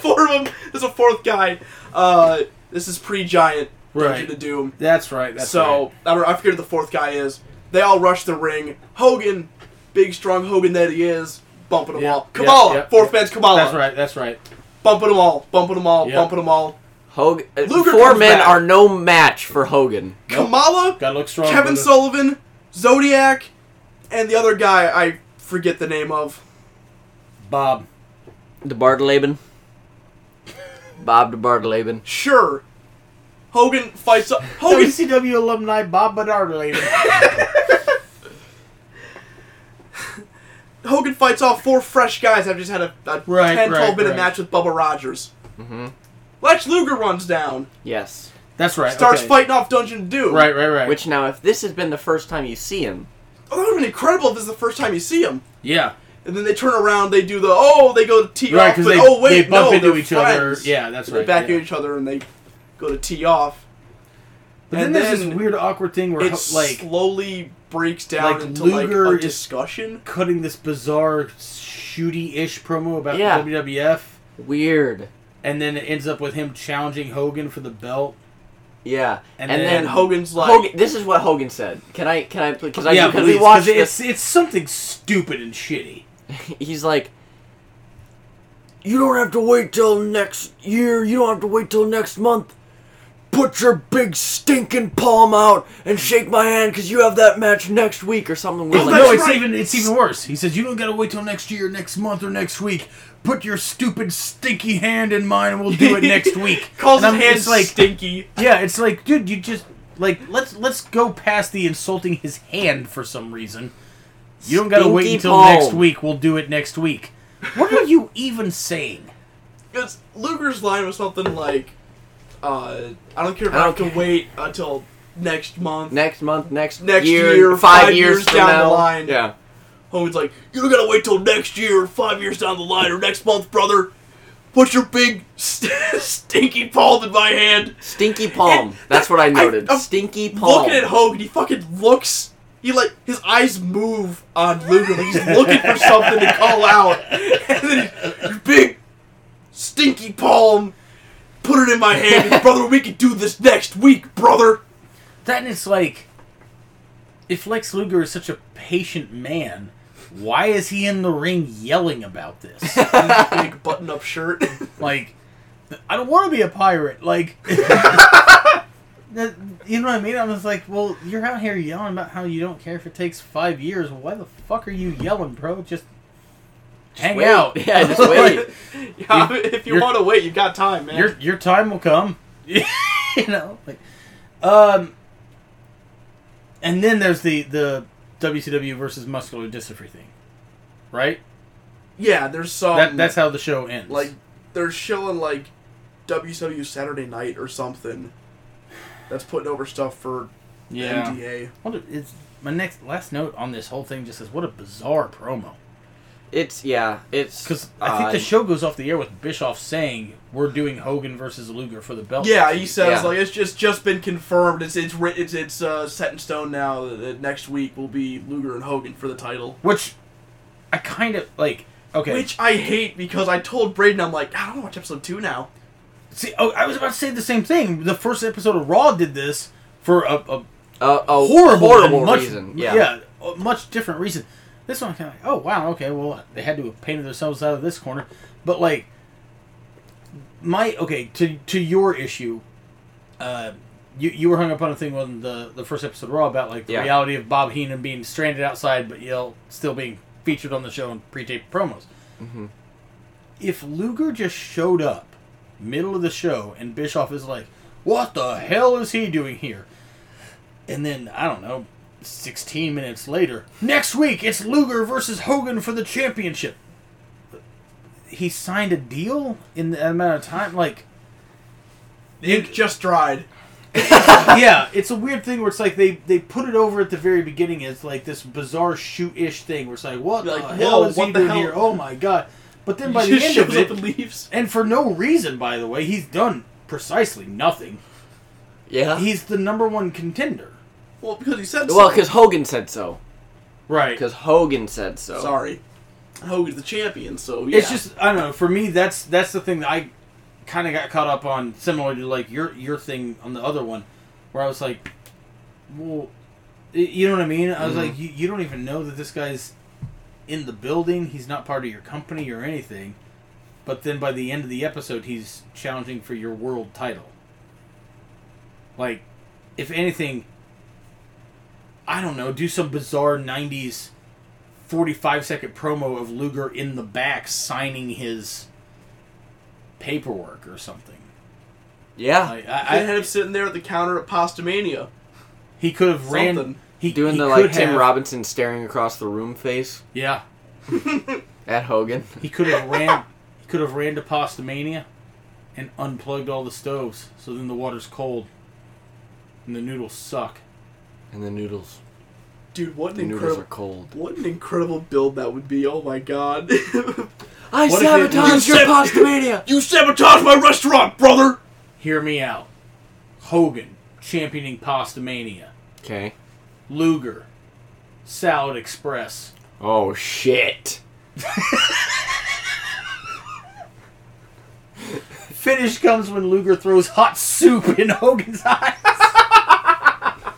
S3: Four of them. There's a fourth guy. Uh, this is pre Giant.
S1: Right.
S3: Dungeon of Doom.
S1: That's right. That's
S3: so,
S1: right.
S3: I, don't, I forget who the fourth guy is. They all rush the ring. Hogan, big strong Hogan that he is, bumping them
S1: Yeah,
S3: all.
S1: yeah,
S3: Kamala,
S1: yeah,
S3: fourth
S1: yeah.
S3: man's Kamala.
S1: That's right. That's right.
S3: Bumping them all, bumping them all,
S1: Yeah.
S3: bumping them all.
S2: Hogan. uh,
S3: Luger
S2: Four
S3: comes
S2: men
S3: back.
S2: are no match for Hogan.
S1: Nope.
S3: Kamala,
S1: Gotta look strong.
S3: Kevin
S1: brother.
S3: Sullivan, Zodiac, and the other guy I forget the name of.
S1: Bob.
S2: De Bartleben. [LAUGHS] Bob De Bartleben.
S3: Sure. Hogan fights
S1: [LAUGHS]
S3: up.
S1: Oh,
S3: Hogan
S1: WCW E alumni Bob Bedard later.
S3: Hogan fights off four fresh guys. I've just had a, a
S1: Right,
S3: 10, 12
S1: right,
S3: minute
S1: right.
S3: match with Bubba Rogers. Lex Luger runs down,
S2: Yes.
S1: That's right.
S3: starts
S1: okay.
S3: fighting off Dungeon Doom.
S1: Right. Right. Right.
S2: Which now, if this has been the first time you see him,
S3: Oh, that would have been incredible if this is the first time you see him.
S1: yeah.
S3: And then they turn around, they do the, oh, they go to tee
S1: Right,
S3: off, but
S1: because they,
S3: oh, wait,
S1: they bump
S3: no,
S1: into
S3: they're
S1: each other.
S3: friends.
S1: Yeah, that's
S3: they
S1: right.
S3: back
S1: yeah.
S3: at each other and they go to tee off.
S1: But then
S3: and
S1: there's
S3: then
S1: this weird, awkward thing where
S3: It
S1: ho- like
S3: slowly breaks down
S1: like,
S3: into
S1: Luger
S3: like a
S1: is-
S3: discussion.
S1: cutting this bizarre shooty-ish promo about
S2: Yeah.
S1: WWF,
S2: weird.
S1: and then it ends up with him challenging Hogan for the belt.
S2: Yeah.
S1: And
S2: And,
S1: then-
S2: then,
S3: And Hogan's like,
S2: Hogan, this is what Hogan said. Can I? Can I? Because I
S1: yeah,
S2: because
S1: please,
S2: we watched
S1: 'cause it's
S2: this.
S1: it's something stupid and shitty.
S2: He's like, you don't have to wait till next year. You don't have to wait till next month. Put your big stinking palm out and shake my hand because you have that match next week or something. We're like,
S3: that's
S1: no, it's
S3: right.
S1: even it's even worse. He says you don't gotta wait till next year, next month, or next week. Put your stupid stinky hand in mine, and we'll do it
S3: [LAUGHS]
S1: next week.
S3: calls
S1: And I'm-
S3: his hand
S1: it's like
S3: stinky.
S1: yeah, it's like dude, you just like let's let's go past the insulting his hand for some reason. You don't gotta wait
S2: Stinky
S1: until
S2: palm.
S1: next week. We'll do it next week. What are you even saying?
S3: Because Luger's line was something like, uh, "I don't care if I,
S2: I
S3: have
S2: don't
S3: to wait until next month."
S2: next month, next
S3: Next
S2: year,
S3: year,
S2: five,
S3: five
S2: years,
S3: years
S2: from
S3: down the
S2: now.
S3: line.
S2: Yeah.
S3: Hogan's like, "You don't gotta wait till next year, or five years down the line, or next month, brother." Put your big st- [LAUGHS] stinky palm in my hand.
S2: Stinky palm.
S3: And
S2: That's what I
S3: that- I-
S2: noted.
S3: I'm
S2: Stinky palm.
S3: Looking at Hogan, he fucking looks. He like his eyes move on Luger. Like he's looking for something to call out, [LAUGHS] and then he- your big stinky palm. Put it in my hand, brother. We can do this next week, brother.
S1: That and it's like, if Lex Luger is such a patient man, why is he in the ring yelling about this?
S3: Big button up shirt. [LAUGHS]
S1: like, I don't want to be a pirate.
S2: [LAUGHS]
S1: Like, [LAUGHS] that- you know what I mean? I'm just like, well, you're out here yelling about how you don't care if it takes five years. Why the fuck are you yelling, bro? Just, hang
S2: wait.
S1: out.
S2: [LAUGHS] Yeah,
S3: [LAUGHS]
S2: just wait.
S3: Yeah, if you
S1: you're-
S3: want to wait, you got time, man.
S1: [LAUGHS] your your time will come. [LAUGHS] you know, like, um, and then there's the the WCW versus muscular dystrophy thing, right?
S3: yeah, there's some.
S2: Um,
S1: that that's how the show ends.
S3: like they're showing like WCW Saturday Night or something. That's putting over stuff for MDA.
S1: What a, it's my next last note on this whole thing just says what a bizarre promo
S2: It's yeah. It's uh,
S1: because I think
S2: odd.
S1: the show goes off the air with Bischoff saying we're doing Hogan versus Luger for the belt.
S3: Yeah, he
S2: Yeah.
S3: says like it's just just been confirmed. It's it's writ- it's it's uh, set in stone now that- that next week will be Luger and Hogan for the title.
S1: which I kind of like. Okay,
S3: Which I hate because I told Braden I'm like I don't wanna watch episode two now.
S1: see, oh, I was about to say the same thing. The first episode of Raw did this for a, a
S2: uh, a
S1: horrible,
S2: horrible
S1: and much,
S2: reason. Yeah.
S1: a much different reason. This one kind of like, oh wow, okay, well they had to have painted themselves out of this corner, but like my okay to to your issue, uh, you you were hung up on a thing on the the first episode of Raw about like the
S2: Yeah.
S1: reality of Bob Heenan being stranded outside, but yell still being featured on the show in pre-taped promos. If Luger just showed up middle of the show and Bischoff is like, "What the hell is he doing here?" And then I don't know, 16 minutes later, next week it's Luger versus Hogan for the championship. He signed a deal in the amount of time like
S3: The ink just dried.
S1: yeah, it's a weird thing where it's like they they put it over at the very beginning as like this bizarre shoot-ish thing where it's like, "What
S3: You're
S1: the
S3: like,
S1: hell
S3: whoa,
S1: is he
S3: what the
S1: doing
S3: hell?
S1: here? Oh my god." But then [LAUGHS]
S3: He
S1: by the
S3: just
S1: end of
S3: shows
S1: it,
S3: up and leaves.
S1: and for no reason, by the way, he's done precisely nothing.
S2: Yeah.
S3: Uh.
S1: He's the number one contender.
S3: Well, because he said
S2: well,
S3: so.
S2: because Hogan said so.
S1: Right.
S2: Because Hogan said so.
S3: sorry, Hogan's the champion. So yeah.
S1: It's just I don't know. For me, that's that's the thing that I kind of got caught up on, similar to like your your thing on the other one, where I was like, well, y- you know what I mean? I was like, you, you don't even know that this guy's in the building. He's not part of your company or anything. But then by the end of the episode, he's challenging for your world title. Like, if anything, I don't know, do some bizarre 90s 45 second promo of Luger in the back signing his paperwork or something.
S2: Yeah.
S1: Like, I,
S3: I [LAUGHS] had
S1: I,
S3: him sitting there at the counter at Pastamania.
S1: he could have ran.
S3: Something.
S1: He,
S2: Doing
S1: he
S2: the like
S1: could
S2: Tim
S1: have-
S2: Robinson staring across the room face
S1: Yeah,
S2: at Hogan.
S1: he could have ran. he could have ran to Pastamania and unplugged all the stoves, so then the water's cold and the noodles suck.
S2: [LAUGHS] And the noodles.
S3: Dude, what an
S2: The noodles are
S3: incredible
S2: cold.
S3: what an incredible build that would be. Oh my god. [LAUGHS]
S2: I
S1: What if it-
S2: sabotaged your
S3: You sab-
S1: [LAUGHS]
S2: pasta mania.
S3: you sabotage my restaurant, brother.
S1: Hear me out. Hogan championing Pastamania.
S2: Okay.
S1: Luger, Salad Express.
S2: Oh shit.
S1: Finish comes when Luger throws hot soup in [LAUGHS] Hogan's eyes.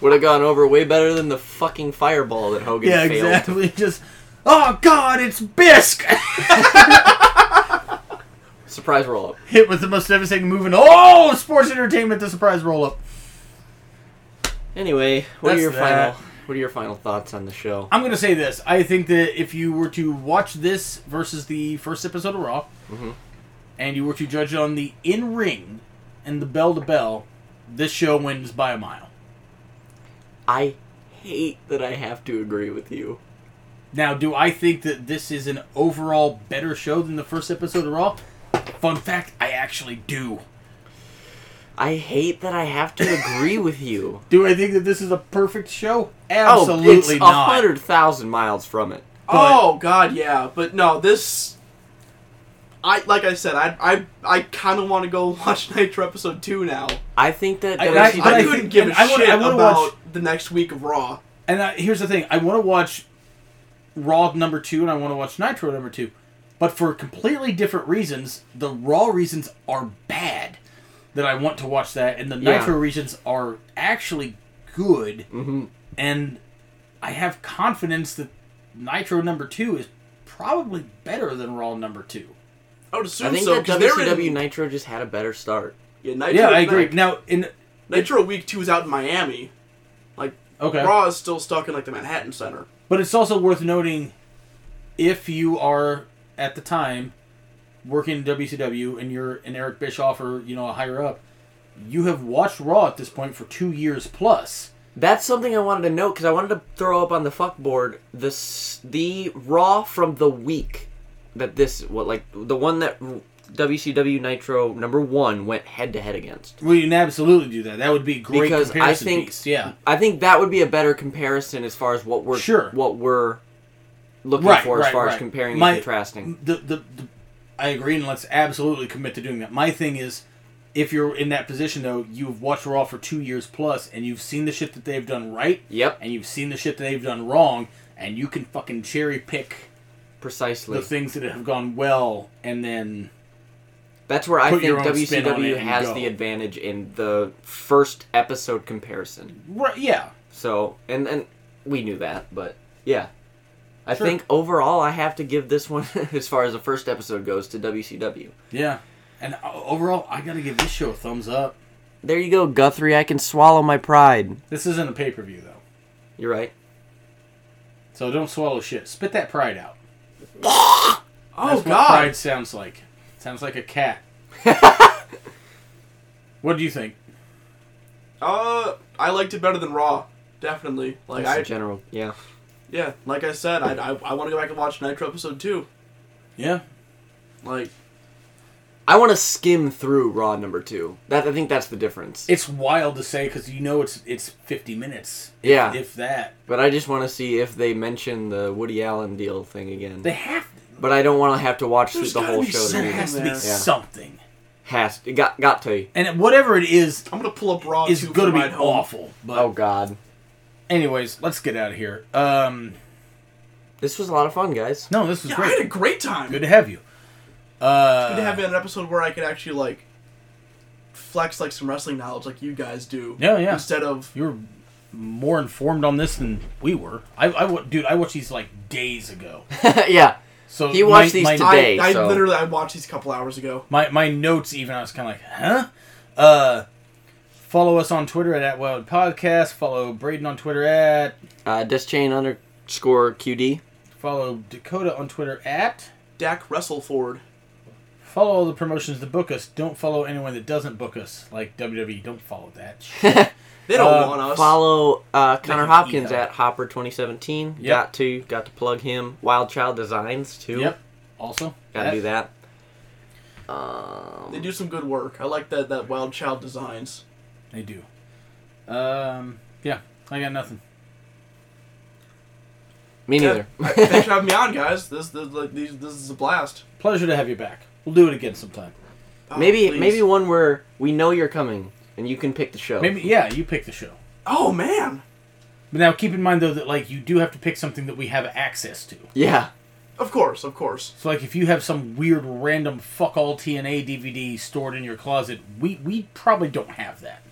S2: Would have gone over way better than the fucking fireball that Hogan
S1: Yeah,
S2: failed.
S1: exactly. [LAUGHS] Just, oh god, it's [LAUGHS] Bisque!
S2: Surprise roll up.
S1: Hit with the most devastating move in all of sports entertainment, the surprise roll up.
S2: Anyway, what
S1: That's
S2: are your
S1: that.
S2: final what are your final thoughts on the show?
S1: I'm gonna say this. I think that if you were to watch this versus the first episode of Raw,
S2: Mm-hmm.
S1: and you were to judge it on the in ring and the bell to bell, this show wins by a mile.
S2: I hate that I have to agree with you.
S1: Now, do I think that this is an overall better show than the first episode of Raw? Fun fact, I actually do.
S2: I hate that I have to agree with you.
S1: Do I think that this is a perfect show?
S2: oh,
S1: [LAUGHS]
S2: it's
S1: Absolutely
S2: a
S1: not.
S2: hundred thousand miles from it.
S3: oh god, yeah. But no, this I like I said, I I I kinda wanna go [LAUGHS] watch Nitro episode two now.
S2: I think that
S1: I-
S2: WCW
S1: But
S3: I,
S1: I
S3: couldn't
S1: think-
S3: give a
S1: and I wanna-
S3: shit
S1: I wanna
S3: about
S1: watch-
S3: the next week of Raw.
S1: And I, here's the thing: I want to watch Raw number two, and I want to watch Nitro number two, but for completely different reasons. The Raw reasons are bad that I want to watch that, and the
S2: Yeah.
S1: Nitro reasons are actually good, and I have confidence that Nitro number two is probably better than Raw number two.
S3: I would assume
S2: I think
S3: so.
S2: that
S3: 'cause they're in-
S2: WCW Nitro just had a better start.
S3: yeah, Nitro,
S1: Yeah, I
S3: Ni-
S1: agree. Now in
S3: Nitro week two is out in Miami. Like
S1: okay,
S3: Raw is still stuck in like the Manhattan Center.
S1: But it's also worth noting if you are at the time working in WCW and you're an Eric Bischoff or you know a higher up, you have watched Raw at this point for two years plus.
S2: That's something I wanted to note because I wanted to throw up on the fuck board the s- the Raw from the week that this what like the one that WCW Nitro number one went head to head against.
S1: Well, you can absolutely do that. That would be a great
S2: Because I
S1: comparison
S2: think-
S1: piece. Yeah,
S2: I think that would be a better comparison as far as what we're
S1: Sure.
S2: what we're looking
S1: Right,
S2: for as
S1: right,
S2: far as
S1: right.
S2: comparing
S1: My-
S2: and contrasting.
S1: the, the the I agree, and let's absolutely commit to doing that. My thing is. If you're in that position though, you've watched Raw for two years plus, and you've seen the shit that they've done right,
S2: Yep,
S1: and you've seen the shit that they've done wrong, and you can fucking cherry pick
S2: precisely.
S1: the things that have gone well and then
S2: That's where I
S1: put your
S2: think
S1: own spin on it
S2: WCW
S1: and
S2: has
S1: go.
S2: the advantage in the first episode comparison.
S1: right, yeah
S2: So and and we knew that, but yeah. I
S1: Sure.
S2: think overall I have to give this one [LAUGHS] as far as the first episode goes to WCW.
S1: yeah and o- overall i gotta give this show a thumbs up
S2: There you go, Guthrie, I can swallow my pride.
S1: this isn't a pay-per-view though
S2: You're right.
S1: so don't swallow shit spit that pride out
S3: Oh
S1: That's what
S3: God!
S1: pride sounds like sounds like a cat
S2: [LAUGHS]
S1: what do you think
S3: Uh, I liked it better than Raw, definitely. Like
S2: Just in
S3: I,
S2: general. Yeah.
S3: yeah, like I said, I, I, I want to go back and watch Nitro episode two.
S1: yeah
S3: Like
S2: I want to skim through Raw number 2. That I think that's the difference.
S1: it's wild to say because you know it's it's 50 minutes
S2: yeah.
S1: if that
S2: but I just want to see if they mention the Woody Allen deal thing again.
S1: they have
S2: but I don't want to have to watch
S3: There's
S2: the
S3: gotta
S2: whole
S3: be
S2: show. to
S1: there
S2: read
S3: something.
S2: it.
S1: has to be
S3: Yeah.
S1: something
S2: Has it got got to.
S1: and whatever it is
S3: I'm gonna pull up Raw
S1: is
S3: two
S1: gonna
S3: for
S1: be
S3: my home.
S1: awful but
S2: Oh god.
S1: anyways let's get out of here um
S2: This was a lot of fun,
S3: [LAUGHS]
S2: guys.
S1: no this was
S3: Yeah, I
S1: great
S3: had a great time.
S1: Good to have you.
S3: Good
S1: Uh,
S3: to have an episode where I could actually like flex like some wrestling knowledge, like you guys do.
S1: Yeah, yeah.
S3: Instead of
S1: you were more informed on this than we were. I, I, wa- dude, I watched these like days ago.
S2: yeah.
S1: So
S2: He watched
S1: my,
S2: these
S1: my,
S2: today,
S3: I, I
S2: so-
S3: literally I watched these a couple hours ago.
S1: My my notes even I was kind of like, huh? Uh, follow us on Twitter at, at Wild Podcast. Follow Braden on Twitter at.
S2: Uh, Dischain underscore QD.
S1: Follow Dakota on Twitter at.
S3: Dak Wrestleford.
S1: Follow all the promotions that book us. Don't follow anyone that doesn't book us, like WWE. Don't follow
S2: [LAUGHS]
S1: that. shit.
S3: They don't
S1: Uh,
S3: want us.
S2: Follow uh, Connor
S1: They can
S2: Hopkins
S1: eat up.
S2: at Hopper 2017.
S1: Yep.
S2: Got to, got to plug him. Wild Child Designs too.
S1: yep. Also,
S2: Got to do that.
S3: They do some good work. I like that that Wild Child designs.
S1: They do. Um. Yeah. I got nothing.
S2: Me neither.
S3: Yeah. [LAUGHS] Thanks for having me on, guys. This this like, these, this is a blast.
S1: Pleasure to have you back. We'll do it again sometime.
S3: Oh,
S2: maybe
S3: please.
S2: maybe one where we know you're coming and you can pick the show.
S1: Maybe yeah, you pick the show.
S3: Oh man.
S1: But now keep in mind though that like you do have to pick something that we have access to.
S2: Yeah.
S3: Of course, of course. [LAUGHS]
S1: So like if you have some weird random fuck all TNA DVD stored in your closet, we we probably don't have that.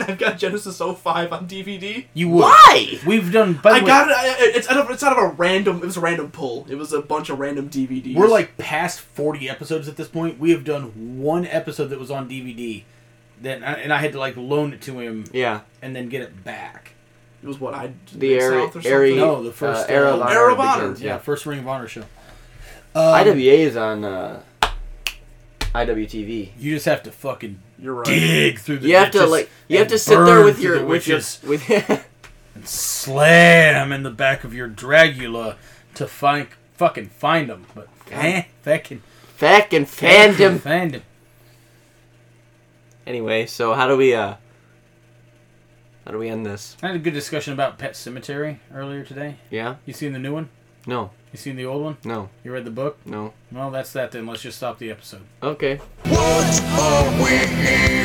S3: I've got Genesis 05 on DVD.
S1: You would.
S2: Why?
S1: We've done. By the
S3: I
S1: way,
S3: got it. I, I- it's out of it's out of a random. It was a random pull. It was a bunch of random DVDs.
S1: We're like past forty episodes at this point. We have done one episode that was on DVD, then uh, and I had to like loan it to him
S2: Yeah.
S1: and then get it back.
S3: it was what I
S2: The Ari, Ari,
S1: No, the first,
S2: uh, Arrow
S1: uh,
S2: Line
S3: Arrow
S2: Begins,
S3: Bonner.
S1: Yeah,
S2: Yeah.
S1: first Ring of Honor show. Um,
S2: IWA is on uh, IWTV.
S1: You just have to fucking
S3: You're right.
S1: dig through the
S2: You have to
S1: ditches
S2: like you
S1: and
S2: have to sit there
S1: burn
S2: with
S1: through
S2: your
S1: the
S2: with your
S1: witches
S2: with. [LAUGHS]
S1: and slam in the back of your Dragula to find fucking find them. But eh, fucking
S2: Feck and fandom.
S1: find 'em.
S2: Anyway, so how do we uh how do we end this?
S1: I had a good discussion about Pet Cemetery earlier today.
S2: Yeah?
S1: You seen the new one?
S2: No.
S1: You seen the old one?
S2: No.
S1: You read the book?
S2: No.
S1: Well, that's that then. Let's just stop the episode.
S2: Okay.
S4: What are we